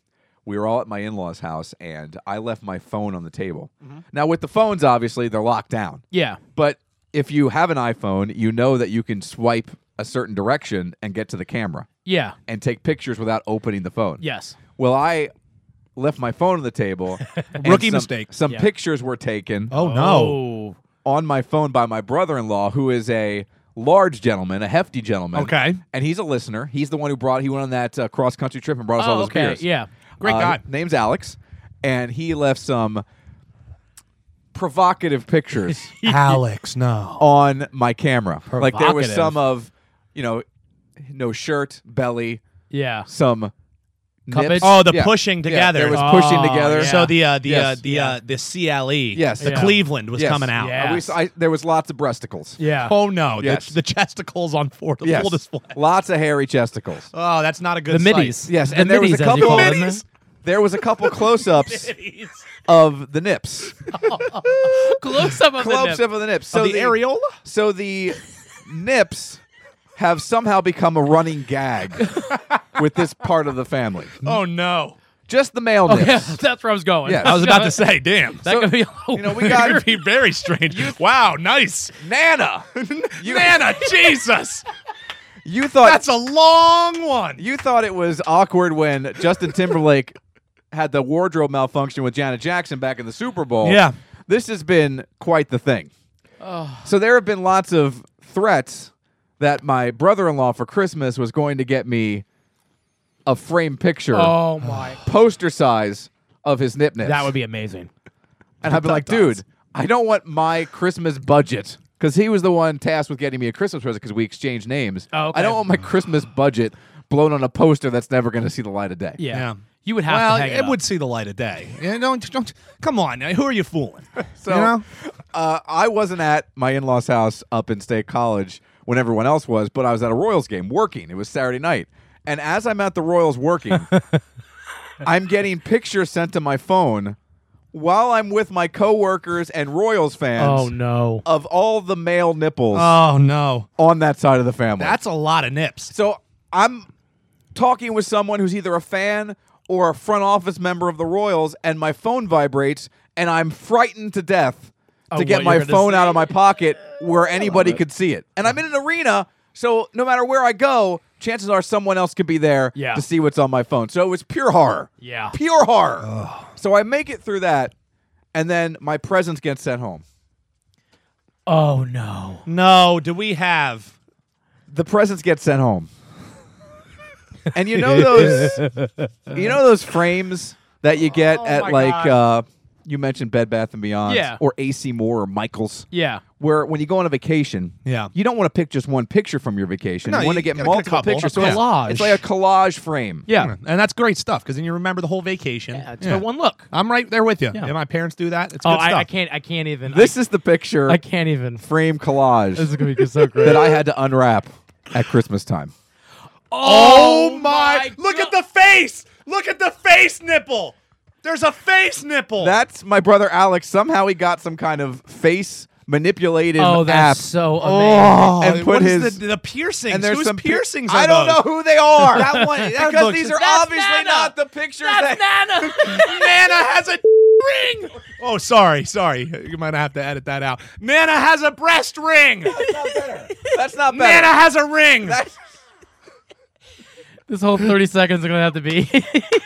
Speaker 1: we were all at my in-laws house and i left my phone on the table now with the phones obviously they're locked down
Speaker 3: Mm-hmm. Yeah.
Speaker 1: but if you have an iphone you know that you can swipe a certain direction and get to the camera
Speaker 3: Yeah.
Speaker 1: and take pictures without opening the phone
Speaker 3: Yes.
Speaker 1: well i left my phone on the table and
Speaker 2: Rookie
Speaker 1: some-
Speaker 2: mistake.
Speaker 1: some
Speaker 3: Yeah.
Speaker 1: pictures were taken
Speaker 2: Oh no.
Speaker 3: Oh.
Speaker 1: on my phone by my brother-in-law, who is a large gentleman, a hefty gentleman.
Speaker 2: Okay.
Speaker 1: and he's a listener. He's the one who brought. He went on that uh, cross-country trip and brought us all
Speaker 3: Oh,
Speaker 1: those
Speaker 3: okay.
Speaker 1: beers.
Speaker 3: Yeah.
Speaker 2: Great
Speaker 1: Uh,
Speaker 2: guy.
Speaker 1: Name's Alex, and he left some provocative pictures
Speaker 2: Alex, no.
Speaker 1: on my camera. Like there was
Speaker 3: Provocative.
Speaker 1: some of, you know, no shirt, belly,
Speaker 3: Yeah.
Speaker 1: some.
Speaker 3: Cuppage?
Speaker 1: nips.
Speaker 2: Oh, the
Speaker 1: Yeah.
Speaker 2: pushing
Speaker 1: Yeah,
Speaker 2: together.
Speaker 1: there was pushing
Speaker 3: Oh,
Speaker 1: together.
Speaker 3: yeah.
Speaker 2: So the uh, the uh,
Speaker 1: Yes.
Speaker 2: the uh, the CLE,
Speaker 1: Yes.
Speaker 2: the
Speaker 3: Yeah.
Speaker 2: Cleveland was
Speaker 1: Yes.
Speaker 2: coming out.
Speaker 3: Yeah.
Speaker 1: Uh, we saw- I- there was lots of breasticles.
Speaker 3: Yeah.
Speaker 2: Oh no,
Speaker 1: Yes.
Speaker 2: the, the chesticles on four the
Speaker 1: Yes.
Speaker 2: full display.
Speaker 1: Lots of hairy chesticles.
Speaker 2: Oh, that's not a good
Speaker 3: The
Speaker 2: sight.
Speaker 3: middies.
Speaker 1: Yes,
Speaker 3: The
Speaker 1: and there was a
Speaker 3: middies, as you
Speaker 1: couple
Speaker 3: call them.
Speaker 1: middies. There was a couple close-ups
Speaker 3: Middies.
Speaker 1: of the nips,
Speaker 3: Close up of the nip.
Speaker 1: close-up of the nips. So
Speaker 2: the areola?
Speaker 1: So the nips have somehow become a running gag with this part of the family.
Speaker 2: Oh no.
Speaker 1: Just the male
Speaker 3: Okay,
Speaker 1: nips.
Speaker 3: that's where I was going.
Speaker 1: Yes.
Speaker 2: I was about to say, damn.
Speaker 3: That could be. A little
Speaker 1: You know, we got-
Speaker 3: weird.
Speaker 2: That'd be very strange. wow, nice.
Speaker 1: Nana, you,
Speaker 2: Nana, Jesus.
Speaker 1: you thought
Speaker 2: That's a long one.
Speaker 1: you thought it was awkward when Justin Timberlake had the wardrobe malfunction with Janet Jackson back in the Super Bowl.
Speaker 2: Yeah.
Speaker 1: This has been quite the thing. So there have been lots of threats that my brother-in-law for Christmas was going to get me a frame picture,
Speaker 3: Oh my.
Speaker 1: poster size of his nip nips.
Speaker 3: That would be amazing.
Speaker 1: and I'd be like, dude, I don't want my Christmas budget because he was the one tasked with getting me a Christmas present because we exchanged names.
Speaker 3: Oh, okay.
Speaker 1: I don't want my Christmas budget blown on a poster that's never going to see the light of day.
Speaker 3: Yeah.
Speaker 2: Yeah.
Speaker 3: You would have
Speaker 2: Well,
Speaker 3: to
Speaker 2: it,
Speaker 3: hang it, up.
Speaker 2: would see the light of day. Yeah, don't, don't, come on. now, Who are you fooling?
Speaker 1: So uh, I wasn't at my in law's house up in State College when everyone else was, but I was at a Royals game working. It was Saturday night. And as I'm at the Royals working, I'm getting pictures sent to my phone while I'm with my coworkers and Royals fans
Speaker 3: Oh no.
Speaker 1: of all the male nipples
Speaker 2: oh no,
Speaker 1: on that side of the family.
Speaker 2: that's a lot of nips.
Speaker 1: so I'm talking with someone who's either a fan or a front office member of the Royals, and my phone vibrates, and I'm frightened to death to
Speaker 3: what
Speaker 1: get
Speaker 3: Oh, you're
Speaker 1: my
Speaker 3: gonna
Speaker 1: phone
Speaker 3: see.
Speaker 1: out of my pocket where anybody could see it. And I'm in an arena, so no matter where I go, chances are someone else could be there
Speaker 3: Yeah.
Speaker 1: to see what's on my phone. So it was pure horror.
Speaker 3: Yeah.
Speaker 1: Pure horror. So I make it through that, and then my presents get sent home.
Speaker 3: Oh no.
Speaker 2: No, do we have?
Speaker 1: the presents get sent home. and you know those you know those frames that you get at like uh you mentioned Bed Bath and Beyond
Speaker 3: Oh Yeah.
Speaker 1: or AC Moore or Michaels.
Speaker 3: Yeah.
Speaker 1: Where when you go on a vacation,
Speaker 2: Yeah.
Speaker 1: you don't want to pick just one picture from your vacation.
Speaker 2: No,
Speaker 1: you want to
Speaker 2: you
Speaker 1: get
Speaker 2: gotta get a
Speaker 1: multiple
Speaker 2: couple.
Speaker 1: pictures.
Speaker 2: A
Speaker 1: it's-
Speaker 3: collage.
Speaker 1: It's like a collage frame.
Speaker 3: Yeah.
Speaker 2: and that's great stuff because then you remember the whole vacation.
Speaker 3: Yeah, Just by one look.
Speaker 2: I'm right there with you.
Speaker 3: Yeah.
Speaker 2: Yeah, my parents do that. It's
Speaker 3: Oh,
Speaker 2: good stuff.
Speaker 3: I, I can't. I can't even.
Speaker 1: This is the picture
Speaker 3: I, I can't even.
Speaker 1: frame collage
Speaker 3: This is gonna be so great.
Speaker 1: that I had to unwrap at Christmas time.
Speaker 2: Oh my!
Speaker 3: my
Speaker 2: Look at
Speaker 3: God.
Speaker 2: the face! Look at the face nipple. There's a face nipple.
Speaker 1: That's my brother Alex. Somehow he got some kind of face manipulative
Speaker 3: oh, that's
Speaker 1: app. Oh.
Speaker 3: so amazing.
Speaker 1: and put
Speaker 2: what is
Speaker 1: his-
Speaker 2: the, the piercings?
Speaker 1: and there's
Speaker 2: Whose
Speaker 1: some pier-
Speaker 2: piercings?
Speaker 1: I
Speaker 2: are
Speaker 1: don't
Speaker 2: those?
Speaker 1: know who they are. that
Speaker 2: one- that
Speaker 1: because
Speaker 2: looks-
Speaker 1: these are
Speaker 3: That's
Speaker 1: obviously
Speaker 3: Nana.
Speaker 1: not the pictures.
Speaker 3: That's
Speaker 1: that,
Speaker 3: Nana.
Speaker 2: Nana has a ring. Oh, sorry, sorry. You might have to edit that out. Nana has a breast ring.
Speaker 1: that's not better.
Speaker 2: Nana has a ring.
Speaker 1: That's-
Speaker 3: this whole thirty seconds are gonna have to be.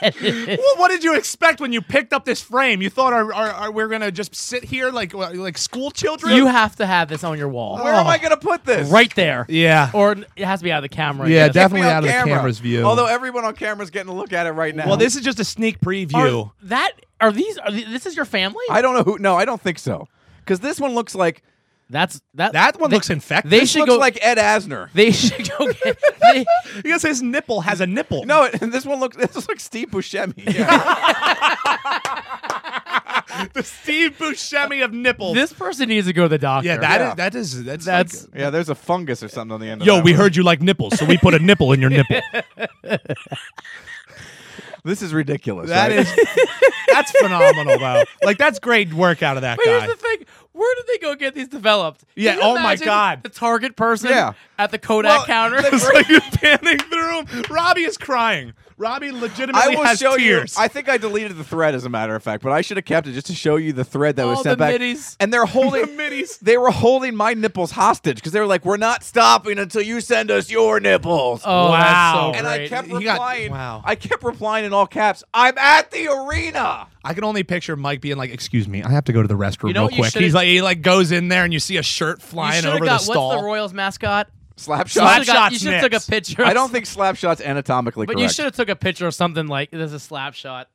Speaker 2: Well, what did you expect when you picked up this frame? You thought our, our, our, we are gonna just sit here like uh, like school children?
Speaker 3: you have to have this on your wall,
Speaker 1: Where am I going to put this?
Speaker 3: right there.
Speaker 2: yeah.
Speaker 1: Oh.
Speaker 3: Or it has to be out of the camera.
Speaker 2: Yeah,
Speaker 3: I guess.
Speaker 1: Kick me
Speaker 2: Definitely
Speaker 1: on
Speaker 2: out of the camera's view.
Speaker 1: Although everyone on camera's getting a look at it right now.
Speaker 2: well, this is just a sneak preview.
Speaker 3: Are, that are these? Are the- this is your family?
Speaker 1: I don't know who. No, I don't think so. Because this one looks like
Speaker 3: That's that.
Speaker 2: That one
Speaker 3: they-
Speaker 2: looks infected.
Speaker 3: They
Speaker 2: This
Speaker 3: should
Speaker 1: looks
Speaker 3: go
Speaker 1: like Ed Asner.
Speaker 3: They should go get. They,
Speaker 2: Because his nipple has a nipple.
Speaker 1: No, it- Oh, this one looks this looks like Steve Buscemi. Yeah.
Speaker 2: the Steve Buscemi of nipples.
Speaker 3: this person needs to go to the doctor.
Speaker 2: yeah, that
Speaker 1: Yeah.
Speaker 2: is that is that's.
Speaker 3: that's
Speaker 1: yeah, there's a fungus or something on the end.
Speaker 2: like-
Speaker 1: of
Speaker 2: Yo,
Speaker 1: that
Speaker 2: we
Speaker 1: one.
Speaker 2: heard you like nipples, so we put a nipple in your nipple.
Speaker 1: this is ridiculous.
Speaker 2: That
Speaker 1: right?
Speaker 2: is, that's phenomenal, though. Like that's great work out of that
Speaker 3: But
Speaker 2: guy.
Speaker 3: here's the thing: where did they go get these developed? Can
Speaker 2: Yeah,
Speaker 3: you
Speaker 2: oh my
Speaker 3: imagine
Speaker 2: God.
Speaker 3: The target person
Speaker 1: Yeah.
Speaker 3: at the Kodak
Speaker 2: Well,
Speaker 3: counter.
Speaker 2: It's like you're panning through him. Robbie is crying. Robbie legitimately
Speaker 1: I will
Speaker 2: has
Speaker 1: show
Speaker 2: tears.
Speaker 1: you. I think I deleted the thread, as a matter of fact, but I should have kept it just to show you the thread that was
Speaker 3: All
Speaker 1: sent
Speaker 3: Oh, the
Speaker 1: back.
Speaker 3: middies.
Speaker 1: And they're holding
Speaker 2: The middies.
Speaker 1: They were holding my nipples hostage because they were like, "We're not stopping until you send us your nipples."
Speaker 3: oh,
Speaker 2: Wow.
Speaker 3: that's so
Speaker 1: and I
Speaker 3: great.
Speaker 1: kept
Speaker 2: He got-
Speaker 1: replying.
Speaker 2: wow.
Speaker 1: I kept replying in all caps. I'm at the arena.
Speaker 2: I can only picture Mike being like, "Excuse me, I have to go to the restroom
Speaker 3: You know
Speaker 2: real
Speaker 3: what you
Speaker 2: quick."
Speaker 3: should've-
Speaker 2: He's like, he like goes in there, and you see a shirt
Speaker 3: you
Speaker 2: flying
Speaker 3: shoulda
Speaker 2: over
Speaker 3: got what's
Speaker 2: the stall.
Speaker 3: the Royals mascot?
Speaker 1: Slap
Speaker 3: You
Speaker 1: shot.
Speaker 3: shoulda got- You
Speaker 2: Slapshot's
Speaker 3: should have took a
Speaker 2: next.
Speaker 3: picture.
Speaker 1: I
Speaker 3: of-
Speaker 1: don't think slap shots anatomically
Speaker 3: But you
Speaker 1: correct.
Speaker 3: should have took a picture of something like this is a slap shot.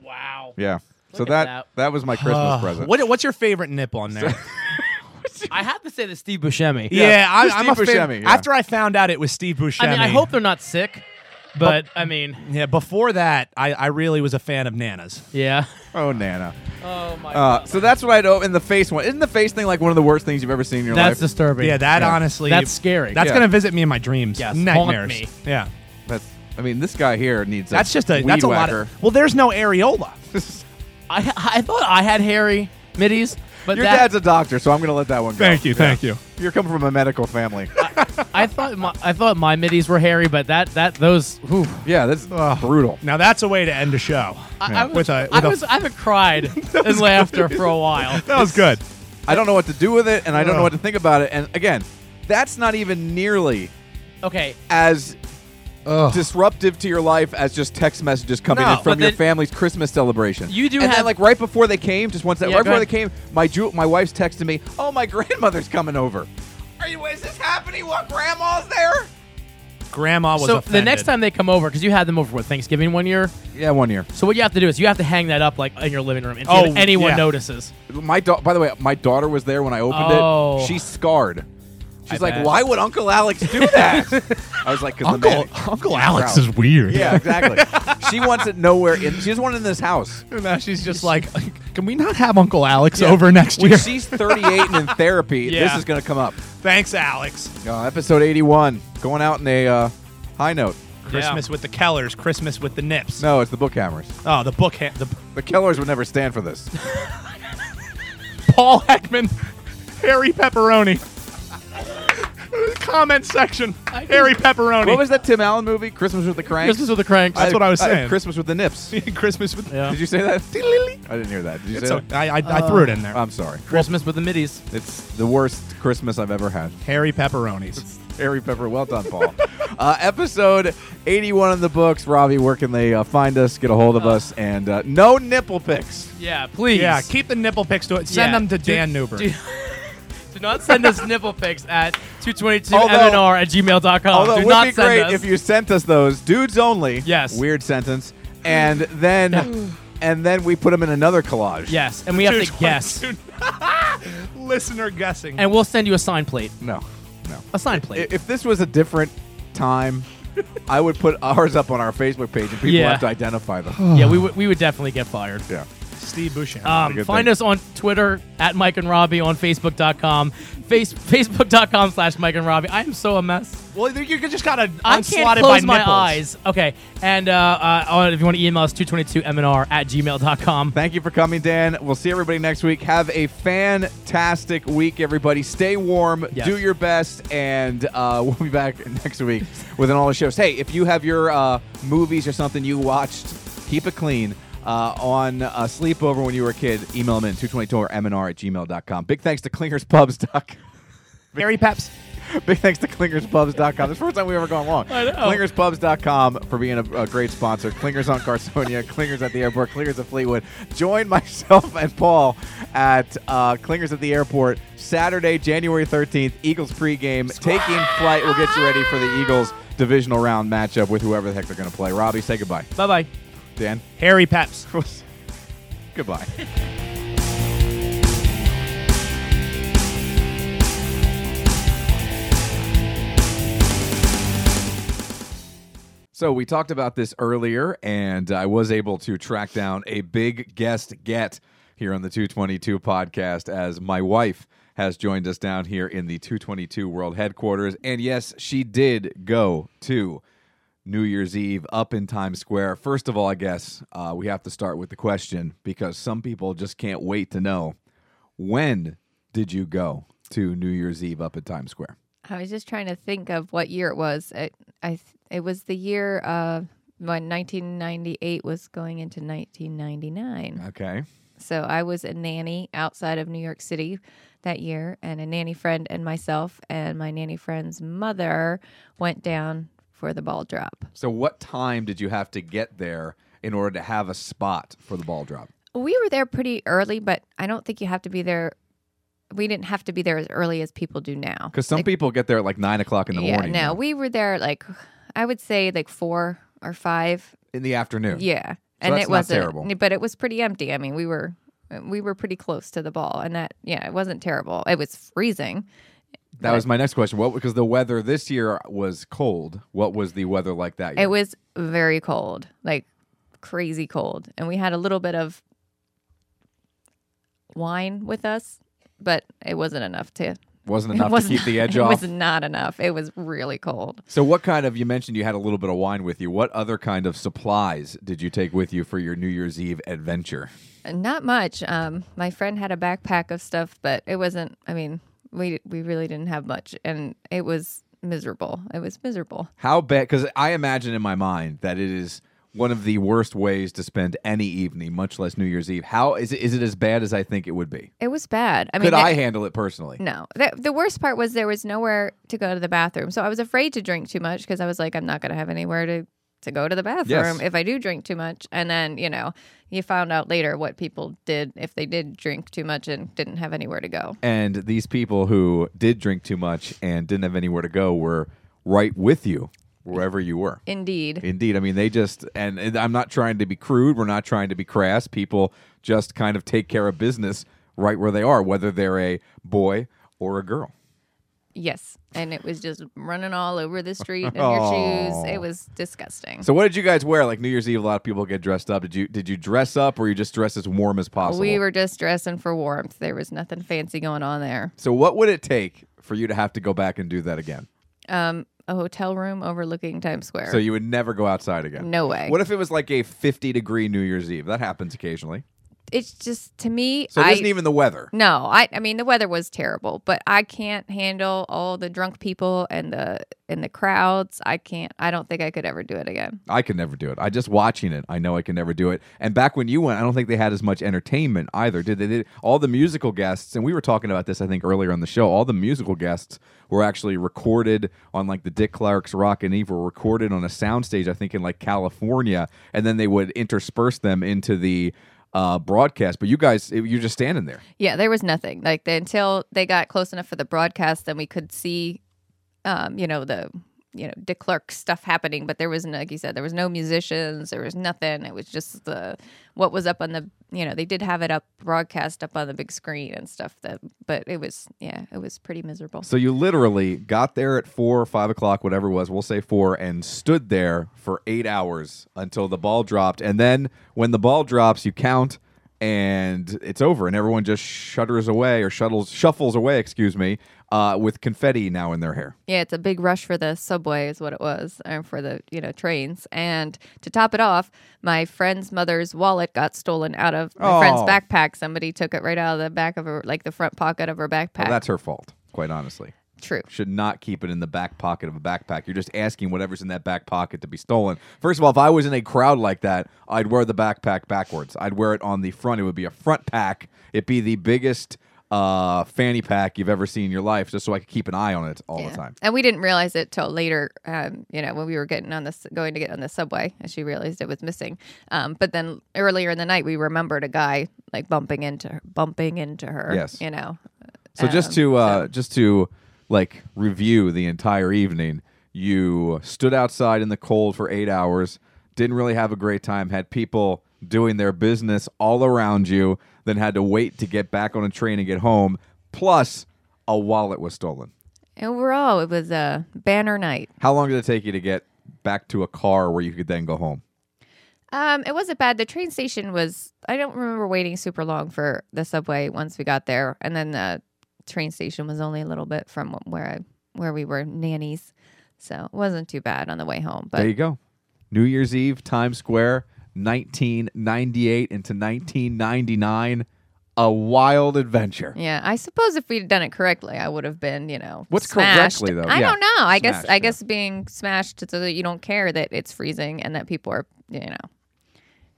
Speaker 3: Wow.
Speaker 1: Yeah. So
Speaker 3: Look at
Speaker 1: that, that
Speaker 3: that.
Speaker 1: was my Christmas present.
Speaker 2: what, what's your favorite nip on there?
Speaker 3: I have to say that Steve Buscemi.
Speaker 2: yeah, I,
Speaker 1: Steve
Speaker 2: I'm a fan.
Speaker 1: Buscemi, yeah.
Speaker 2: After I found out it was Steve Buscemi,
Speaker 3: I mean, I hope they're not sick, but I mean,
Speaker 2: Yeah, before that, I, I really was a fan of Nana's.
Speaker 3: yeah.
Speaker 1: Oh, Nana.
Speaker 3: Oh my
Speaker 1: Uh, so that's what I'd open the face one. Isn't the face thing like one of the worst things you've ever seen in your
Speaker 3: That's
Speaker 1: life?
Speaker 3: disturbing.
Speaker 2: Yeah, that uh, honestly,
Speaker 3: That's scary.
Speaker 2: That's
Speaker 1: Yeah.
Speaker 2: gonna visit me in my dreams.
Speaker 3: Yes, haunt
Speaker 2: nightmares.
Speaker 3: me.
Speaker 2: Yeah,
Speaker 1: That's. I mean, this guy here needs.
Speaker 2: that's
Speaker 1: a
Speaker 2: just a
Speaker 1: weed
Speaker 2: that's a
Speaker 1: whacker.
Speaker 2: lot of. Well, there's no areola.
Speaker 3: I I thought I had hairy middies, but
Speaker 1: Your
Speaker 3: that,
Speaker 1: dad's a doctor, so I'm gonna let that one go.
Speaker 2: Thank you, thank you.
Speaker 1: You're coming from a medical family.
Speaker 3: I thought my I thought my middies were hairy, but that that those. Whew,
Speaker 1: yeah, that's brutal.
Speaker 2: Now that's a way to end a show.
Speaker 3: I,
Speaker 1: Yeah.
Speaker 3: I was,
Speaker 2: With a- with
Speaker 3: I
Speaker 2: a-
Speaker 3: was I haven't cried in laughter for a while.
Speaker 2: That was good.
Speaker 1: I don't know what to do with it, and I don't know
Speaker 2: Ugh.
Speaker 1: what to think about it. And again, that's not even nearly
Speaker 3: Okay,
Speaker 1: as
Speaker 2: Ugh.
Speaker 1: disruptive to your life as just text messages coming
Speaker 2: No,
Speaker 1: in from
Speaker 3: but
Speaker 1: your
Speaker 3: then-
Speaker 1: family's Christmas celebration.
Speaker 3: You do
Speaker 1: and then,
Speaker 3: have-
Speaker 1: like right before they came, just once that
Speaker 3: Yeah,
Speaker 1: right
Speaker 3: go
Speaker 1: before
Speaker 3: ahead.
Speaker 1: they came, my ju- my wife's texting me, "Oh, my grandmother's coming over." Are you? Is this happening? What grandma's there?
Speaker 2: Grandma was
Speaker 3: so the
Speaker 2: offended.
Speaker 3: next time they come over, because you had them over for Thanksgiving one year.
Speaker 1: Yeah, one year.
Speaker 3: So what you have to do is you have to hang that up like in your living room, and see
Speaker 2: Oh,
Speaker 3: if anyone
Speaker 2: yeah.
Speaker 3: notices.
Speaker 1: My da- by the way, my daughter was there when I opened
Speaker 3: Oh.
Speaker 1: it. She's scarred. She's
Speaker 3: I
Speaker 1: like,
Speaker 3: bet.
Speaker 1: "Why would Uncle Alex do that?" I was like, "Cause the
Speaker 2: Uncle
Speaker 1: man-
Speaker 2: Uncle Alex
Speaker 1: proud.
Speaker 2: is weird.
Speaker 1: Yeah, exactly. she wants it nowhere. In- she doesn't want it in this house.
Speaker 2: Now she's just like, can we not have Uncle Alex over next
Speaker 1: When
Speaker 2: year?
Speaker 1: she's 38 and in therapy, this
Speaker 2: Yeah.
Speaker 1: is going to come up.
Speaker 2: Thanks, Alex.
Speaker 1: Uh, episode 81, going out in a uh, high note.
Speaker 2: Christmas with the Kellers. Christmas with the Nips.
Speaker 1: No, it's the Bookhammers.
Speaker 2: Oh, the book. Ha- the
Speaker 1: The Killers would never stand for this.
Speaker 2: Paul Heckman, Harry Pepperoni. Comment section. Harry Pepperoni.
Speaker 1: what was that Tim Allen movie? Christmas with the Cranks.
Speaker 3: Christmas with the cranks.
Speaker 2: That's what I was saying.
Speaker 1: Christmas with the Nips.
Speaker 2: Christmas with?
Speaker 3: Yeah.
Speaker 1: Did you say that? I didn't hear that. Did you
Speaker 2: It's
Speaker 1: say
Speaker 2: okay. I, I, I threw it in there.
Speaker 1: that? I'm sorry.
Speaker 3: Christmas with the middies.
Speaker 1: It's the worst Christmas I've ever had.
Speaker 2: Harry Pepperonis.
Speaker 1: Harry Pepper, well done, Paul. uh, episode 81 in the books. Robbie, where can they uh, find us, get a hold of us, and uh, no nipple pics.
Speaker 3: Yeah, please.
Speaker 2: Yeah, keep the nipple pics to it. Send
Speaker 3: Yeah.
Speaker 2: them to
Speaker 3: Do-
Speaker 2: Dan Newber.
Speaker 3: Do, do not send us nipple pics at 222mnr
Speaker 1: Although-
Speaker 3: at gmail.com.
Speaker 1: Although
Speaker 3: do
Speaker 1: it
Speaker 3: not
Speaker 1: would be
Speaker 3: send
Speaker 1: great
Speaker 3: us.
Speaker 1: if you sent us those dudes only.
Speaker 3: Yes.
Speaker 1: Weird sentence. And then and then we put them in another collage.
Speaker 3: yes, and we have to guess.
Speaker 2: Listener guessing.
Speaker 3: And we'll send you a sign plate.
Speaker 1: No. No.
Speaker 3: A sign
Speaker 1: I-
Speaker 3: plate.
Speaker 1: If this was a different time, I would put ours up on our Facebook page and people
Speaker 3: Yeah.
Speaker 1: have to identify them.
Speaker 3: yeah, we, would we would definitely get fired.
Speaker 1: yeah.
Speaker 2: Steve Bushan.
Speaker 1: a
Speaker 3: Um,
Speaker 1: good
Speaker 3: find
Speaker 1: thing.
Speaker 3: us on Twitter at Mike and Robbie on Facebook.com, face, Facebook.com slash Mike and Robbie. I am so a mess.
Speaker 2: well, you you just got a
Speaker 3: I can't
Speaker 2: unslotted
Speaker 3: close
Speaker 2: by
Speaker 3: my
Speaker 2: nipples.
Speaker 3: eyes. Okay. And uh, uh, on- if you want to email us, 222mnr at gmail.com.
Speaker 1: Thank you for coming, Dan. We'll see everybody next week. Have a fantastic week, everybody. Stay warm,
Speaker 3: Yes.
Speaker 1: do your best, and uh, we'll be back next week with an all the shows. Hey, if you have your uh, movies or something you watched, keep it clean. Uh, on uh, sleepover when you were a kid, email them in 222 or mnr at gmail.com. Big thanks to clingerspubs.com.
Speaker 2: Harry Peps.
Speaker 1: Big thanks to clingerspubs.com. This is the first time we've ever gone long.
Speaker 3: I know.
Speaker 1: Clingerspubs.com for being a, a great sponsor. Clingers on Carsonia, Clingers at the airport, Clingers at Fleetwood. Join myself and Paul at uh, Clingers at the airport Saturday, January 13th, Eagles pregame. Taking flight will get you ready for the Eagles divisional round matchup with whoever the heck they're going to play. Robbie, say goodbye.
Speaker 3: Bye bye.
Speaker 1: Dan,
Speaker 2: Harry Peps.
Speaker 1: goodbye. So we talked about this earlier, and I was able to track down a big guest get here on the 222 podcast as my wife has joined us down here in the 222 world headquarters. And yes, she did go to New Year's Eve up in Times Square. First of all, I guess uh, we have to start with the question because some people just can't wait to know when did you go to New Year's Eve up at Times Square?
Speaker 9: I was just trying to think of what year it was. It, I th- it was the year uh, when 1998 was going into 1999.
Speaker 1: Okay.
Speaker 9: So I was a nanny outside of New York City that year, and a nanny friend and myself and my nanny friend's mother went down for the ball drop.
Speaker 1: So, what time did you have to get there in order to have a spot for the ball drop?
Speaker 9: We were there pretty early, but I don't think you have to be there. We didn't have to be there as early as people do now.
Speaker 1: Because some people get there at like nine o'clock in the
Speaker 9: yeah,
Speaker 1: morning.
Speaker 9: no, we were there like I would say like four or five.
Speaker 1: in the afternoon.
Speaker 9: Yeah,
Speaker 1: So
Speaker 9: and
Speaker 1: that's
Speaker 9: it
Speaker 1: not
Speaker 9: wasn't
Speaker 1: terrible.
Speaker 9: but it was pretty empty. I mean, we were we were pretty close to the ball, and that yeah, it wasn't terrible. It was freezing.
Speaker 1: that was my next question. What because the weather this year was cold. What was the weather like that year?
Speaker 9: It was very cold, like crazy cold, and we had a little bit of wine with us, but it wasn't enough to.
Speaker 1: Wasn't
Speaker 9: it
Speaker 1: enough to
Speaker 9: was
Speaker 1: keep
Speaker 9: not-
Speaker 1: the edge
Speaker 9: It
Speaker 1: off?
Speaker 9: was not enough. It was really cold.
Speaker 1: so, what kind of you mentioned you had a little bit of wine with you? What other kind of supplies did you take with you for your New Year's Eve adventure?
Speaker 9: Not much. Um, my friend had a backpack of stuff, but it wasn't. I mean, we we really didn't have much, and it was miserable. It was miserable.
Speaker 1: How bad? Because I imagine in my mind that it is one of the worst ways to spend any evening, much less New Year's Eve. How is it? Is it as bad as I think it would be?
Speaker 9: It was bad. I mean,
Speaker 1: Could
Speaker 9: there-
Speaker 1: I handle it personally?
Speaker 9: no. The, the worst part was there was nowhere to go to the bathroom, so I was afraid to drink too much because I was like, I'm not going to have anywhere to to go to the bathroom
Speaker 1: Yes.
Speaker 9: if I do drink too much. And then you know, you found out later what people did if they did drink too much and didn't have anywhere to go.
Speaker 1: and these people who did drink too much and didn't have anywhere to go were right with you wherever you were.
Speaker 9: Indeed.
Speaker 1: Indeed, I mean they just and, and I'm not trying to be crude, we're not trying to be crass. People just kind of take care of business right where they are, whether they're a boy or a girl.
Speaker 9: Yes, and it was just running all over the street in
Speaker 1: Aw.
Speaker 9: your shoes. It was disgusting.
Speaker 1: So what did you guys wear? Like New Year's Eve, a lot of people get dressed up. Did you did you dress up or you just dress as warm as possible?
Speaker 9: We were just dressing for warmth. There was nothing fancy going on there.
Speaker 1: so what would it take for you to have to go back and do that again?
Speaker 9: Um, a hotel room overlooking Times Square.
Speaker 1: So you would never go outside again.
Speaker 9: No way.
Speaker 1: What if it was like a 50 degree New Year's Eve? That happens occasionally.
Speaker 9: it's just to me.
Speaker 1: So it
Speaker 9: I,
Speaker 1: isn't even the weather.
Speaker 9: No, I. I mean, the weather was terrible, but I can't handle all the drunk people and the and the crowds. I can't. I don't think I could ever do it again.
Speaker 1: I could never do it. I just watching it. I know I can never do it. And back when you went, I don't think they had as much entertainment either. Did they? Did all the musical guests? And we were talking about this, I think, earlier on the show. All the musical guests were actually recorded on like the Dick Clark's Rock and Eve were recorded on a soundstage, I think, in like California, and then they would intersperse them into the uh, broadcast. But you guys, you're just standing there.
Speaker 9: Yeah, there was nothing like the, until they got close enough for the broadcast, then we could see, um, you know the you know Dick Clark stuff happening, but there was no, like you said, there was no musicians, there was nothing. It was just the what was up on the you know they did have it up broadcast up on the big screen and stuff. That but it was yeah, it was pretty miserable.
Speaker 1: So you literally got there at four or five o'clock, whatever it was, we'll say four, and stood there for eight hours until the ball dropped. And then when the ball drops, you count and it's over, and everyone just shudders away or shuttles, shuffles away, excuse me, uh, with confetti now in their hair.
Speaker 9: Yeah, it's a big rush for the subway is what it was, and for the you know trains. And to top it off, my friend's mother's wallet got stolen out of my friend's
Speaker 1: Oh.
Speaker 9: backpack. Somebody took it right out of the back of her, like the front pocket of her backpack.
Speaker 1: Well, that's her fault, quite honestly.
Speaker 9: true.
Speaker 1: Should not keep it in the back pocket of a backpack. You're just asking whatever's in that back pocket to be stolen. First of all, if I was in a crowd like that, I'd wear the backpack backwards. I'd wear it on the front. It would be a front pack. It'd be the biggest uh, fanny pack you've ever seen in your life, just so I could keep an eye on it all
Speaker 9: Yeah.
Speaker 1: the time.
Speaker 9: And we didn't realize it till later. Um, you know, when we were getting on this, going to get on the subway, and she realized it was missing. Um, but then earlier in the night, we remembered a guy like bumping into her, bumping into her.
Speaker 1: Yes.
Speaker 9: You know.
Speaker 1: So just
Speaker 9: Um,
Speaker 1: to uh, just to like review the entire evening, you stood outside in the cold for eight hours, didn't really have a great time, had people doing their business all around you, then had to wait to get back on a train and get home. Plus, a wallet was stolen.
Speaker 9: overall, it was a banner night.
Speaker 1: How long did it take you to get back to a car where you could then go home?
Speaker 9: Um, it wasn't bad. The train station was. I don't remember waiting super long for the subway once we got there, and then the train station was only a little bit from where I where we were nannies, so it wasn't too bad on the way home. But
Speaker 1: there you go. New Year's Eve, Times Square, 1998 into 1999. A wild adventure.
Speaker 9: Yeah, I suppose if we'd done it correctly, I would have been, you know,
Speaker 1: What's
Speaker 9: smashed.
Speaker 1: correctly, though?
Speaker 9: I
Speaker 1: Yeah.
Speaker 9: don't know. I guess
Speaker 1: Smashed,
Speaker 9: I
Speaker 1: yeah.
Speaker 9: guess being smashed so that you don't care that it's freezing and that people are, you know,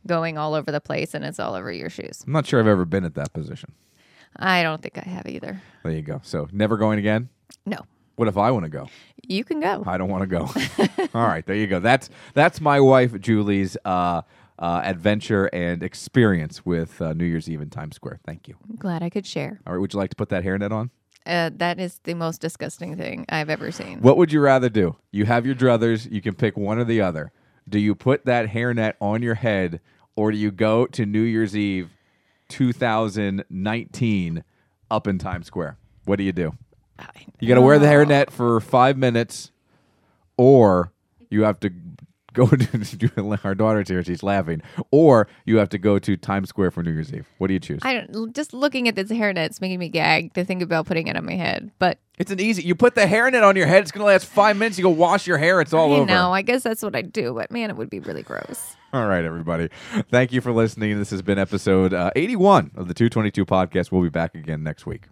Speaker 9: going all over the place and it's all over your shoes.
Speaker 1: I'm not sure I've ever been at that position.
Speaker 9: I don't think I have either.
Speaker 1: There you go. So never going again?
Speaker 9: No,
Speaker 1: What if I want to go?
Speaker 9: you can go.
Speaker 1: I don't want to go. All right, there you go. That's that's my wife Julie's uh, uh, adventure and experience with uh, New Year's Eve in Times Square. Thank you.
Speaker 9: I'm glad I could share.
Speaker 1: All right, would you like to put that hairnet on?
Speaker 9: Uh, that is the most disgusting thing I've ever seen.
Speaker 1: What would you rather do? You have your druthers. You can pick one or the other. Do you put that hairnet on your head, or do you go to New Year's Eve, 2019, up in Times Square? What do you do? You got to wear the hairnet for five minutes, or you have to go to our daughter's here. She's laughing. Or you have to go to Times Square for New Year's Eve. What do you choose?
Speaker 9: I don't. l- Just looking at this hairnet, it's making me gag to think about putting it on my head. But
Speaker 1: it's an easy. You put the hairnet on your head. It's gonna last five minutes. You go wash your hair. It's all
Speaker 9: you
Speaker 1: over.
Speaker 9: know, I guess that's what I do. But man, it would be really gross.
Speaker 1: All right, everybody. Thank you for listening. This has been episode uh, 81 of the 222 podcast. We'll be back again next week.